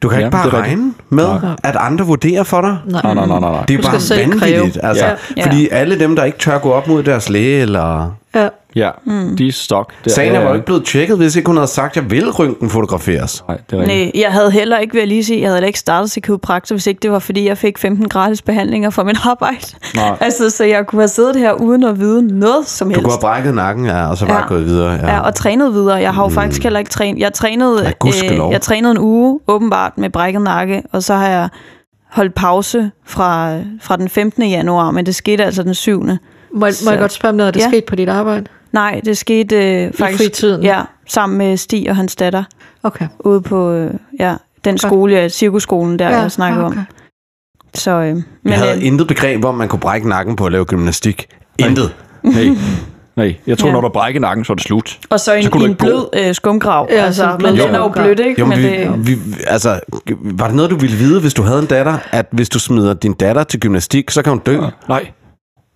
Speaker 3: du kan
Speaker 2: Ja,
Speaker 3: ja, ikke bare
Speaker 2: det er rigtigt.
Speaker 3: regne med at andre vurderer for dig.
Speaker 2: Nej, nej, nej, nej, nej.
Speaker 3: Det er jo
Speaker 1: Du skal
Speaker 3: bare
Speaker 1: selv
Speaker 3: vanvittigt,
Speaker 1: kræve.
Speaker 3: altså,
Speaker 2: Ja.
Speaker 3: ja.
Speaker 4: Ja.
Speaker 3: fordi alle dem der ikke tør gå op mod deres læge eller
Speaker 1: Ja.
Speaker 2: Ja, de er stok. Der.
Speaker 3: sagen
Speaker 2: ja,
Speaker 3: er
Speaker 2: ja.
Speaker 3: jo ikke blevet tjekket, hvis ikke hun havde sagt, jeg vil røntgen fotograferes.
Speaker 2: Nej, det er rigtigt.
Speaker 4: Nej, jeg havde heller ikke, vil jeg lige sige, jeg havde heller ikke startet til kiropraktor, hvis ikke det var, fordi jeg fik 15 gratis behandlinger fra min arbejde.
Speaker 2: Nej.
Speaker 4: altså, så jeg kunne have siddet her uden at vide noget som
Speaker 3: Du
Speaker 4: helst.
Speaker 3: kunne have brækket nakken, ja, og så bare
Speaker 4: Ja.
Speaker 3: gået videre.
Speaker 4: ja. ja, og trænet videre. Jeg har jo faktisk heller ikke trænet. Jeg trænede,
Speaker 3: Ja, gudskelov.
Speaker 4: øh, jeg trænede en uge, åbenbart, med brækket nakke, og så har jeg holdt pause fra, fra den 15. januar, men det skete altså den 7.
Speaker 1: Må, må jeg godt spørge om noget, er det
Speaker 4: Ja.
Speaker 1: sket på dit arbejde?
Speaker 4: Nej, det skete øh, faktisk...
Speaker 1: fritiden?
Speaker 4: Ja, sammen med Stig og hans datter,
Speaker 1: Okay.
Speaker 4: ude på øh, ja, den skole, cirkuskolen der, ja, jeg snakker okay.
Speaker 1: Ah, okay.
Speaker 4: om. Så, øh, men,
Speaker 3: Jeg havde
Speaker 4: øh,
Speaker 3: intet begreb om, man kunne brække nakken på at lave gymnastik. Intet.
Speaker 2: Nej. Nej, jeg tror,
Speaker 4: Ja.
Speaker 2: når du brækker nakken, så er det slut.
Speaker 4: Og så en,
Speaker 2: Så kunne du
Speaker 4: en
Speaker 2: ikke gå.
Speaker 4: blød øh, skumgrav.
Speaker 1: Ja,
Speaker 4: Ja, altså,
Speaker 1: sådan en blød
Speaker 4: men den er jo
Speaker 1: skumgrav.
Speaker 4: blødt, ikke?
Speaker 3: Jo, men
Speaker 4: men øh,
Speaker 3: vi,
Speaker 4: det,
Speaker 3: vi, altså, var det noget, du ville vide, hvis du havde en datter, at hvis du smider din datter til gymnastik, så kan hun dø?
Speaker 2: Nej.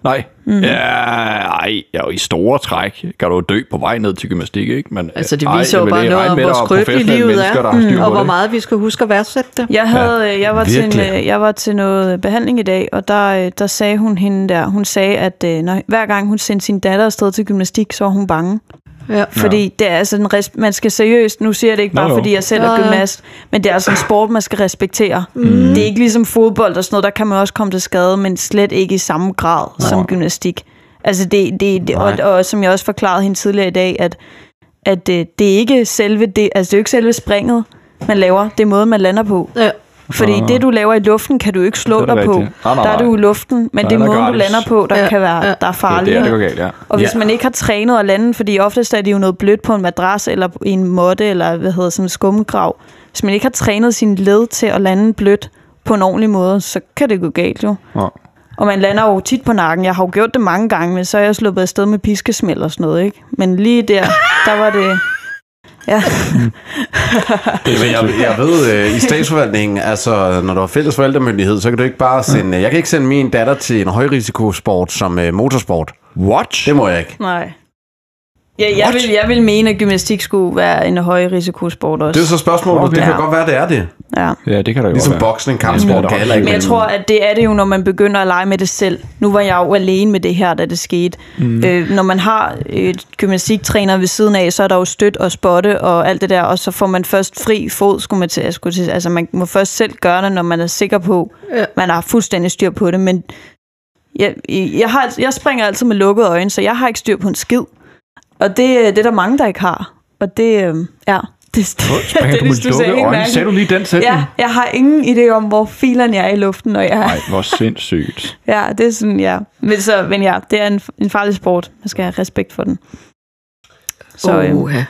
Speaker 2: Nej. Mm. Ja, ej, jeg er jo i store træk. Kan du jo dø på vej ned til gymnastik, ikke? Men,
Speaker 1: Altså, det
Speaker 2: øh,
Speaker 1: viser
Speaker 2: jeg
Speaker 1: jo
Speaker 2: vil
Speaker 1: bare
Speaker 2: ikke
Speaker 1: noget
Speaker 2: regne
Speaker 1: om,
Speaker 2: med,
Speaker 1: hvor
Speaker 2: der er
Speaker 1: skrøbeligt
Speaker 2: professionelle
Speaker 1: livet
Speaker 2: mennesker,
Speaker 1: er. Mm,
Speaker 2: Der har styr på
Speaker 1: Og hvor
Speaker 2: det.
Speaker 1: meget vi skal huske at værdsætte det.
Speaker 4: jeg, havde, øh, jeg, var til en,
Speaker 3: virkelig.
Speaker 4: øh, jeg var til noget øh, behandling i dag, og der, øh, der sagde hun hende der, hun sagde, at øh, når, hver gang hun sendte sin datter afsted til gymnastik, så var hun bange.
Speaker 1: Ja.
Speaker 4: Fordi det er altså en res- man skal seriøst, nu siger jeg det ikke
Speaker 2: Nå,
Speaker 4: bare
Speaker 2: jo.
Speaker 4: fordi jeg selv
Speaker 1: Ja,
Speaker 4: er
Speaker 1: ja.
Speaker 4: gymnast, men det er altså en sport, man skal respektere. Mm. Det er ikke ligesom fodbold og sådan noget, der kan man også komme til skade, men slet ikke i samme grad som gymnastik. Altså det, det, det og, og som jeg også forklarede hende tidligere i dag, at at øh, det er ikke selve det, altså det er jo ikke selve springet, man laver, det er måden, man lander på.
Speaker 1: Ja.
Speaker 4: Fordi
Speaker 2: Ah.
Speaker 4: det, du laver i luften, kan du jo ikke slå
Speaker 2: Det er da
Speaker 4: dig på.
Speaker 2: rigtigt. Nej, nej,
Speaker 4: Der er
Speaker 2: nej.
Speaker 4: du i luften, men
Speaker 2: Der
Speaker 4: det
Speaker 2: er der
Speaker 4: er måden, du
Speaker 2: gratis.
Speaker 4: lander på, der
Speaker 1: Ja,
Speaker 4: kan være
Speaker 1: ja.
Speaker 4: der er farlig.
Speaker 2: Det er der, det går galt, ja.
Speaker 4: Og hvis
Speaker 3: Ja.
Speaker 4: man ikke har trænet at lande, fordi oftest er det jo noget blødt på en madras, eller i en måtte, eller hvad hedder sådan en skumgrav. Hvis man ikke har trænet sin led til at lande blødt på en ordentlig måde, så kan det gå galt jo.
Speaker 2: Ja.
Speaker 4: Og man lander jo tit på nakken. Jeg har jo gjort det mange gange, men så er jeg sluppet afsted med piskesmæld og sådan noget, ikke? Men lige der, der var det... Ja,
Speaker 3: Men jeg, jeg ved, øh, i statsforvaltningen, altså når du har fælles forældremyndighed, så kan du ikke bare sende... Jeg kan ikke sende min datter til en højrisikosport som øh, motorsport.
Speaker 2: What?
Speaker 3: Det må jeg ikke.
Speaker 4: nej. Ja, jeg, vil, jeg vil mene, at gymnastik skulle være en høj risikosport også.
Speaker 3: Det er så spørgsmålet. Okay.
Speaker 2: Okay.
Speaker 3: Det kan godt være, det er det.
Speaker 4: Ja.
Speaker 2: Ja, det kan der jo
Speaker 3: Ligesom
Speaker 2: godt være.
Speaker 3: boksning, kampsport,
Speaker 2: Ja.
Speaker 3: kan heller ikke
Speaker 4: Men jeg
Speaker 3: vinde.
Speaker 4: tror, at det er det jo, når man begynder at lege med det selv. Nu var jeg jo alene med det her, da det skete. Mm. Øh, når man har et gymnastiktræner ved siden af, så er der jo støt og spotte og alt det der, og så får man først fri fod, skulle man til, jeg skulle til. Altså, man må først selv gøre det, når man er sikker på,
Speaker 1: Ja.
Speaker 4: man har fuldstændig styr på det. Men jeg, jeg, har, jeg springer altid med lukkede øjne, så jeg har ikke styr på en skid. Og det, øh, det er der mange, der ikke har. Og det øh, ja, det, det,
Speaker 2: Kan
Speaker 4: det,
Speaker 2: du med lukkede øjne? Sagde du lige den sætning?
Speaker 4: Ja, jeg har ingen idé om, hvor filerne er i luften, og jeg,
Speaker 2: Nej, hvor sindssygt.
Speaker 4: ja, det er sådan, ja. Men, så, men ja, det er en, en farlig sport. Man skal have respekt for den. Så øh,
Speaker 1: Uha.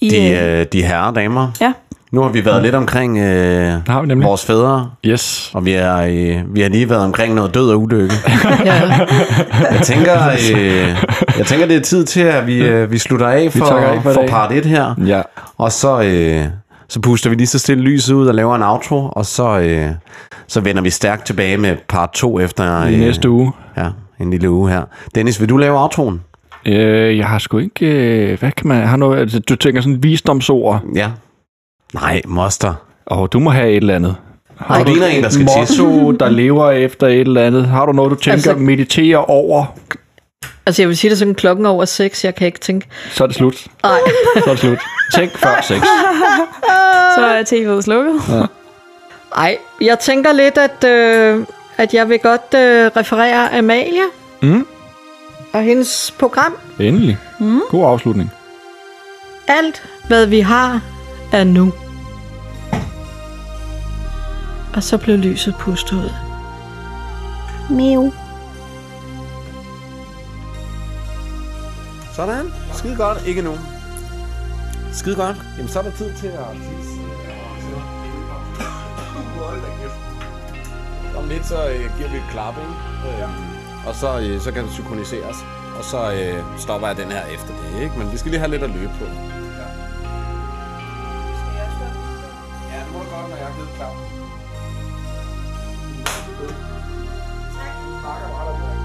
Speaker 4: I,
Speaker 3: De,
Speaker 4: øh,
Speaker 3: øh, de herrer og damer.
Speaker 4: Ja.
Speaker 3: Nu har vi været lidt omkring øh,
Speaker 2: Der har vi nemlig.
Speaker 3: vores fædre,
Speaker 2: Yes.
Speaker 3: og vi, er, øh, vi har lige været omkring noget død og ulykke.
Speaker 1: Ja.
Speaker 3: Jeg tænker, øh, jeg tænker det er tid til, at vi, øh, vi slutter af for,
Speaker 2: takker af for
Speaker 3: for,
Speaker 2: i
Speaker 3: for
Speaker 2: dag.
Speaker 3: part 1 her.
Speaker 2: Ja.
Speaker 3: Og så, øh, så puster vi lige så stille lyset ud og laver en outro, og så, øh, så vender vi stærkt tilbage med part 2 efter øh,
Speaker 2: I næste uge.
Speaker 3: Ja, en lille uge her. Dennis, vil du lave outroen?
Speaker 2: Øh, jeg har sgu ikke... Øh, hvad kan man... Har noget, altså, du tænker sådan visdomsord.
Speaker 3: Ja. Nej, moster.
Speaker 2: Og du må have et eller andet. Har
Speaker 3: Ej, det ligner en, der skal tisse.
Speaker 2: motto, der lever efter et eller andet? Har du noget, du tænker altså,
Speaker 1: Altså-
Speaker 2: meditere over?
Speaker 1: Altså, jeg vil sige det sådan klokken over seks, jeg kan ikke tænke.
Speaker 2: Så er det slut.
Speaker 1: Nej.
Speaker 2: Så er det slut. Tænk før sex.
Speaker 4: så er tv'et slukket.
Speaker 1: Ej, jeg tænker lidt, at, øh, at jeg vil godt øh, referere Amalie
Speaker 2: Mm.
Speaker 1: og hendes program.
Speaker 2: Endelig. Mm. God afslutning.
Speaker 1: Alt, hvad vi har, er nu. Og så blev lyset pustet ud.
Speaker 3: Sådan. Skide godt. Ikke nu. Skide godt. Jamen, så er der tid til at tisse. Hold da kæft. Om lidt, så øh, giver vi et klap, ikke? Øh, Og så, øh, så kan det synkroniseres. Og så øh, stopper jeg den her efter det, ikke? Men vi skal lige have lidt at løbe på. Ja. Ja, det må du godt, når jeg er blevet klar. Tak. Snakker meget om det.